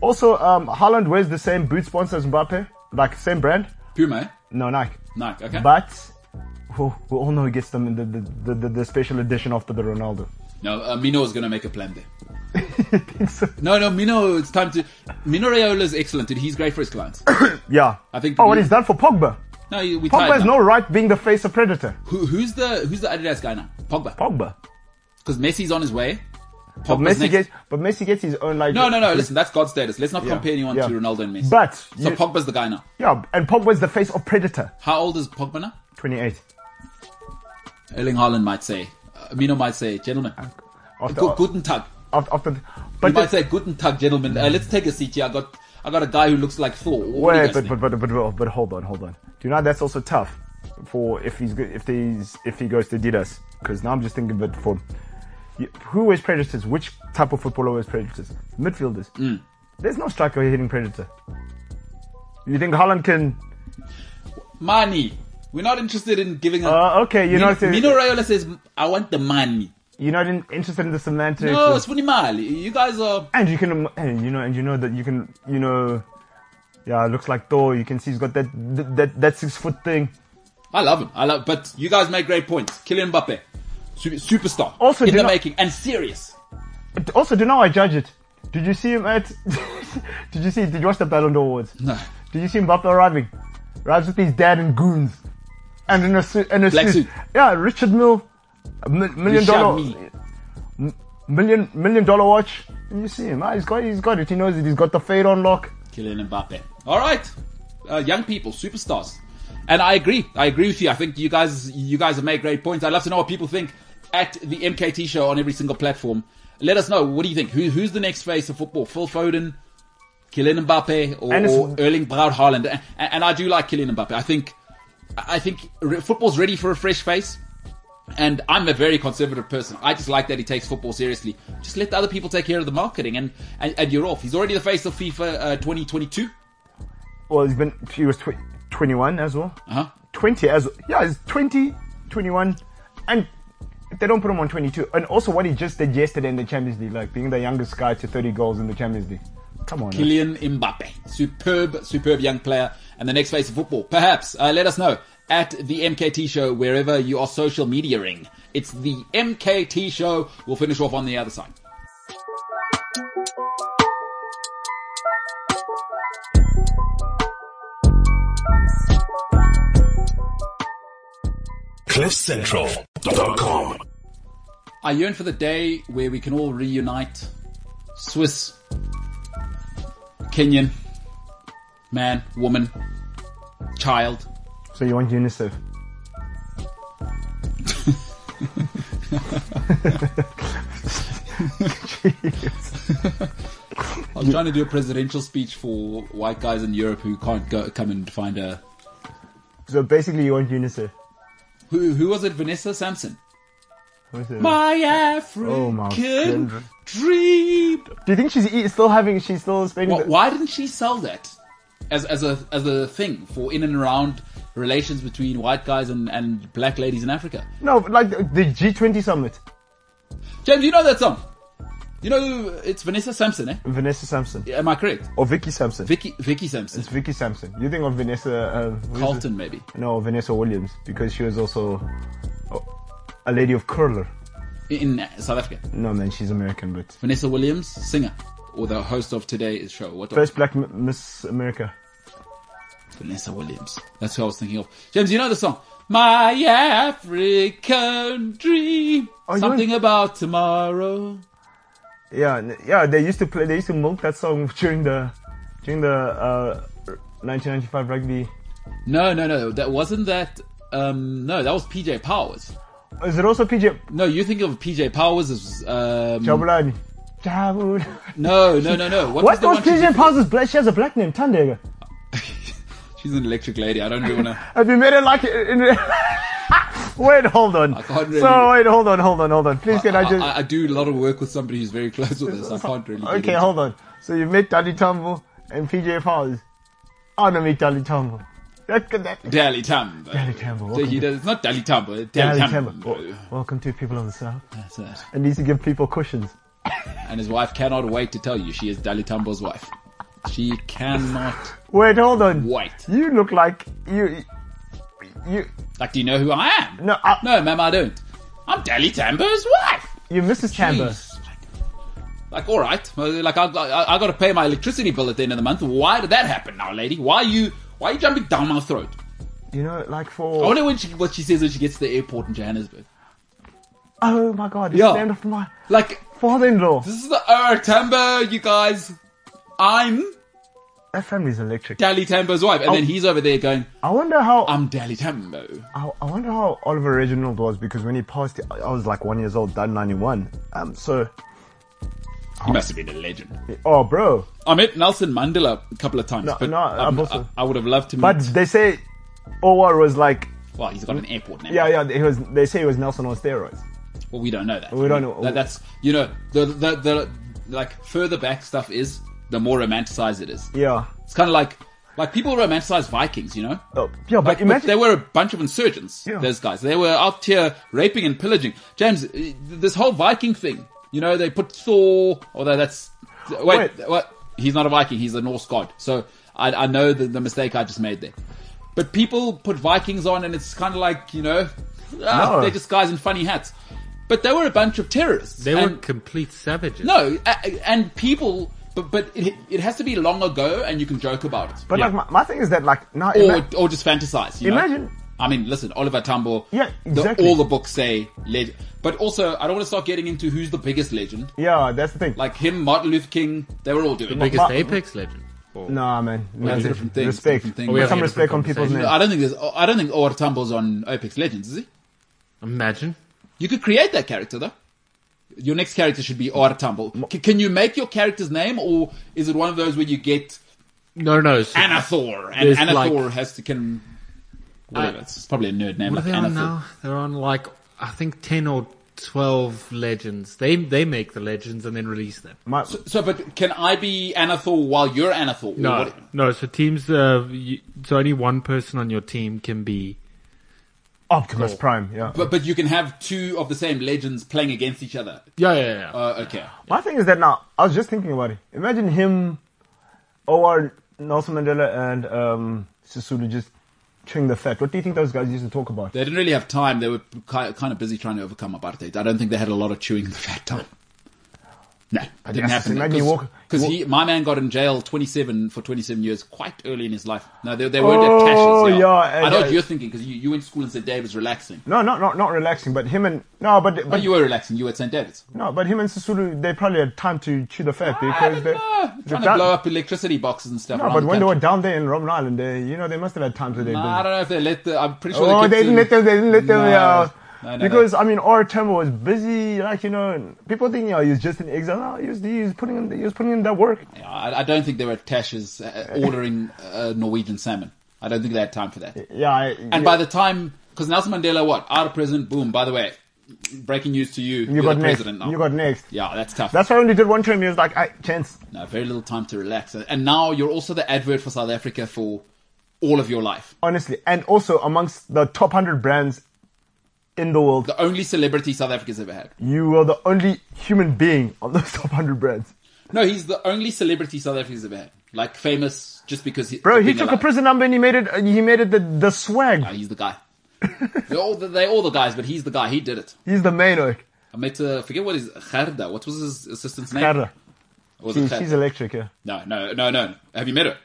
also, um, Haaland wears the same boot sponsor as Mbappe, like same brand.
Puma, eh?
No, Nike.
Nike. Okay.
But who we all know who gets them in the, the, the, the, the special edition after the Ronaldo.
No, uh, Mino is gonna make a plan there.
So,
No, no, Mino. It's time to. Mino Raiola is excellent, dude. He's great for his clients.
yeah.
I think
Oh, what
we-
he's done for Pogba.
No, you- we
Pogba
tired
has
now.
no right being the face of Predator.
Who, who's the who's the Adidas guy now? Pogba.
Pogba.
Because Messi's on his way.
But
Pogba's
Messi
next.
gets, but Messi gets his own like.
no, no, no. Listen, that's God's status. Let's not
Yeah,
compare anyone
yeah.
to Ronaldo and Messi.
But
so
you-
Pogba's the guy now.
yeah, and Pogba's the face of Predator.
How old is Pogba now?
28.
Erling Haaland might say. Uh, Mino might say, gentlemen.
After,
Gu- guten Tag.
after, after the-
He
but
might
the,
say, Guten Tag, gentlemen. Uh, let's take a seat here. I got I got a guy who looks like Thor. What do you
wait,
guys
but,
think?
but, but, but, but hold on, hold on. Do you know that's also tough for if he's go- if he's if he goes to Adidas? Because now I'm just thinking of it for you- who wears predators? Which type of footballer wears predators? Midfielders.
Hmm.
There's no striker hitting predator. You think Holland can?
money. We're not interested in giving a.
Uh, okay, you're
Mino,
not
Mino Raiola says, I want the money.
you're not in, interested in the semantics.
No,
of-
it's Funimali. You guys are.
and you can and you know and you know that you can you know. Yeah, it looks like Thor. You can see he's got that that that six foot thing.
I love him. I love, but you guys make great points. Kylian Mbappe, su- superstar,
Also,
in
do
the
not-
making, and serious.
Also, do you know how I judge it? Did you see him at? did you see? Did you watch the Ballon d'Or awards?
No.
Did you see Mbappe arriving? Arrives with his dad and goons, and in a suit. And a
Black suit.
Yeah, Richard Mill, a mi- million
Richard
dollar,
Mille.
m- million million dollar watch. And you see him. Ah, he's got he's got it. He knows it. He's got the fade on lock.
Kylian Mbappe. All right, uh, young people, superstars, and I agree. I agree with you. I think you guys, you guys have made great points. I'd love to know what people think at the MKT show on every single platform. Let us know. What do you think? Who, who's the next face of football? Phil Foden, Kylian Mbappe or,
And it's-
or Erling Braut Haaland. And, and I do like Kylian Mbappe. I think, I think re- football's ready for a fresh face. And I'm a very conservative person. I just like that he takes football seriously. Just let the other people take care of the marketing and, and, and you're off. He's already the face of FIFA uh, 2022.
Well, he's been, he was tw- 21 as well.
Uh-huh.
20 as yeah it's 20 21 and if they don't put him on 22 and also what he just did yesterday in the champions league like being the youngest guy to 30 goals in the champions league come on man.
Kylian Mbappe. Superb, superb young player and the next face of football. Perhaps, uh, let us know at the MKT show wherever you are social mediaing. It's the MKT show. We'll finish off on the other side.
CliffCentral.com.
I yearn for the day where we can all reunite. Swiss, Kenyan, man, woman, child.
so you want unicef
I was trying to do a presidential speech for white guys in Europe who can't go, come and find a.
so basically you want unicef
Who, who was it? Vanessa Sampson.
What is it?
My
Oh
African
my goodness.
dream.
do you think she's e- still having she's still spending
Why,
the-
why didn't she sell that as as a as a thing for in and around relations between white guys and, and black ladies in Africa?
no but like the g20 summit
James, you know that song. You know it's Vanessa Sampson, eh?
vanessa sampson
Am I correct?
or vicky sampson
Vicky Vicky Sampson,
it's vicky sampson you think of vanessa um, who is it?
Carlton, maybe.
no vanessa williams because she was also oh, a lady of curler
in in South Africa.
no man she's american but
Vanessa Williams, singer. Or the host of today's show. What
first black M- miss america
Vanessa Williams. That's who I was thinking of. James, you know the song. My African dream.
Oh, you-
Something about tomorrow.
Yeah, n- yeah. They used to play. They used to milk that song during the during the uh, 1995 rugby.
No, no, no. That wasn't that. Um, no, that was PJ Powers.
Is it also PJ
No, you think of PJ Powers as. Um,
Jabulani? Jabulani.
no, no, no, no. What,
What
the
was
one she
PJ
did-
Powers' black? She has a black name, Tandega.
She's an electric lady. I don't really want to.
Have you made it like? In, in- wait, hold on.
can't really-
So wait, hold on, hold on, hold on. Please, can I,
I,
just?
I, I do a lot of work with somebody who's very close with us. I can't really. get
okay,
into
hold on. So you met Dali Tumble and PJ Powers. I want to meet Dali Tumble. That could that.
it. Dally Tambo.
Dally Tambo,
So he
welcome.
does, it's not Dally Tambo. Dally
Dali
Tambo.
Tumble. Welcome to people of the south.
That's it.
I need to give people cushions.
And his wife cannot wait to tell you she is Dally Tambo's wife. She cannot
Wait, hold on.
wait.
You look like you. You
Like, do you know who I am?
no, uh, I,
No, ma'am, I don't. I'm Dally Tambo's wife.
you're Mrs. Chamber.
Jeez. Like, all right, Well, like I, I, I got to pay my electricity bill at the end of the month. Why did that happen now, lady? Why are you, why are you jumping down my throat?
You know, like
I
for
wonder when she, what she says when she gets to the airport in Johannesburg.
oh my god, the
Yeah.
stand of my
Like,
father-in-law.
this is the uh, Tambo, you guys. I'm
That family's electric.
Dally Tambo's wife, and then
Oh.
he's over there going,
I wonder how
"I'm Dally Tambo."
I, I wonder how Oliver Reginald was because when he passed, I I was like one years old, done ninety-one. Um, so
He must have been a legend.
oh, bro,
I met Nelson Mandela a couple of times,
No,
but
no,
um,
I've also-
I, I would have loved to meet.
but they say Owar was like
well, he's got an airport now.
yeah, yeah. He was. They say he was Nelson on steroids.
Well, we don't know that.
We don't know.
That, that's you know the, the the like further back stuff is the more romanticized it is.
Yeah,
It's kind of like like people romanticize Vikings, you know.
oh, yeah.
Like,
But imagine
they were a bunch of insurgents.
Yeah.
Those guys, they were out here raping and pillaging. James, uh, th- this whole Viking thing, you know, they put Thor. Although that's wait,
Wait.
what? He's not a Viking. He's a Norse god. So I, I know the, the mistake I just made there. But people put Vikings on, and it's kind of like you know, ah,
No.
they're just guys in funny hats. But they were a bunch of terrorists.
They were
and,
complete savages.
no, a- a- and people. But, but it, it has to be long ago, and you can joke about it,
but
yeah.
like my, my thing is that like now
or
ima-
or just fantasize. You know?
imagine
I mean, listen, Oliver Tambo.
Yeah,
the-
exactly.
all the books say legend, but also I don't want to start getting into who's the biggest legend.
yeah, that's the thing.
Like him, Martin Luther King, they were all doing. it.
biggest
Ma-
apex legend. Or-
Nah, man.
it's
Respect.
different things,
Respect.
different things.
Put
We have
some
a
respect on
different
people's
conversation.
names.
I don't think there's. I don't think Oliver Tambo's on Apex Legends, is he?
Imagine.
You could create that character though. Your next character should be Ortamble. C- can you make your character's name, or is it one of those where you get
No, no. So
Anathor, and
There's
Anathor
like-
has to can whatever.
I-
it's probably a nerd name, like
what are they on
Anathor.
now? They're on like I think ten or twelve legends. They they make the legends and then release them.
My,
So, but can I be Anathor while you're Anathor? Or
No,
what-
no. So teams, uh, you, so only one person on your team can be.
Optimus Prime, yeah.
But but you can have two of the same legends playing against each other.
Yeah, yeah, yeah.
Uh, okay.
My thing is that now, I was just thinking about it. Imagine him, OR, Nelson Mandela, and um, Sisulu just chewing the fat. What do you think those guys used to talk about?
They didn't really have time. They were ki- kind of busy trying to overcome apartheid. I don't think they had a lot of chewing the fat time. No, it didn't
guess
happen.
it's- imagine you walk-
Because
you
he, my man got in jail 27 for 27 years quite early in his life. No, they, they weren't at
Oh,
Tashes. Yeah.
yeah,
I know
yeah.
what you're thinking because you, you went to school and St. David's relaxing.
No, not not not relaxing, but him and no, but but,
But Oh, you were relaxing. You were at St. David's.
no, but him and Sisulu, they probably had time to chew the fat
I don't
because they.
know.
they've
Ah, Trying to
done-
blow up electricity boxes and stuff.
No,
around
but
the
when they were
country.
down there in Robben Island, they you know they must have had time to their
Nah, I
business.
don't know if they let the. I'm pretty sure.
Oh, they,
kept
didn't
doing-
let them. They didn't let them.
No.
yeah.
No, no, no.
because I mean, our Temple was busy. Like you know, and people think you know, he was just in exile. No, he was, he was putting in he was putting in that work.
I, I don't think they were at Tashes uh, ordering uh, Norwegian salmon. I don't think they had time for that.
Yeah, I,
And by the time, because Nelson Mandela, what out of prison, boom. By the way, breaking news to you,
you
are
got
the
next,
president now.
you got next.
yeah, that's tough.
That's why I only did one term. He was like, I chance.
no, very little time to relax. And now you're also the advert for South Africa for all of your life.
honestly, and also amongst the top hundred brands in the world,
The only celebrity South Africa's ever had.
you were the only human being on those top hundred brands.
No, he's the only celebrity South Africa's ever had. Like famous just because he.
Bro,
of
he
being
took a
alive.
prison number and he made it. uh, He made it the the swag.
No, he's the guy. they're all the, they're all the guys, but he's the guy. He did it.
He's the main oak.
I met uh, forget what his Gerda. What was his assistant's name?
Cara.
Or was it
She,
Gerda?
she's electric. Yeah.
No, no, no, no. Have you met her?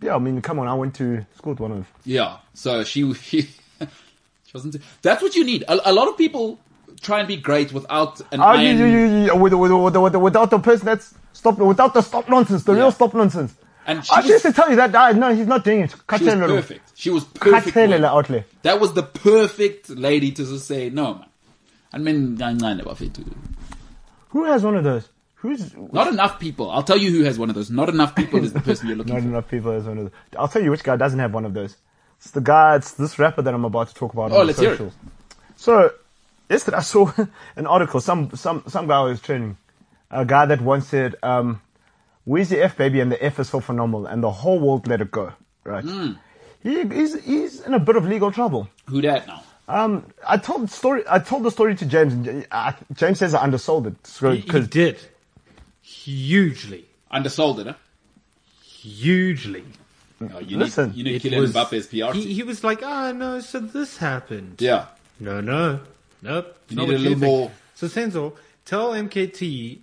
yeah, I mean, come on. I went to school with one of.
Yeah. So she she, she wasn't. That's what you need. A, a lot of people try and be great without an
Oh, you,
iron.
you, you, you, with, with, with, with, without the person that's stop without the stop nonsense, the
Yeah.
real stop nonsense.
And she
I
was,
used to tell you that. ah, no, he's not doing it. Cut
she was
her little-
perfect. She was
Cut
perfect.
her
woman.
little outlet.
That was the perfect lady to just say no, man. I mean, I I never fit to.
Who has one of those? Who's
Not enough people. I'll tell you who has one of those. Not enough people is the person you're looking
Not
for.
enough people has one of those. I'll tell you which guy doesn't have one of those. It's the guy, it's this rapper that I'm about to talk about
Oh,
on
let's
the
hear it.
socials. So, yesterday I saw an article, some, some, some guy was training, a guy that once said, um, where's the F baby and the F is so phenomenal and the whole world let it go, right?
Hmm.
He, he's, he's in a bit of legal trouble.
Who that now?
Um, I told story, I told the story to James and J- I, James says I undersold it. So,
He, he
'cause-
did hugely,
Undersold it, huh?
hugely.
Oh, you
Listen,
need, you need
It
Kylian
was-
Mbappe's PR.
He,
team.
he was like, ah, no, so this happened.
yeah.
No, no, nope. You
need a little more-
So Senzo, tell MKT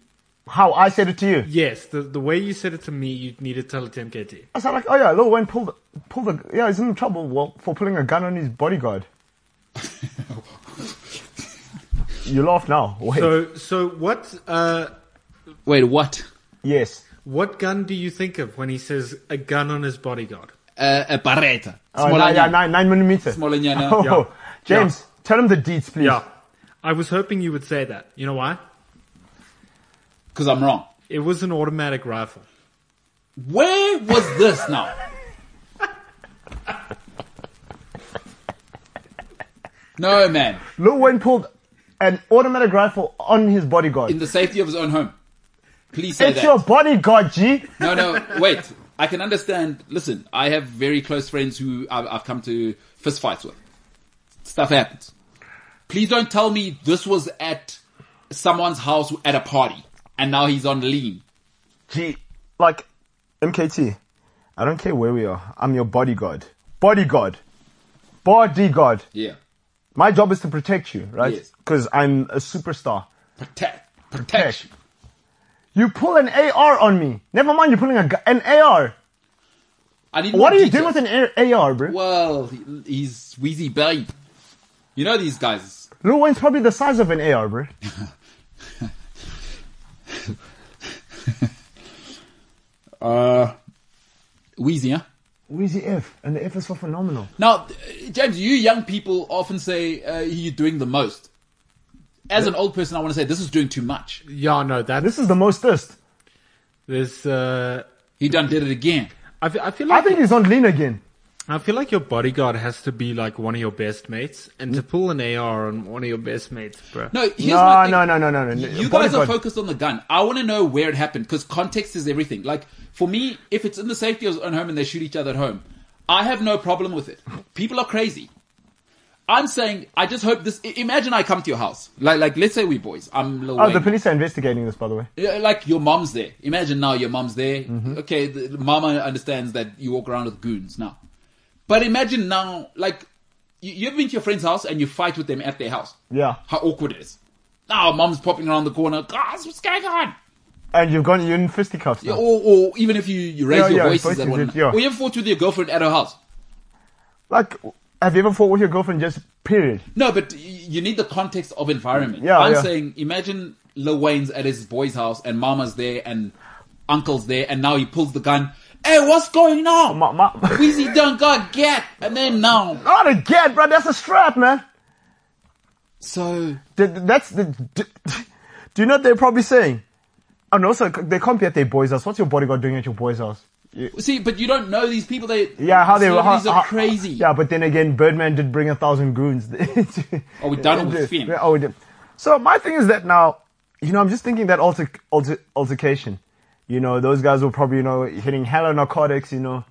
how I said it to you.
yes. The the way you said it to me, you need to tell it to MKT.
I sound like, oh yeah, Lil Wayne pulled, pulled a, yeah, he's in trouble well, for pulling a gun on his bodyguard. you laugh now. Wait.
So so what uh
Wait, what?
yes.
what gun do you think of when he says a gun on his bodyguard?
Uh, a barretta.
Oh,
Small
nine, yeah,
onion.
nine, nine millimeter.
Smolanyana.
Oh,
Yeah.
James, tell him the deeds, please.
Yeah, I was hoping you would say that. You know why?
Because I'm wrong.
It was an automatic rifle.
Where was this now? no, man.
Lil Wayne pulled an automatic rifle on his bodyguard.
In the safety of his own home. Please say
it's
that.
your bodyguard, G.
No, no, wait. I can understand. Listen, I have very close friends who I've, I've come to fist fights with. Stuff happens. Please don't tell me this was at someone's house at a party and now he's on lean.
G. Like, MKT, I don't care where we are. I'm your bodyguard. Bodyguard. Bodyguard.
Yeah.
My job is to protect you, right?
Yes.
Because I'm a superstar.
Protect. Protection.
You pull an AR on me. Never mind, you're pulling a, gu- an AR.
I need
What
more
are you
detail.
doing with an A- AR, bro?
Well, he- he's Wheezy Babe. You know these guys.
Lil Wayne's probably the size of an AR, bro.
Uh, Wheezy, huh?
Where's the F? And the F is so phenomenal.
Now, uh, James, you young people often say uh, you're doing the most. as an old person, I want to say this is doing too much.
Yeah, no, that
This is the most thirst.
there's. Uh,
He done did it again.
I, fe- I feel
I
like
think he's on lean again.
I feel like your bodyguard has to be like one of your best mates, and to pull an AR on one of your best mates, bro.
Mm. No, here's my
No,
thing.
no, no, no, no, no.
You guys are
Bodyguard.
focused on the gun. I want to know where it happened because context is everything. Like for me, if it's in the safety of own home and they shoot each other at home, I have no problem with it. People are crazy. I'm saying I just hope this. i- Imagine I come to your house, like like let's say we boys. I'm Lil
Oh,
Wayne.
the police are investigating this, by the way.
Yeah, like your mom's there. Imagine now your mom's there.
Mm-hmm.
Okay, the, the mama understands that you walk around with goons now. But imagine now, like, you, you've been to your friend's house and you fight with them at their house.
Yeah.
How awkward it is. Now mom's popping around the corner. Guys, what's going on?
And you've gone, you're in fisticuffs.
Or,
Now.
or even if you, you raise
Yeah,
your
yeah,
voices at
voices,
one
it- yeah.
Or you ever fought with your girlfriend at her house.
Like, have you ever fought with your girlfriend just period?
No, but y- you need the context of environment.
Yeah,
I'm
yeah.
saying, imagine Lil Wayne's at his boy's house and Mama's there and Uncle's there, and now he pulls the gun. Hey, what's going on?
Ma- ma-
Weezy done got get, and then now.
Not again, bro. That's a strap, man.
So
Th- th- That's the. d- Do you know what they're probably saying? And also, c- they can't be at their boy's house. What's your bodyguard doing at your boy's house?
see, but you don't know these people. They
Yeah, how they were.
celebrities
how,
are
how-
crazy.
Yeah, but then again, Birdman did bring a thousand goons.
Are Oh, we done with Finn?
Yeah, Oh, we did. So my thing is that now, you know, I'm just thinking that alter, alter, altercation. You know, those guys were probably you know hitting hella narcotics. You know,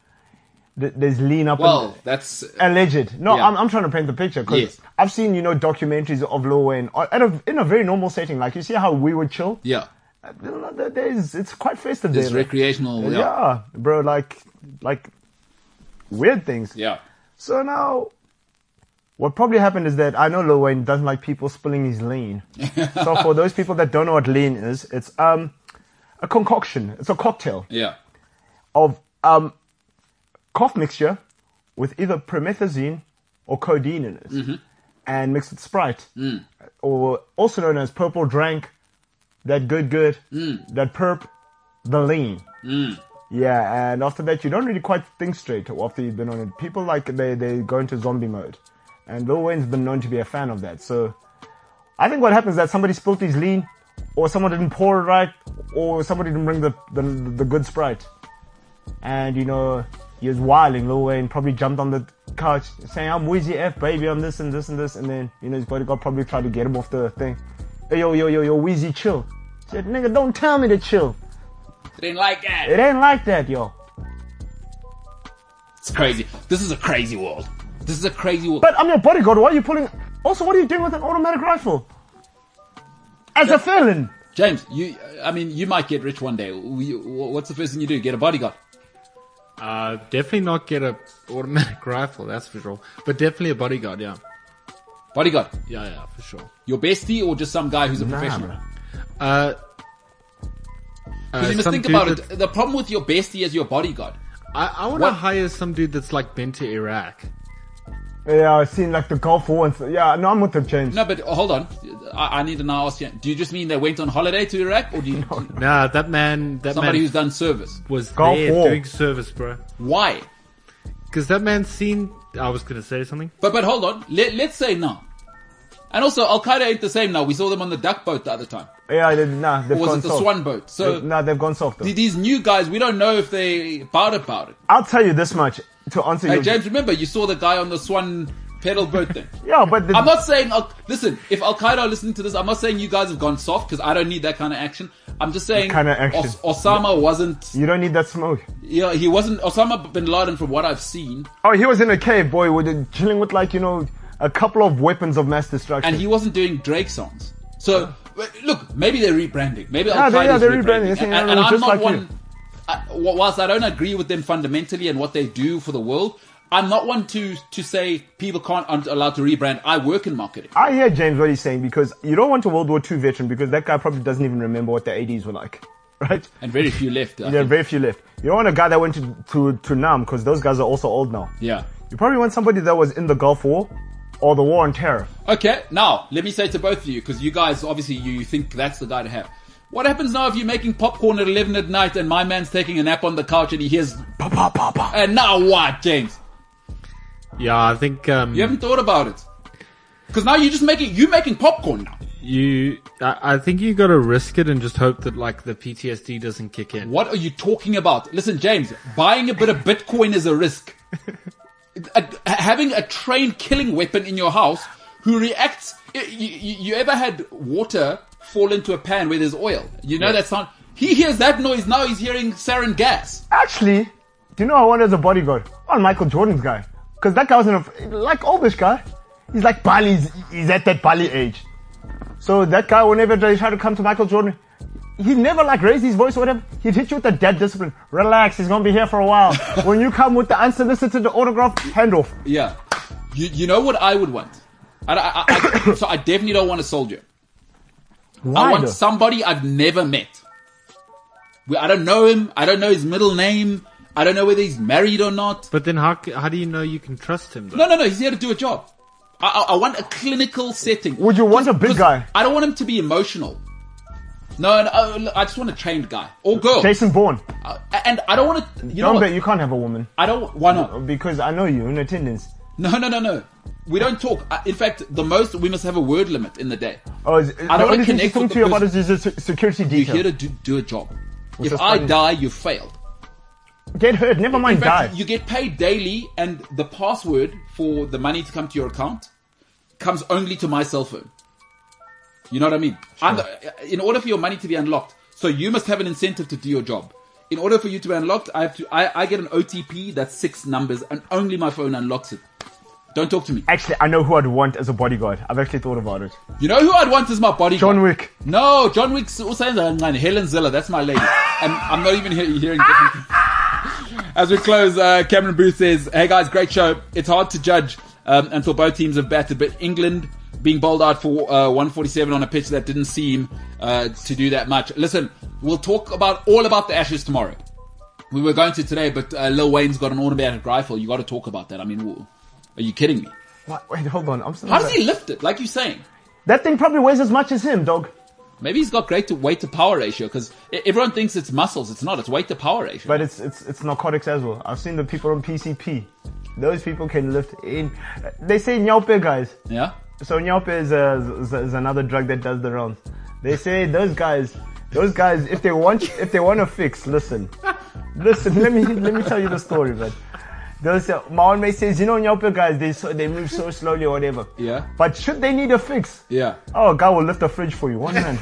Th- there's lean up.
Well, that's
and, alleged. No,
yeah.
I'm, I'm trying to paint the picture because
Yes. I've
I've seen you know documentaries of Lil Wayne uh, at a, in a very normal setting. Like you see how we would chill.
yeah.
Uh, There's, it's quite festive
It's
there. man.
recreational. Yeah. yeah,
yeah, bro. Like, like weird things. So now, what probably happened is that I know Lil Wayne doesn't like people spilling his lean. so for those people that don't know what lean is, it's um a concoction. It's a cocktail
yeah.
of um cough mixture with either promethazine or codeine in it, and mixed with Sprite, or also known as purple drank, that good good, that perp, the lean. Yeah, and after that, you don't really quite think straight after you've been on it. People like they they go into zombie mode, and Lil Wayne's been known to be a fan of that. So, I think what happens is that somebody spilt his lean, or someone didn't pour it right, or somebody didn't bring the the, the good sprite, and you know he was wilding. Lil Wayne probably jumped on the couch saying, "I'm Wheezy F baby, I'm this and this and this," and then you know his bodyguard probably tried to get him off the thing. Hey, yo yo yo yo Wheezy chill. He said, "Nigga, don't tell me to chill.
It ain't like that.
It ain't like that, yo."
It's crazy. This is a crazy world. This is a crazy world.
But I'm your bodyguard. Why are you pulling? Also, what are you doing with an automatic rifle? As a felon,
James, you. I mean, you might get rich one day. We- What's the first thing you do? Get a bodyguard.
Uh, definitely not get a automatic rifle. That's for sure. But definitely a bodyguard. Yeah,
Bodyguard.
yeah, yeah, for sure.
Your bestie or just some guy who's a professional.
bro.
Uh, uh,
Because you must
some
think
dude
about
that-
it. The problem with your bestie is your bodyguard.
I, I want to
What?
hire some dude that's like been to Iraq.
Yeah, I've seen like the Gulf War and stuff. Yeah, no, I'm with the change.
No, but hold on. I, I need to now ask you. Do you just mean they went on holiday to Iraq, or do you
Nah, that man, that
somebody
man
who's done service?
was
Gulf
there
War.
doing service, bro.
Why?
Because that man's seen. I was gonna say something.
But but hold on. Let, let's say no. And also, Al Qaeda ain't the same now. We saw them on the duck boat the other time,
Yeah, they, nah, they've
or was
gone
it the
soft.
swan boat? So
They- nah, they've gone soft. Though.
th- these new guys, we don't know if they bowed about it.
I'll tell you this much to answer
Hey
your
James, remember you saw the guy on the swan pedal boat thing.
Yeah, but the,
I'm not saying. Al- Listen, if Al Qaeda are listening to this, I'm not saying you guys have gone soft because I don't need that kind of action. I'm just saying
Kind of action.
Os- Osama wasn't.
you don't need that smoke.
Yeah, he wasn't. Osama bin Laden, from what I've seen,
Oh, he was in a cave, boy, with a, chilling with like you know a couple of weapons of mass destruction.
and he wasn't doing Drake songs. So w- look, maybe they're rebranding. Maybe Al
they- yeah,
Qaeda's
they're
rebranding.
rebranding. Yes,
And,
yeah,
and I'm
just
not
like
one.
you.
I, wh- whilst I don't agree with them fundamentally and what they do for the world, I'm not one to to say people can't aren't allowed to rebrand. I work in marketing.
I hear James what he's saying because you don't want a World War II veteran because that guy probably doesn't even remember what the 80s were like, right?
and very few left. I
There are
think.
very few left. You don't want a guy that went to to, to Nam because those guys are also old now.
yeah.
You probably want somebody that was in the Gulf War or the War on Terror.
Okay, now let me say to both of you because you guys obviously you think that's the guy to have. What happens now if you're making popcorn at eleven at night and my man's taking a nap on the couch and he hears
Pa, pa, pa, pa.
and now what, James?
Yeah, I think. Um,
You haven't thought about it because now you're just making you are making popcorn now.
you, I, I think you got to risk it and just hope that like the PTSD doesn't kick in.
What are you talking about? Listen, James, buying a bit of Bitcoin is a risk. A- having a trained killing weapon in your house who reacts. You, you, you ever had water fall into a pan where there's oil? You know that sound? He hears that noise now, he's hearing sarin gas.
Actually, do you know I want as a bodyguard? I want Michael Jordan's guy. Because that guy was in a, like Oldish guy. He's like Bali's, he's at that Bali age. So that guy, whenever they try to come to Michael Jordan, he'd never like raise his voice or whatever. He'd hit you with the dead discipline. Relax, he's gonna be here for a while. when you come with the unsolicited autograph, handoff.
Yeah. You, you know what I would want? I, I- I- I- so I definitely don't want a soldier. I
Why
want
though?
somebody I've never met. We- I don't know him. I don't know his middle name. I don't know whether he's married or not.
But then how c- how do you know you can trust him? Though?
No, no, no. He's here to do a job. I, I, I want a clinical setting.
Would you want a big
'Cause
guy?
I don't want him to be emotional. No, no oh, look, I just want a trained guy or girl.
Jason Bourne.
Uh, and I don't want to. You know
Don't
what?
bet you can't have a woman.
I don't. Why not?
Because I know you in attendance. Oh,
No, no, no, no. We don't talk. Uh, In fact, the most we must have a word limit in the day.
Oh, is,
I
the
don't
only
want to
thing she's
connect
talking
with
to you
the
about
person.
is is the se- security
You're here to
detail.
do, do a job.
Which
if
is
I
funny.
die, you failed.
Get hurt, never mind
In fact,
die.
you get paid daily, and the password for the money to come to your account comes only to my cell phone. You know what I mean? I'm the- uh, in order for your money to be unlocked, so you must have an incentive to do your job. In order for you to be unlocked, I have to. I, I get an OTP that's six numbers, and only my phone unlocks it. Don't talk to me.
Actually, I know who I'd want as a bodyguard. I've actually thought about it.
You know who I'd want as my bodyguard?
John Wick.
No, John Wick's also in the man, Helen Ziller. That's my lady. And I'm not even he- hearing different As we close, uh, Cameron Booth says, Hey guys, great show. It's hard to judge um, until both teams have batted, but England being bowled out for uh, 147 on a pitch that didn't seem uh, to do that much. Listen, we'll talk about all about the Ashes tomorrow. We were going to today, but uh, Lil Wayne's got an automatic rifle. You got to talk about that. I mean, w- are you kidding me?
Wha- Wait, hold on. I'm still
How does he lift it? Like you're saying.
That thing probably weighs as much as him, dog.
Maybe he's got great to weight to power ratio because everyone thinks it's muscles. It's not. It's weight to power ratio.
But it's it's it's narcotics as well. I've seen the people on PCP. Those people can lift in. They say nyope guys.
yeah.
So nyope is, uh, is, is another drug that does the rounds. They say those guys, those guys, if they want if they want a fix, listen, listen. Let me let me tell you the story, man. Those uh, my old mate says, you know nyope guys, they so, they move so slowly or whatever.
Yeah.
But should they need a fix?
Yeah.
Oh, a guy will lift a fridge for you, one man,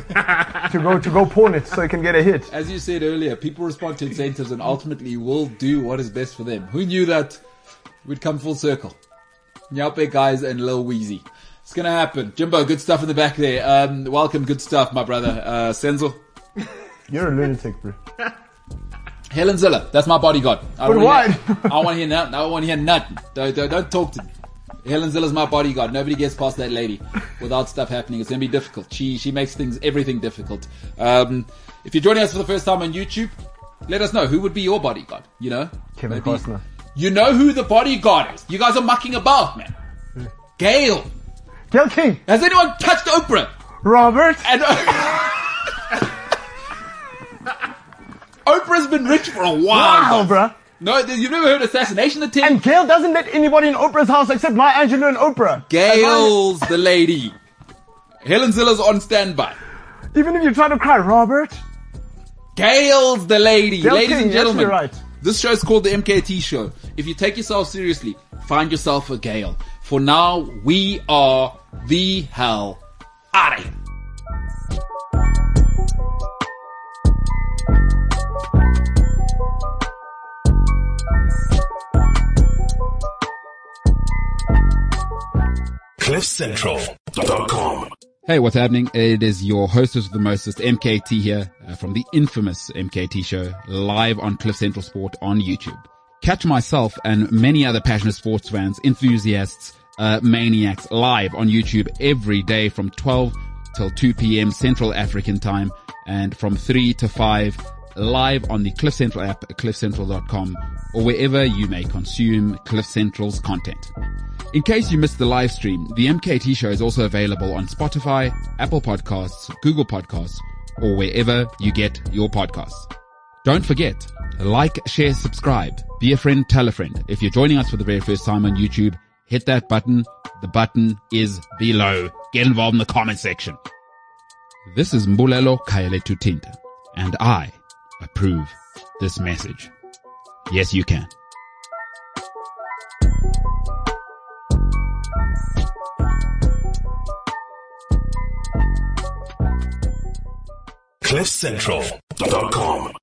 to go to go pawn it so he can get a hit.
As you said earlier, people respond to incentives and ultimately will do what is best for them. Who knew that we'd come full circle? Nyaupe guys and Lil Wheezy. It's gonna happen. Jimbo, good stuff in the back there. Um, welcome, good stuff, my brother. Uh, Senzel.
You're a lunatic, bro.
Helen Ziller, that's my bodyguard. I
But
wanna hear-
why?
I want to hear nothing. I want to hear nothing. Don't, don't, don't talk to me. Helen Ziller's my bodyguard. Nobody gets past that lady without stuff happening. It's going to be difficult. She she makes things everything difficult. Um, if you're joining us for the first time on YouTube, let us know who would be your bodyguard. You know,
Kevin
Maybe-
Costner.
You know who the bodyguard is. You guys are mucking about, man. Gail.
Gail King,
Has anyone touched Oprah?
Robert.
And Oprah's been rich for a while.
Wow, bruh.
No, th- you've never heard assassination attempt.
And Gail doesn't let anybody in Oprah's house except my Angelou and Oprah.
Gail's the lady. Helen Ziller's on standby.
Even if you try to cry, Robert.
Gail's the lady.
Gail
Ladies
King,
and
you're actually
gentlemen,
right.
this show is called the MKT Show. If you take yourself seriously, find yourself a Gail. For now, we are the hell out of here.
CliffCentral.com.
Hey, what's happening? It is your hostess of the mostest, MKT here uh, from the infamous MKT show live on Cliff Central Sport on YouTube. Catch myself and many other passionate sports fans, enthusiasts, uh, maniacs live on YouTube every day from 12 till 2 p.m. Central African time and from 3 to 5 live on the Cliff Central app, cliffcentral.com or wherever you may consume Cliff Central's content. In case you missed the live stream, the MKT show is also available on Spotify, Apple Podcasts, Google Podcasts, or wherever you get your podcasts. Don't forget, like, share, subscribe, be a friend, tell a friend. If you're joining us for the very first time on YouTube, hit that button. The button is below. Get involved in the comment section. This is Mbulelo Kaeletu Tinta, and I approve this message. Yes, you can.
CliffCentral.com.